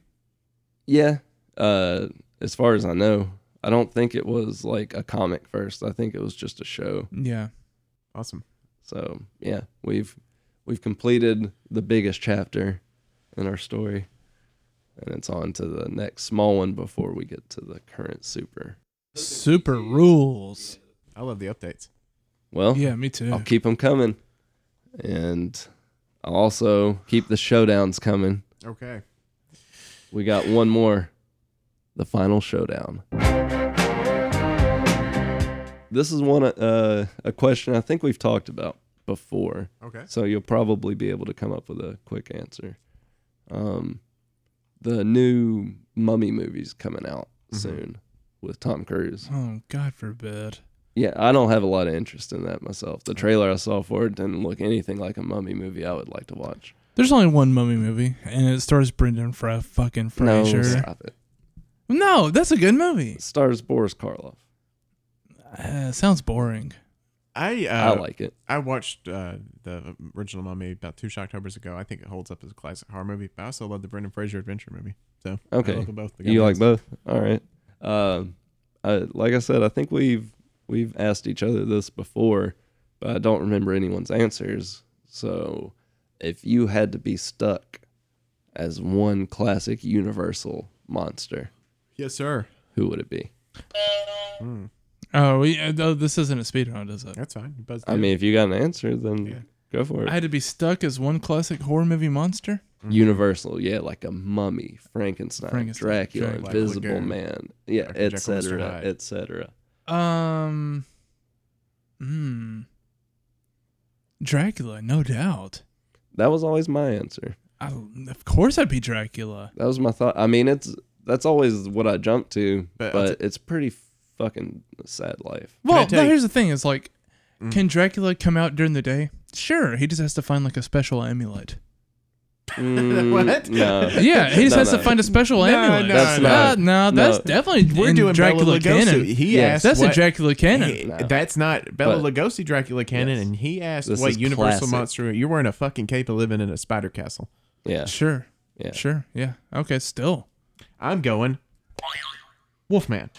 D: Yeah. Uh, as far as I know, I don't think it was like a comic first. I think it was just a show.
E: Yeah.
F: Awesome.
D: So yeah, we've we've completed the biggest chapter in our story, and it's on to the next small one before we get to the current super.
E: Super rules.
F: I love the updates.
D: Well,
E: Yeah, me too.
D: Oh. I'll keep them coming, and I'll also keep the showdowns coming.
F: Okay.
D: We got one more. The final showdown. This is one uh, a question I think we've talked about before,
F: Okay.
D: so you'll probably be able to come up with a quick answer. Um, the new Mummy movie's coming out soon with Tom Cruise.
E: Oh, God forbid.
D: Yeah, I don't have a lot of interest in that myself. The trailer I saw for it didn't look anything like a Mummy movie I would like to watch.
E: There's only one mummy movie, and it stars Brendan Fra- fucking
D: No,
E: Fraser.
D: stop it.
E: No, that's a good movie.
D: It stars Boris Karloff.
E: Uh, sounds boring.
F: I uh,
D: I like it.
F: I watched uh, the original Mummy about two Shocktobers ago. I think it holds up as a classic horror movie. But I also love the Brendan Fraser adventure movie. So I
D: Okay.
F: love them both. They got
D: You like
F: those.
D: both? All right. Um, I, like I said, I think we've we've asked each other this before, but I don't remember anyone's answers. So, if you had to be stuck as one classic Universal monster,
F: Yes, sir. Hmm,
D: who would it be?
E: Oh, we, uh, though this isn't a speed round, is it?
F: That's fine. You buzzed
D: I
F: in.
D: mean, if you got an answer, then go for it.
E: I had to be stuck as one classic horror movie monster.
D: Universal, yeah, like a mummy, Frankenstein,
E: Frankenstein,
D: Dracula,
E: Dracula,
D: Invisible
F: Lagoon,
D: Man, yeah,
F: Dr. Jekyll, Mr.
D: etc.,
F: Hyde.
D: etc.
E: Um, hmm. Dracula, no doubt.
D: That was always my answer.
E: I, of course, I'd be Dracula.
D: That was my thought. I mean, it's that's always what I jump to,
F: But
D: but,
F: I'll
D: it's pretty fucking sad life.
E: Well,
F: tell
E: no,
F: you-
E: here's the thing: is like, can Dracula come out during the day? Sure, he just has to find like a special amulet.
D: Mm,
F: [LAUGHS] What? [LAUGHS]
D: No.
E: Yeah, he
D: [LAUGHS]
E: just
D: No,
E: has
D: no.
E: to find a special amulet.
F: no,
D: That's no.
E: Uh, no, that's
D: No.
E: definitely
F: We're
E: in
F: doing
E: Dracula
F: Bela Lugosi.
E: canon.
F: He
D: Yes.
F: asked
E: That's
F: what,
E: a Dracula canon.
F: Hey,
D: No.
F: That's not Bella
D: But-
F: Lugosi Dracula canon, and he asked
D: This
F: what
D: is
F: Universal
D: classic.
F: monster you're wearing a fucking cape and living in a spider castle.
D: Yeah.
E: Sure,
D: Yeah.
E: sure, yeah. Okay, still.
F: I'm going Wolfman.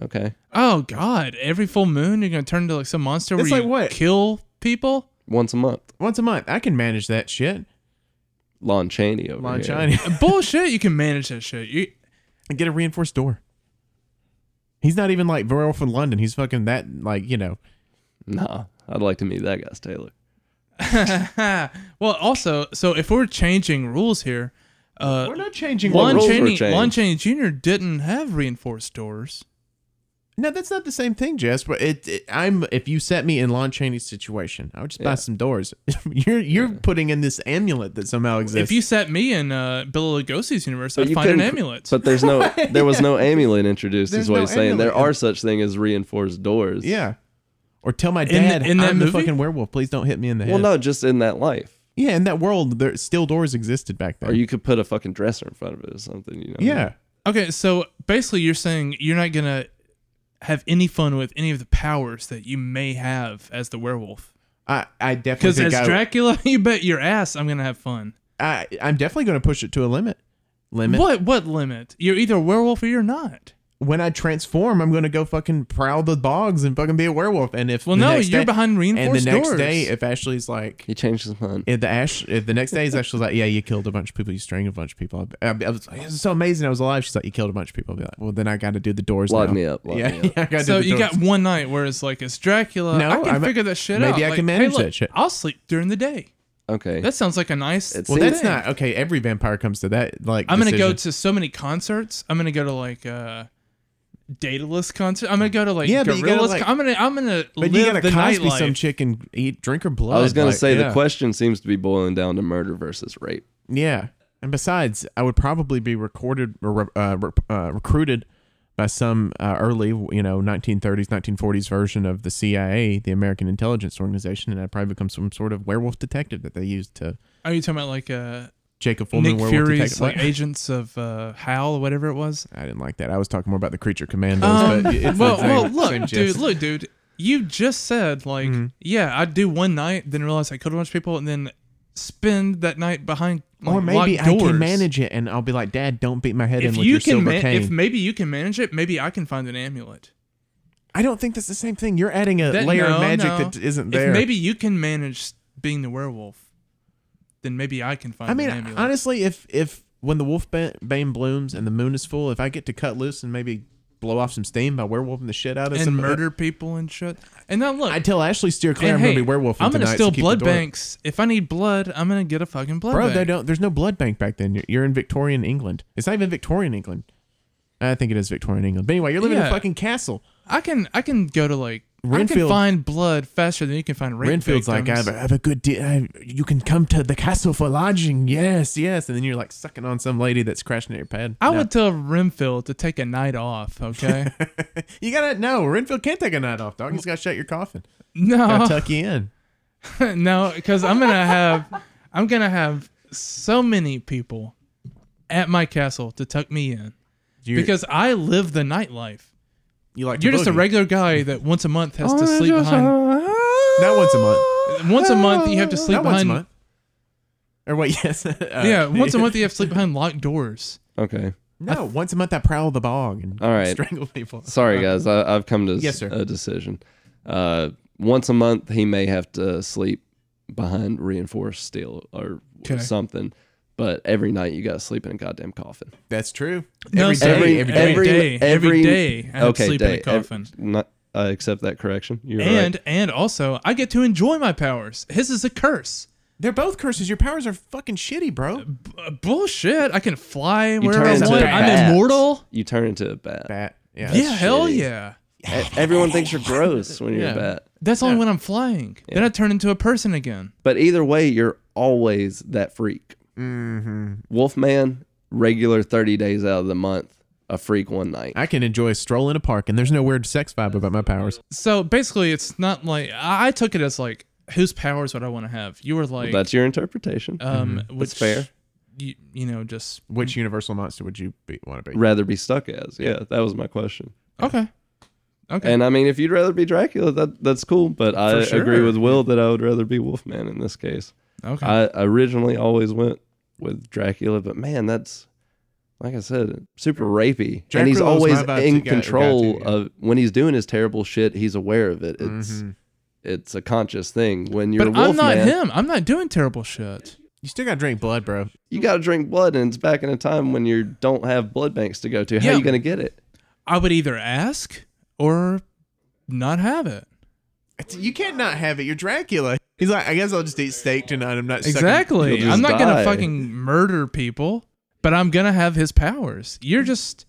D: Okay.
E: Oh God! Every full moon, you're gonna turn into like some monster
F: It's
E: where
F: like
E: you
F: what?
E: kill people.
D: Once a month,
F: Once a month, I can manage that shit.
D: Lon Chaney over
F: Lon
D: here.
F: Chaney.
E: Bullshit! You can manage that shit. You, [LAUGHS]
F: and get a reinforced door. He's not even like Royal from London. He's fucking that like you know.
D: [LAUGHS] Nah, I'd like to meet that guy's Taylor.
E: well, also, so if we're changing rules here, uh,
F: We're not changing
D: What
E: Lon
D: rules were
E: Chaney,
D: changed?
E: Lon Chaney Jr. didn't have reinforced doors.
F: No, that's not the same thing, Jess. But it, it- I'm if you set me in Lon Chaney's situation, I would just buy
D: Yeah.
F: some doors. [LAUGHS] you're you're putting in this amulet that somehow exists.
E: If you set me in uh, Bela Lugosi's universe,
D: But
E: I'd
D: you
E: find an
D: couldn't-
E: amulet.
D: But there's
F: [LAUGHS]
D: no, there was no amulet introduced.
F: There's
D: is what
F: no
D: he's saying. There
F: amulet.
D: are such thing as reinforced doors.
F: yeah, or tell my
E: the-
F: dad
E: in that
F: I'm the
E: movie?
F: fucking werewolf. Please don't hit me in the
D: Well,
F: head.
D: no, just in that life,
F: Yeah, in that world, there still doors existed back then.
D: or you could put a fucking dresser in front of it or something. You know.
F: Yeah,
E: okay, so basically, you're saying you're not gonna have any fun with any of the powers that you may have as the werewolf.
F: I I definitely
E: Because as
F: think I,
E: Dracula, [LAUGHS] you bet your ass I'm gonna have fun.
F: I I'm definitely going to push it to a limit. Limit.
E: What what limit? You're either a werewolf or you're not.
F: when I transform, I'm gonna go fucking prowl the bogs and fucking be a werewolf. And if
E: Well,
F: the
E: no,
F: next
E: you're
F: day-
E: behind
F: And
E: reinforced
F: the next
E: doors.
F: day, if Ashley's like,
D: He changed his mind.
F: if the Ash, if the next day is Ashley's like, yeah, you killed a bunch of people, you strangled a bunch of people. I, I, I was like, it's so amazing, I was alive. She's like, you killed a bunch of people. I'll be like, well, then I got to do the doors.
D: Lock
F: now.
D: me up, lock
F: yeah, [LAUGHS]
D: me up.
F: yeah, I gotta
E: So
F: do the
E: you
F: doors.
E: got one night where it's like it's Dracula.
F: No,
E: I can
F: I'm-
E: figure that shit out.
F: maybe I
E: Like,
F: can manage
E: hey, look,
F: that shit.
E: I'll sleep during the day.
D: Okay.
E: That sounds like a nice.
D: It
F: Well,
D: See,
F: that's
E: thing.
F: not okay. Every vampire comes to that. Like,
E: I'm gonna go
F: decision.
E: to so many concerts. I'm gonna go to like uh, Daedalus concert. I'm gonna go to like
F: Yeah, but you gotta,
E: Gorillas.
F: like-
E: con- I'm gonna I'm gonna
F: But
E: live
F: you gotta
E: the
F: Cosby
E: nightlife.
F: some chick and eat, drink her blood.
D: I was gonna
F: like,
D: say
F: yeah.
D: the question seems to be boiling down to murder versus rape.
F: Yeah, and besides, I would probably be recorded or re- uh, re- uh, recruited by some uh, early, you know, 1930s, 1940s version of the CIA, the American Intelligence Organization, and I'd probably become some sort of werewolf detective that they used to
E: Are you Oh, talking about like uh,
F: Jacob Fulman
E: Nick
F: werewolf
E: Fury's
F: detective.
E: like
F: What?
E: agents of uh, Howl or whatever it was?
F: [LAUGHS] I didn't like that. I was talking more about the creature commandos,
E: Um,
F: but it's
E: well,
F: the same-
E: well, look,
F: same
E: dude,
F: gist. Mm-hmm.
E: look, dude. You just said like, yeah, I'd do one night, then realize I killed a bunch of people, and then spend that night behind like,
F: or maybe
E: locked
F: I
E: doors.
F: can manage it, and I'll be like, Dad, don't beat my head in
E: If
F: with
E: you
F: your
E: can,
F: silver
E: man-
F: cane.
E: if maybe you can manage it, maybe I can find an amulet.
F: I don't think that's the same thing. You're adding a
E: That-
F: layer
E: no,
F: of magic
E: no.
F: that isn't
E: If
F: there.
E: maybe you can manage being the werewolf, then maybe I can find.
F: I mean,
E: an amulet.
F: honestly, if if when the wolf ba- bane blooms and the moon is full, if I get to cut loose and maybe blow off some steam by werewolfing the shit out of
E: and
F: some uh,
E: murder people and shit. And now look,
F: I tell Ashley steer clear.
E: and
F: I'm
E: hey,
F: gonna be werewolf.
E: I'm gonna
F: tonight,
E: steal
F: so keep the
E: blood
F: door-
E: banks. If I need blood, I'm gonna get a fucking blood
F: bro.
E: bank.
F: They don't. There's no blood bank back then. You're, you're in Victorian England. It's not even Victorian England. I think it is Victorian England. But anyway, you're living in
E: Yeah.
F: a fucking castle.
E: I can I can go to like I can
F: Renfield-
E: find blood faster than you can find rape
F: Renfield's like, I have,
E: victims.
F: a- I have a good deal. I- You can come to the castle for lodging. Yes, yes. And then you're like sucking on some lady that's crashing at your pad.
E: I
F: No.
E: would tell Renfield to take a night off.
F: [LAUGHS]
E: Okay, [LAUGHS]
F: You gotta no. Renfield can't take a night off, dog. He's gotta shut your coffin. Gotta
E: no,
F: tuck you
E: [LAUGHS]
F: in.
E: no, because I'm gonna have I'm gonna have so many people at my castle to tuck me in
F: You're-
E: because I live the nightlife.
F: you like to
E: You're just a
F: boogie. Oh,
E: regular guy that once a month has to sleep behind.
F: Not once a
E: [LAUGHS]
F: month.
E: Once a month, you have to sleep
F: Not once a
E: behind.
F: month. Or wait, [LAUGHS] yes. Uh,
E: Yeah, once a month you have to sleep behind locked doors.
D: Okay.
F: No, once a month I prowl the bog and
D: All right.
F: strangle people. Uh,
D: Sorry, guys. I, I've come to s-
F: Yes, sir.
D: a decision. Uh, once a month, he may have to sleep behind reinforced steel or
E: Okay.
D: something. But every night, you got to sleep in a goddamn coffin.
F: That's true.
E: No,
F: Every
E: sir.
F: day,
E: Every-
F: every
E: every
F: day.
E: day, every day, I have to sleep in a
D: ev-
E: coffin.
D: not, I accept that correction. You're
E: And
D: right.
E: and also, I get to enjoy my powers. His is a curse.
F: They're both curses. Your powers are fucking shitty, bro.
E: Uh, bullshit. I can fly
D: You
E: wherever
D: turn
E: I
D: into a
E: want.
D: bat.
E: I'm immortal.
D: You turn into a bat.
F: Bat. Yeah.
E: Yeah, hell
D: shitty.
E: yeah.
D: E- Everyone thinks you're gross when you're
F: Yeah.
D: a bat.
E: That's only when I'm flying. Then I turn into a person again.
D: But either way, you're always that freak. Mm-hmm. Wolfman, regular 30 days out of the month, a freak one night.
F: I can enjoy a stroll in a park, and there's no weird sex vibe about my powers.
E: So basically, it's not like I I took it as like whose powers would I want to have. You were like,
D: That's your interpretation.
E: um, which
D: That's fair.
E: You, you know, just
F: Which universal monster would you be, want to be?
D: rather be stuck as. Yeah, that was my question.
E: okay, okay.
D: And I mean, if you'd rather be Dracula, that that's cool. But I
E: sure.
D: agree with Will that I would rather be Wolfman in this case.
E: okay.
D: I originally always went with Dracula, but man, that's like I said, super rapey. and he's
F: Dracula was
D: always
F: my vibe too,
D: in
F: got-
D: control
F: got to, yeah. Mm-hmm.
D: of when he's doing his terrible shit, he's aware of it. It's it's a conscious thing. When you're
E: but
D: a
E: I'm not
D: Wolfman,
E: him. I'm not doing terrible shit.
F: You still got to drink blood, bro.
D: you got to drink blood, and it's back in a time when you don't have blood banks to go to. How
E: Yeah.
D: are you going to get it?
E: I would either ask or not have it.
F: It's- You can't not have it. You're Dracula. He's like, I guess I'll just eat steak tonight. I'm not sucking-
E: Exactly.
D: You'll just
E: I'm not gonna
D: die.
E: fucking murder people, but I'm gonna have his powers. You're just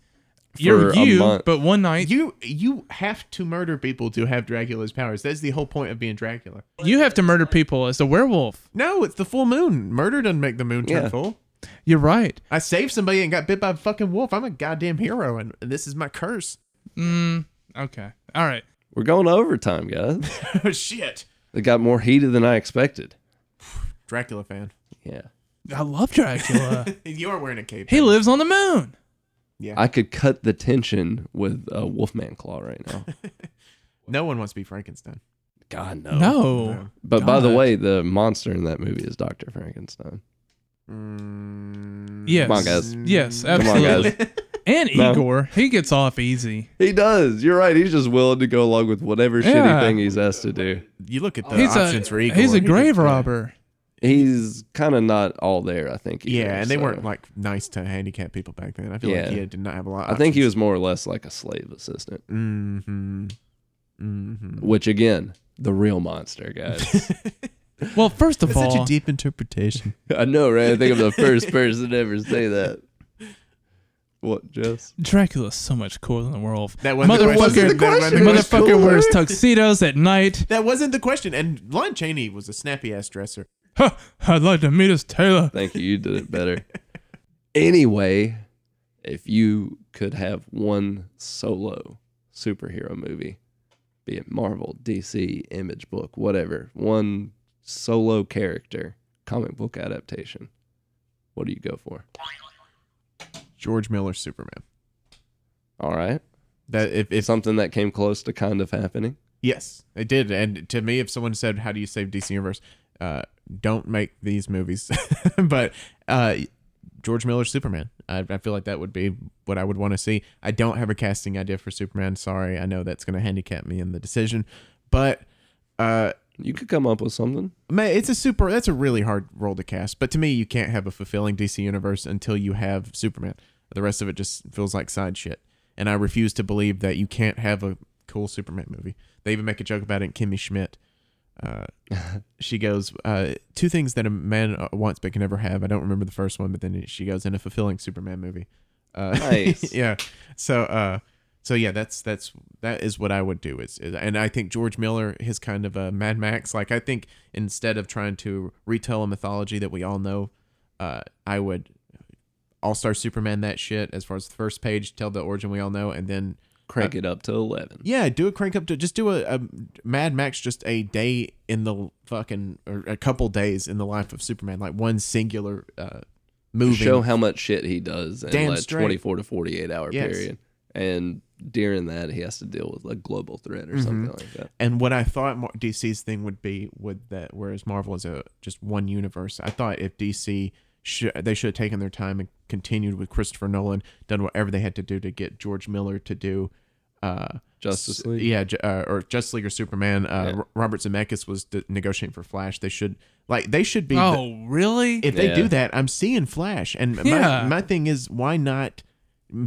E: you're
D: For a
E: you,
D: month.
E: but one night you,
F: You you have to murder people to have Dracula's powers. That's the whole point of being Dracula.
E: have to murder people as a werewolf.
F: No, it's the full moon. Murder doesn't make the moon turn
D: Yeah.
F: full.
E: You're right.
F: I saved somebody and got bit by a fucking wolf. I'm a goddamn hero, and this is my curse. [LAUGHS]
E: Mm, Okay. All right.
D: We're going to overtime, guys.
F: [LAUGHS] Shit,
D: it got more heated than I expected.
F: Dracula fan. [LAUGHS]
D: Yeah.
E: I love Dracula.
F: You are wearing a cape.
E: he lives on the moon.
D: I could cut the tension with a Wolfman claw right now.
F: No one wants to be Frankenstein.
D: God, no.
E: No.
D: But by the
E: God.
D: way, the monster in that movie is Dr. Frankenstein.
E: Yes.
D: Come on, guys.
E: Yes,
D: Come on,
E: absolutely.
D: guys.
E: And
D: No.
E: Igor, he gets off easy.
D: he does. You're right. He's just willing to go along with whatever
E: Yeah.
D: shitty thing he's asked to do.
F: You look at the
E: He's
F: options
E: a
F: for Igor.
E: he's a
F: He
E: grave
F: could- yeah.
E: robber.
D: He's kind of not all there, I think.
F: Yeah,
D: either,
F: and they
D: so.
F: weren't like nice to handicapped people back then. I feel
D: uh, Yeah.
F: like he had- did not have a lot.
D: I think he was more or less like a slave assistant,
F: Mm-hmm. Mm-hmm.
D: which again, the real monster,
F: [LAUGHS]
D: guys.
E: Well, first of all,
F: Such a deep interpretation.
D: I know, right? I think I'm the
F: [LAUGHS]
D: first person to ever say that. What, Jess?
E: Dracula's so much cooler than the werewolf.
F: That wasn't the question.
E: motherfucker,
F: That wasn't the
E: motherfucker
F: question.
E: wears tuxedos at night.
F: That wasn't the question. And Lon Chaney was a snappy ass dresser.
E: Huh, I'd like to meet his tailor.
D: Thank you. You did it better. anyway, if you could have one solo superhero movie, be it Marvel, DC, Image Book, whatever, one solo character comic book adaptation, what do you go for?
F: George Miller Superman.
D: All right.
F: That if, if
D: It's something that came close to kind of happening.
F: Yes, it did. And to me, if someone said, "How do you save DC Universe?" Uh, don't make these movies. [LAUGHS] but uh, George Miller's Superman, I, I feel like that would be what I would want to see. I don't have a casting idea for Superman. Sorry, I know that's going to handicap me in the decision, but uh,
D: You could come up with something.
F: man, it's a super. That's a really hard role to cast. But to me, you can't have a fulfilling DC universe until you have Superman. The rest of it just feels like side shit. And I refuse to believe that you can't have a cool Superman movie. They even make a joke about it in Kimmy Schmidt. Uh, she goes, uh, two things that a man uh, wants but can never have. I don't remember the first one, but then she goes in a fulfilling Superman movie. Uh,
D: Nice.
F: [LAUGHS] yeah. So, uh, so yeah, that's that's that is what I would do. Is, is and I think George Miller is kind of a Mad Max. Like I think instead of trying to retell a mythology that we all know, uh, I would All Star Superman that shit as far as the first page, tell the origin we all know, and then
D: Crank it up to 11.
F: yeah, do a crank up to just do a, a Mad Max, just a day in the fucking or a couple days in the life of Superman, like one singular uh, movie.
D: Show how much shit he does in
F: Damn
D: like
F: straight.
D: 24 to 48 hour
F: Yes.
D: period. And during that he has to deal with a global threat or something like that.
F: And what I thought Mar- DC's thing would be would that whereas Marvel is a just one universe, I thought if DC should they should have taken their time and continued with Christopher Nolan, done whatever they had to do to get George Miller to do uh
D: Justice
F: s-
D: League.
F: yeah, Ju- uh, or Justice League or Superman. Uh, R- Robert Zemeckis was d- negotiating for Flash. They should like they should be. the-
E: Oh, really?
F: if they do
D: Yeah.
F: that, I'm seeing Flash. And
E: Yeah.
F: my, my thing is, why not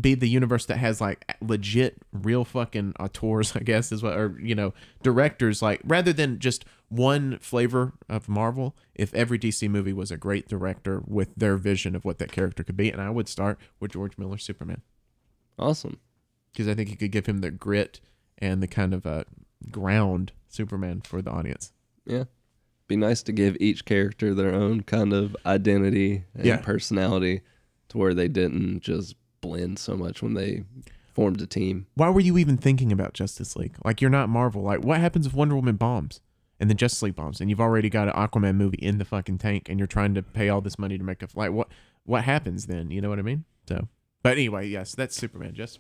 F: be the universe that has like legit, real fucking auteurs, I guess, is what, or, you know, directors, like rather than just one flavor of Marvel, if every DC movie was a great director with their vision of what that character could be. And I would start with George Miller Superman
D: Awesome.
F: because I think you could give him the grit and the kind of uh, ground Superman for the audience.
D: Yeah. Be nice to give each character their own kind of identity and
F: Yeah.
D: personality to where they didn't just blend so much when they formed a team.
F: why were you even thinking about Justice League? Like you're not Marvel. Like what happens if Wonder Woman bombs and then Justice League bombs and you've already got an Aquaman movie in the fucking tank and you're trying to pay all this money to make a like what what happens then? You know what I mean? So, but anyway, yes, that's Superman. Just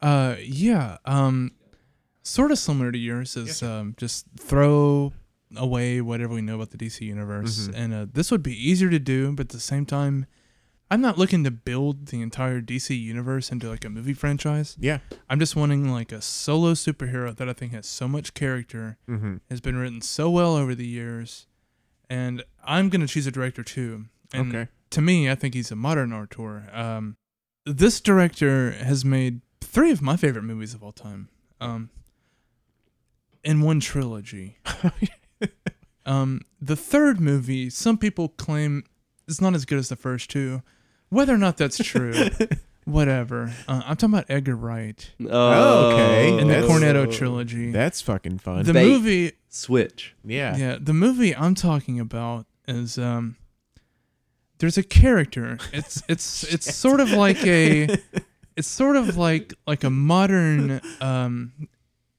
E: Uh, yeah. Um, sort of similar to yours is um, just throw away whatever we know about the DC universe,
F: Mm-hmm.
E: and uh, this would be easier to do. But at the same time, I'm not looking to build the entire DC universe into like a movie franchise.
F: yeah,
E: I'm just wanting like a solo superhero that I think has so much character,
F: Mm-hmm.
E: has been written so well over the years, and I'm gonna choose a director too. And
F: Okay.
E: To me, I think he's a modern auteur. Um, this director has made three of my favorite movies of all time. Um, in one trilogy. um, the third movie, some people claim, is not as good as the first two. Whether or not that's true, whatever. Uh, I'm talking about Edgar Wright
F: okay.
D: Oh.
E: and the
F: That's-
E: Cornetto trilogy.
F: that's fucking fun.
E: the
D: Bait.
E: movie,
D: Switch.
F: yeah.
E: yeah, the movie I'm talking about is um. There's a character. It's
D: [LAUGHS]
E: it's it's sort of like a, it's sort of like like a modern um,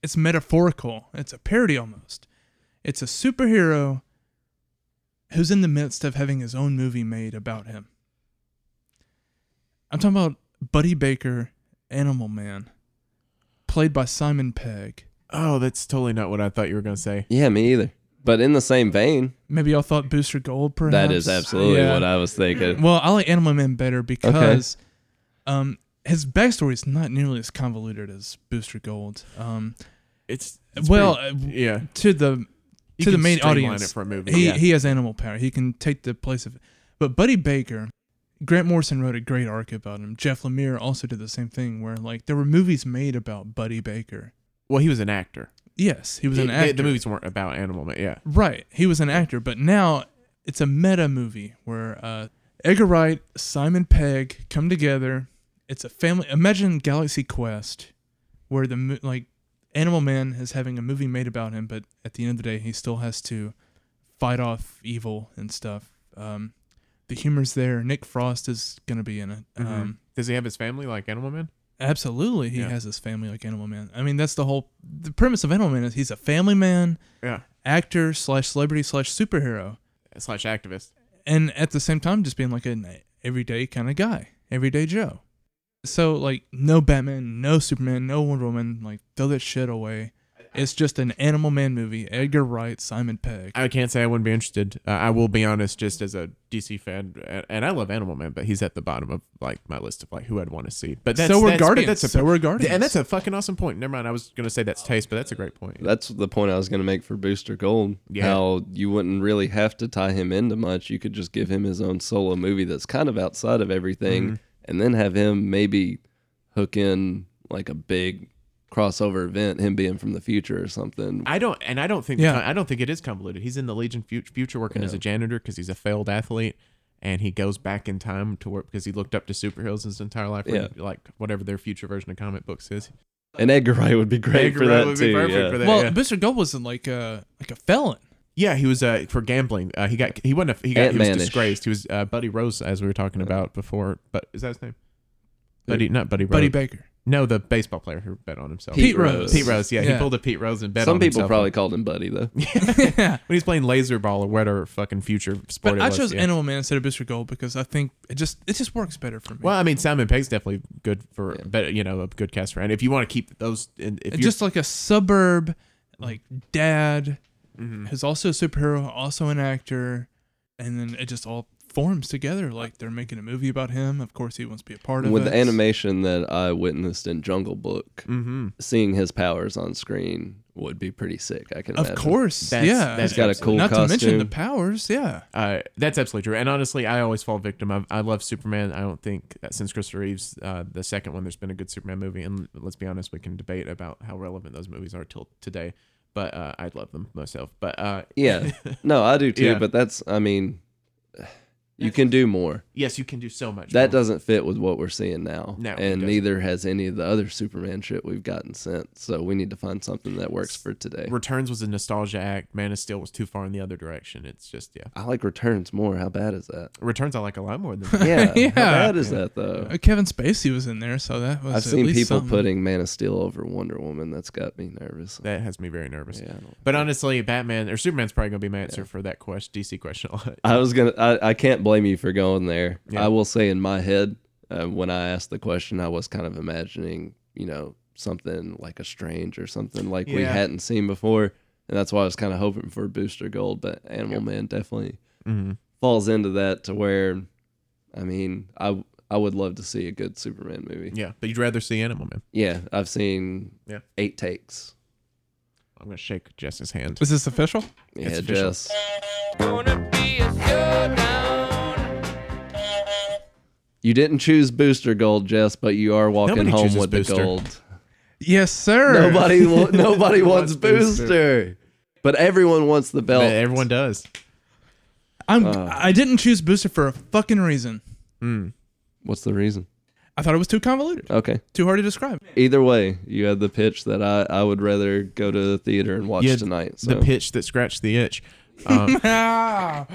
E: it's metaphorical. It's a parody almost. It's a superhero who's in the midst of having his own movie made about him. I'm talking about Buddy Baker, Animal Man, played by Simon Pegg.
F: Oh, that's totally not what I thought you were gonna say.
D: Yeah, me either. But in the same vein,
E: Maybe y'all thought Booster Gold, perhaps.
D: that is absolutely
E: Yeah.
D: what I was thinking.
E: Well, I like Animal Man better because, um, his backstory is not nearly as convoluted as Booster Gold. Um,
F: It's, it's
E: well,
F: pretty-
E: uh,
F: yeah.
E: to the
F: You
E: to the
F: can
E: main
F: streamline
E: audience
F: it for a movie,
E: He
F: yeah.
E: he has animal power. He can take the place of But Buddy Baker, Grant Morrison wrote a great arc about him. Jeff Lemire also did the same thing where like there were movies made about Buddy Baker.
F: Well, he was an actor.
E: Yes, he was an
F: He-
E: actor.
F: The, the movies weren't about Animal Man. Yeah,
E: Right. He was an actor, but now it's a meta movie where uh, Edgar Wright, Simon Pegg come together. It's a family. Imagine Galaxy Quest, where the mo- like Animal Man is having a movie made about him, but at the end of the day, he still has to fight off evil and stuff. Um, the humor's there. Nick Frost is gonna be in it.
F: Mm-hmm.
E: Um,
F: does he have his family like Animal Man?
E: absolutely, he
F: Yeah.
E: has his family like Animal Man. I mean, that's the whole the premise of Animal Man is he's a family man,
F: Yeah,
E: actor slash celebrity slash superhero
F: slash activist.
E: and at the same time just being like an everyday kind of guy, everyday Joe. So like no Batman, no Superman, no Wonder Woman, like throw that shit away. It's just an Animal Man movie. Edgar Wright, Simon Pegg.
F: I can't say I wouldn't be interested. Uh, I will be honest, just as a DC fan, and, and I love Animal Man, but he's at the bottom of like my list of like who I'd want to see. But that's,
E: So we're
F: that's, but
E: Guardians.
F: That's a,
E: So we're Guardians.
F: and that's a fucking awesome point. Never mind, I was gonna say that's taste, but that's a great point.
D: That's the point I was going to make for Booster Gold.
F: Yeah.
D: How you wouldn't really have to tie him into much. You could just give him his own solo movie that's kind of outside of everything
F: Mm-hmm.
D: and then have him maybe hook in like a big crossover event, him being from the future or something.
F: I don't, and I don't think,
E: Yeah.
F: yeah. I don't think it is convoluted. He's in the Legion fut- future working as a janitor because he's a failed athlete, and he goes back in time to work because he looked up to superheroes his entire life.
D: Yeah.
F: like whatever their future version of comic books is.
D: And Edgar Wright would be great
F: Edgar
D: for
F: Wright
D: that
F: would be
D: too.
F: perfect
D: yeah.
F: for that.
E: well,
F: yeah.
E: Mr. Gold was like a like a felon.
F: Yeah, he was uh, for gambling. Uh, he got he wasn't a, he got he was
D: Ant-Man-ish.
F: disgraced. He was uh, Buddy Rose, as we were talking about before. But is that his name? Buddy, not Buddy Rose. [LAUGHS]
E: Buddy Baker. [LAUGHS]
F: No, the baseball player who bet on himself.
E: Pete Rose.
F: Pete Rose. Yeah,
E: Yeah.
F: he pulled a Pete Rose and bet
D: Some
F: on
D: people
F: himself.
D: probably called him Buddy though.
F: when he's playing laser ball or whatever fucking future sport.
E: But
F: it
E: I
F: was,
E: chose
F: yeah.
E: Animal Man instead of Mr. Gold because I think it just it just works better for me.
F: Well, I mean, Simon Pegg's definitely good for, but you know, a good cast for. And if you want to keep those, and if Mm-hmm.
E: It's
F: you
E: just like a suburb, like dad,
F: Mm-hmm.
E: who's also a superhero, also an actor, and then it just all forms together. Like they're making a movie about him. Of course, he wants to be a part of
D: With
E: it.
D: the animation that I witnessed in Jungle Book,
F: Mm-hmm.
D: seeing his powers on screen would be pretty sick. I can.
E: Of
D: imagine.
E: course,
F: That's-
E: yeah.
F: that's
D: he's got a cool
E: Not
D: costume.
E: to mention the powers, yeah.
F: Uh, that's absolutely true. And honestly, I always fall victim. I, I love Superman. I don't think uh, since Christopher Reeves, uh, the second one, there's been a good Superman movie. And let's be honest, we can debate about how relevant those movies are till today. But uh, I love them myself. But uh,
D: yeah, no, I do too.
F: Yeah.
D: But that's, I mean, [SIGHS] you can do more.
F: yes, you can do so much.
D: That
F: more.
D: doesn't fit with what we're seeing now.
F: No, it
D: and
F: doesn't.
D: neither has any of the other Superman shit we've gotten sent. So we need to find something that works for today.
F: Returns was a nostalgia act. Man of Steel was too far in the other direction. It's just yeah.
D: I like returns more. How bad is that?
F: Returns I like a lot more
D: [LAUGHS]
F: than
D: Yeah.
E: Yeah.
D: How bad is that though?
E: Uh, Kevin Spacey was in there, so that was.
D: I've
E: at
D: seen
E: least
D: people
E: something.
D: putting Man of Steel over Wonder Woman. That's got me nervous.
F: that has me very nervous.
D: Yeah, I don't-
F: But honestly, Batman or Superman's probably gonna be my answer for that question, DC question a lot. [LAUGHS]
D: I was gonna. I, I can't blame you for going there.
F: Yeah.
D: I will say in my head, uh, when I asked the question, I was kind of imagining, you know, something like a strange or something like we
F: Yeah.
D: hadn't seen before, and that's why I was kind of hoping for Booster Gold. But Animal Man definitely
F: Mhm.
D: falls into that to where, I mean, I I would love to see a good Superman movie. Yeah,
F: Yeah, but you'd rather see Animal Man.
D: I've seen
F: Yeah.
D: eight takes.
F: I'm gonna shake Jess's hand.
E: Is this official?
D: Yeah,
F: It's official.
D: Jess. You didn't choose Booster Gold, Jess, but you are walking
F: Nobody
D: home
F: chooses
D: with
F: Booster.
D: the
F: [LAUGHS]
D: gold.
E: Yes, sir.
D: Nobody, [LAUGHS] wa- nobody wants
F: Wants
D: booster.
F: Booster.
D: but everyone wants the belt.
F: But everyone does.
E: [LAUGHS] I'm.
D: Uh.
E: I didn't choose Booster for a fucking reason.
F: Hmm.
D: What's the reason?
E: I thought it was too convoluted,
D: Okay.
E: too hard to describe. [LAUGHS]
D: Either way, you had the pitch that I, I would rather go to the theater and watch
F: Yeah,
D: tonight. So
F: The pitch that scratched the itch. Um,
D: [LAUGHS]
E: Ah,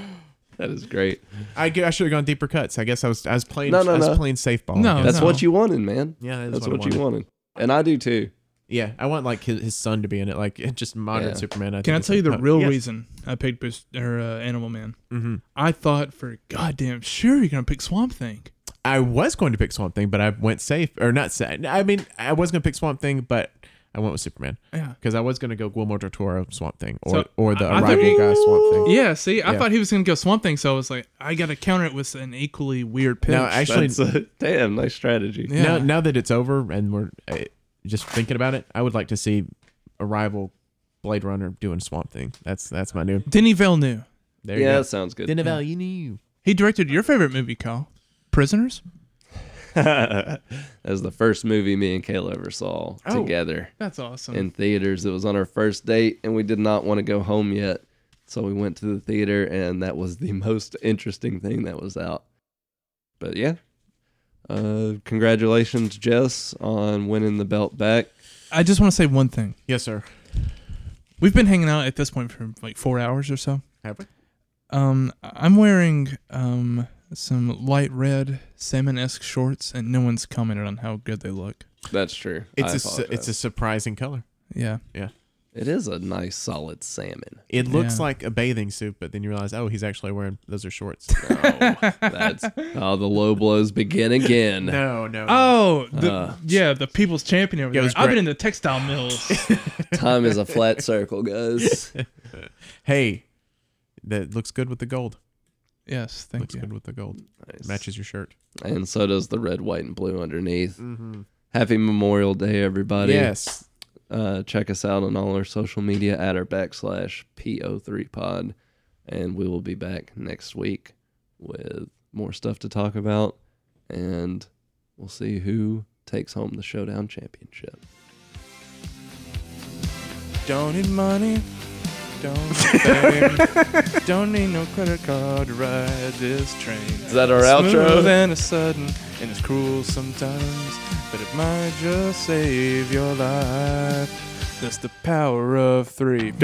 D: that is great.
F: I, should have gone deeper cuts. I guess I was I was playing
D: No, no,
F: I was
D: no.
F: playing safe ball.
E: No,
F: I guess.
D: That's
E: no.
D: what you wanted, man.
F: Oh, Yeah, that is
D: that's
F: what I
D: what, you wanted, and I do too.
F: yeah. I want like his, his son to be in it, like [LAUGHS] just modern
D: Yeah.
F: Superman.
E: Can I
F: think
E: tell you
F: it's-
E: the
F: uh,
E: real
F: yes.
E: reason I picked Boost or uh, Animal Man? Mm-hmm. I thought for goddamn sure you're gonna pick Swamp Thing.
F: I was going to pick Swamp Thing, but I went safe or not safe. I mean, I was going to pick Swamp Thing, but I went with Superman.
E: Yeah.
F: because I was going to go Guillermo del Toro Swamp Thing or
E: So,
F: or the
E: I- I thought-
F: arrival guy Swamp Thing.
E: Yeah, see, I
F: Yeah.
E: thought he was gonna go Swamp Thing, so I was like, I gotta counter it with an equally weird pitch.
F: Now, actually,
D: That's a, [LAUGHS] damn nice strategy.
E: Yeah.
F: now, now that it's over and we're uh, just thinking about it, I would like to see Arrival, Blade Runner doing Swamp Thing. That's that's my new.
E: Denny Villeneuve.
F: There
D: Yeah,
F: you
D: that sounds
F: go.
D: good.
F: Didn't value you.
E: He directed your favorite movie, Kyle, Prisoners.
D: that was the first movie me and Kayla ever saw
E: Oh.
D: together.
E: That's awesome.
D: in theaters. It was on our first date, and we did not want to go home yet. So we went to the theater, and that was the [LAUGHS] most interesting thing that was out. But yeah, uh, congratulations, Jess, on winning the belt back.
E: I just want to say one thing.
F: Yes, sir.
E: We've been hanging out at this point for like four hours or so.
F: Have we?
E: Um, I'm wearing um some light red salmon-esque shorts, and no one's commented on how good they look.
D: That's true. I
F: It's a su-
D: apologize.
F: it's a surprising color.
E: Yeah,
D: it is a nice solid
F: [LAUGHS]
D: salmon.
F: It looks
E: Yeah.
F: like a bathing suit, but then you realize, oh, he's actually wearing those are shorts.
D: That's oh, the low blows begin again.
F: [LAUGHS] no, no.
E: Oh, the,
D: Uh,
E: yeah, the people's champion over
F: Yeah, it
E: there.
F: was
E: I've
F: great.
E: been in the textile
F: [LAUGHS]
E: mills.
D: Time is a flat circle, guys.
F: Hey, that looks good with the gold.
E: yes, thank
F: looks
E: you.
F: good with the gold.
D: Nice.
F: Matches your shirt.
D: and so does the red, white, and blue underneath. Happy Memorial Day, everybody.
F: Yes.
D: Uh, check us out on all our social media at our backslash PO3pod. And we will be back next week with more stuff to talk about. And we'll see who takes home the Showdown Championship.
E: Don't need money. Don't need fame. Don't need no credit card to ride this train.
D: Is that our
E: Smooth
D: outro?
E: and it's sudden, and it's cruel sometimes, but it might just save your life. That's the power of three.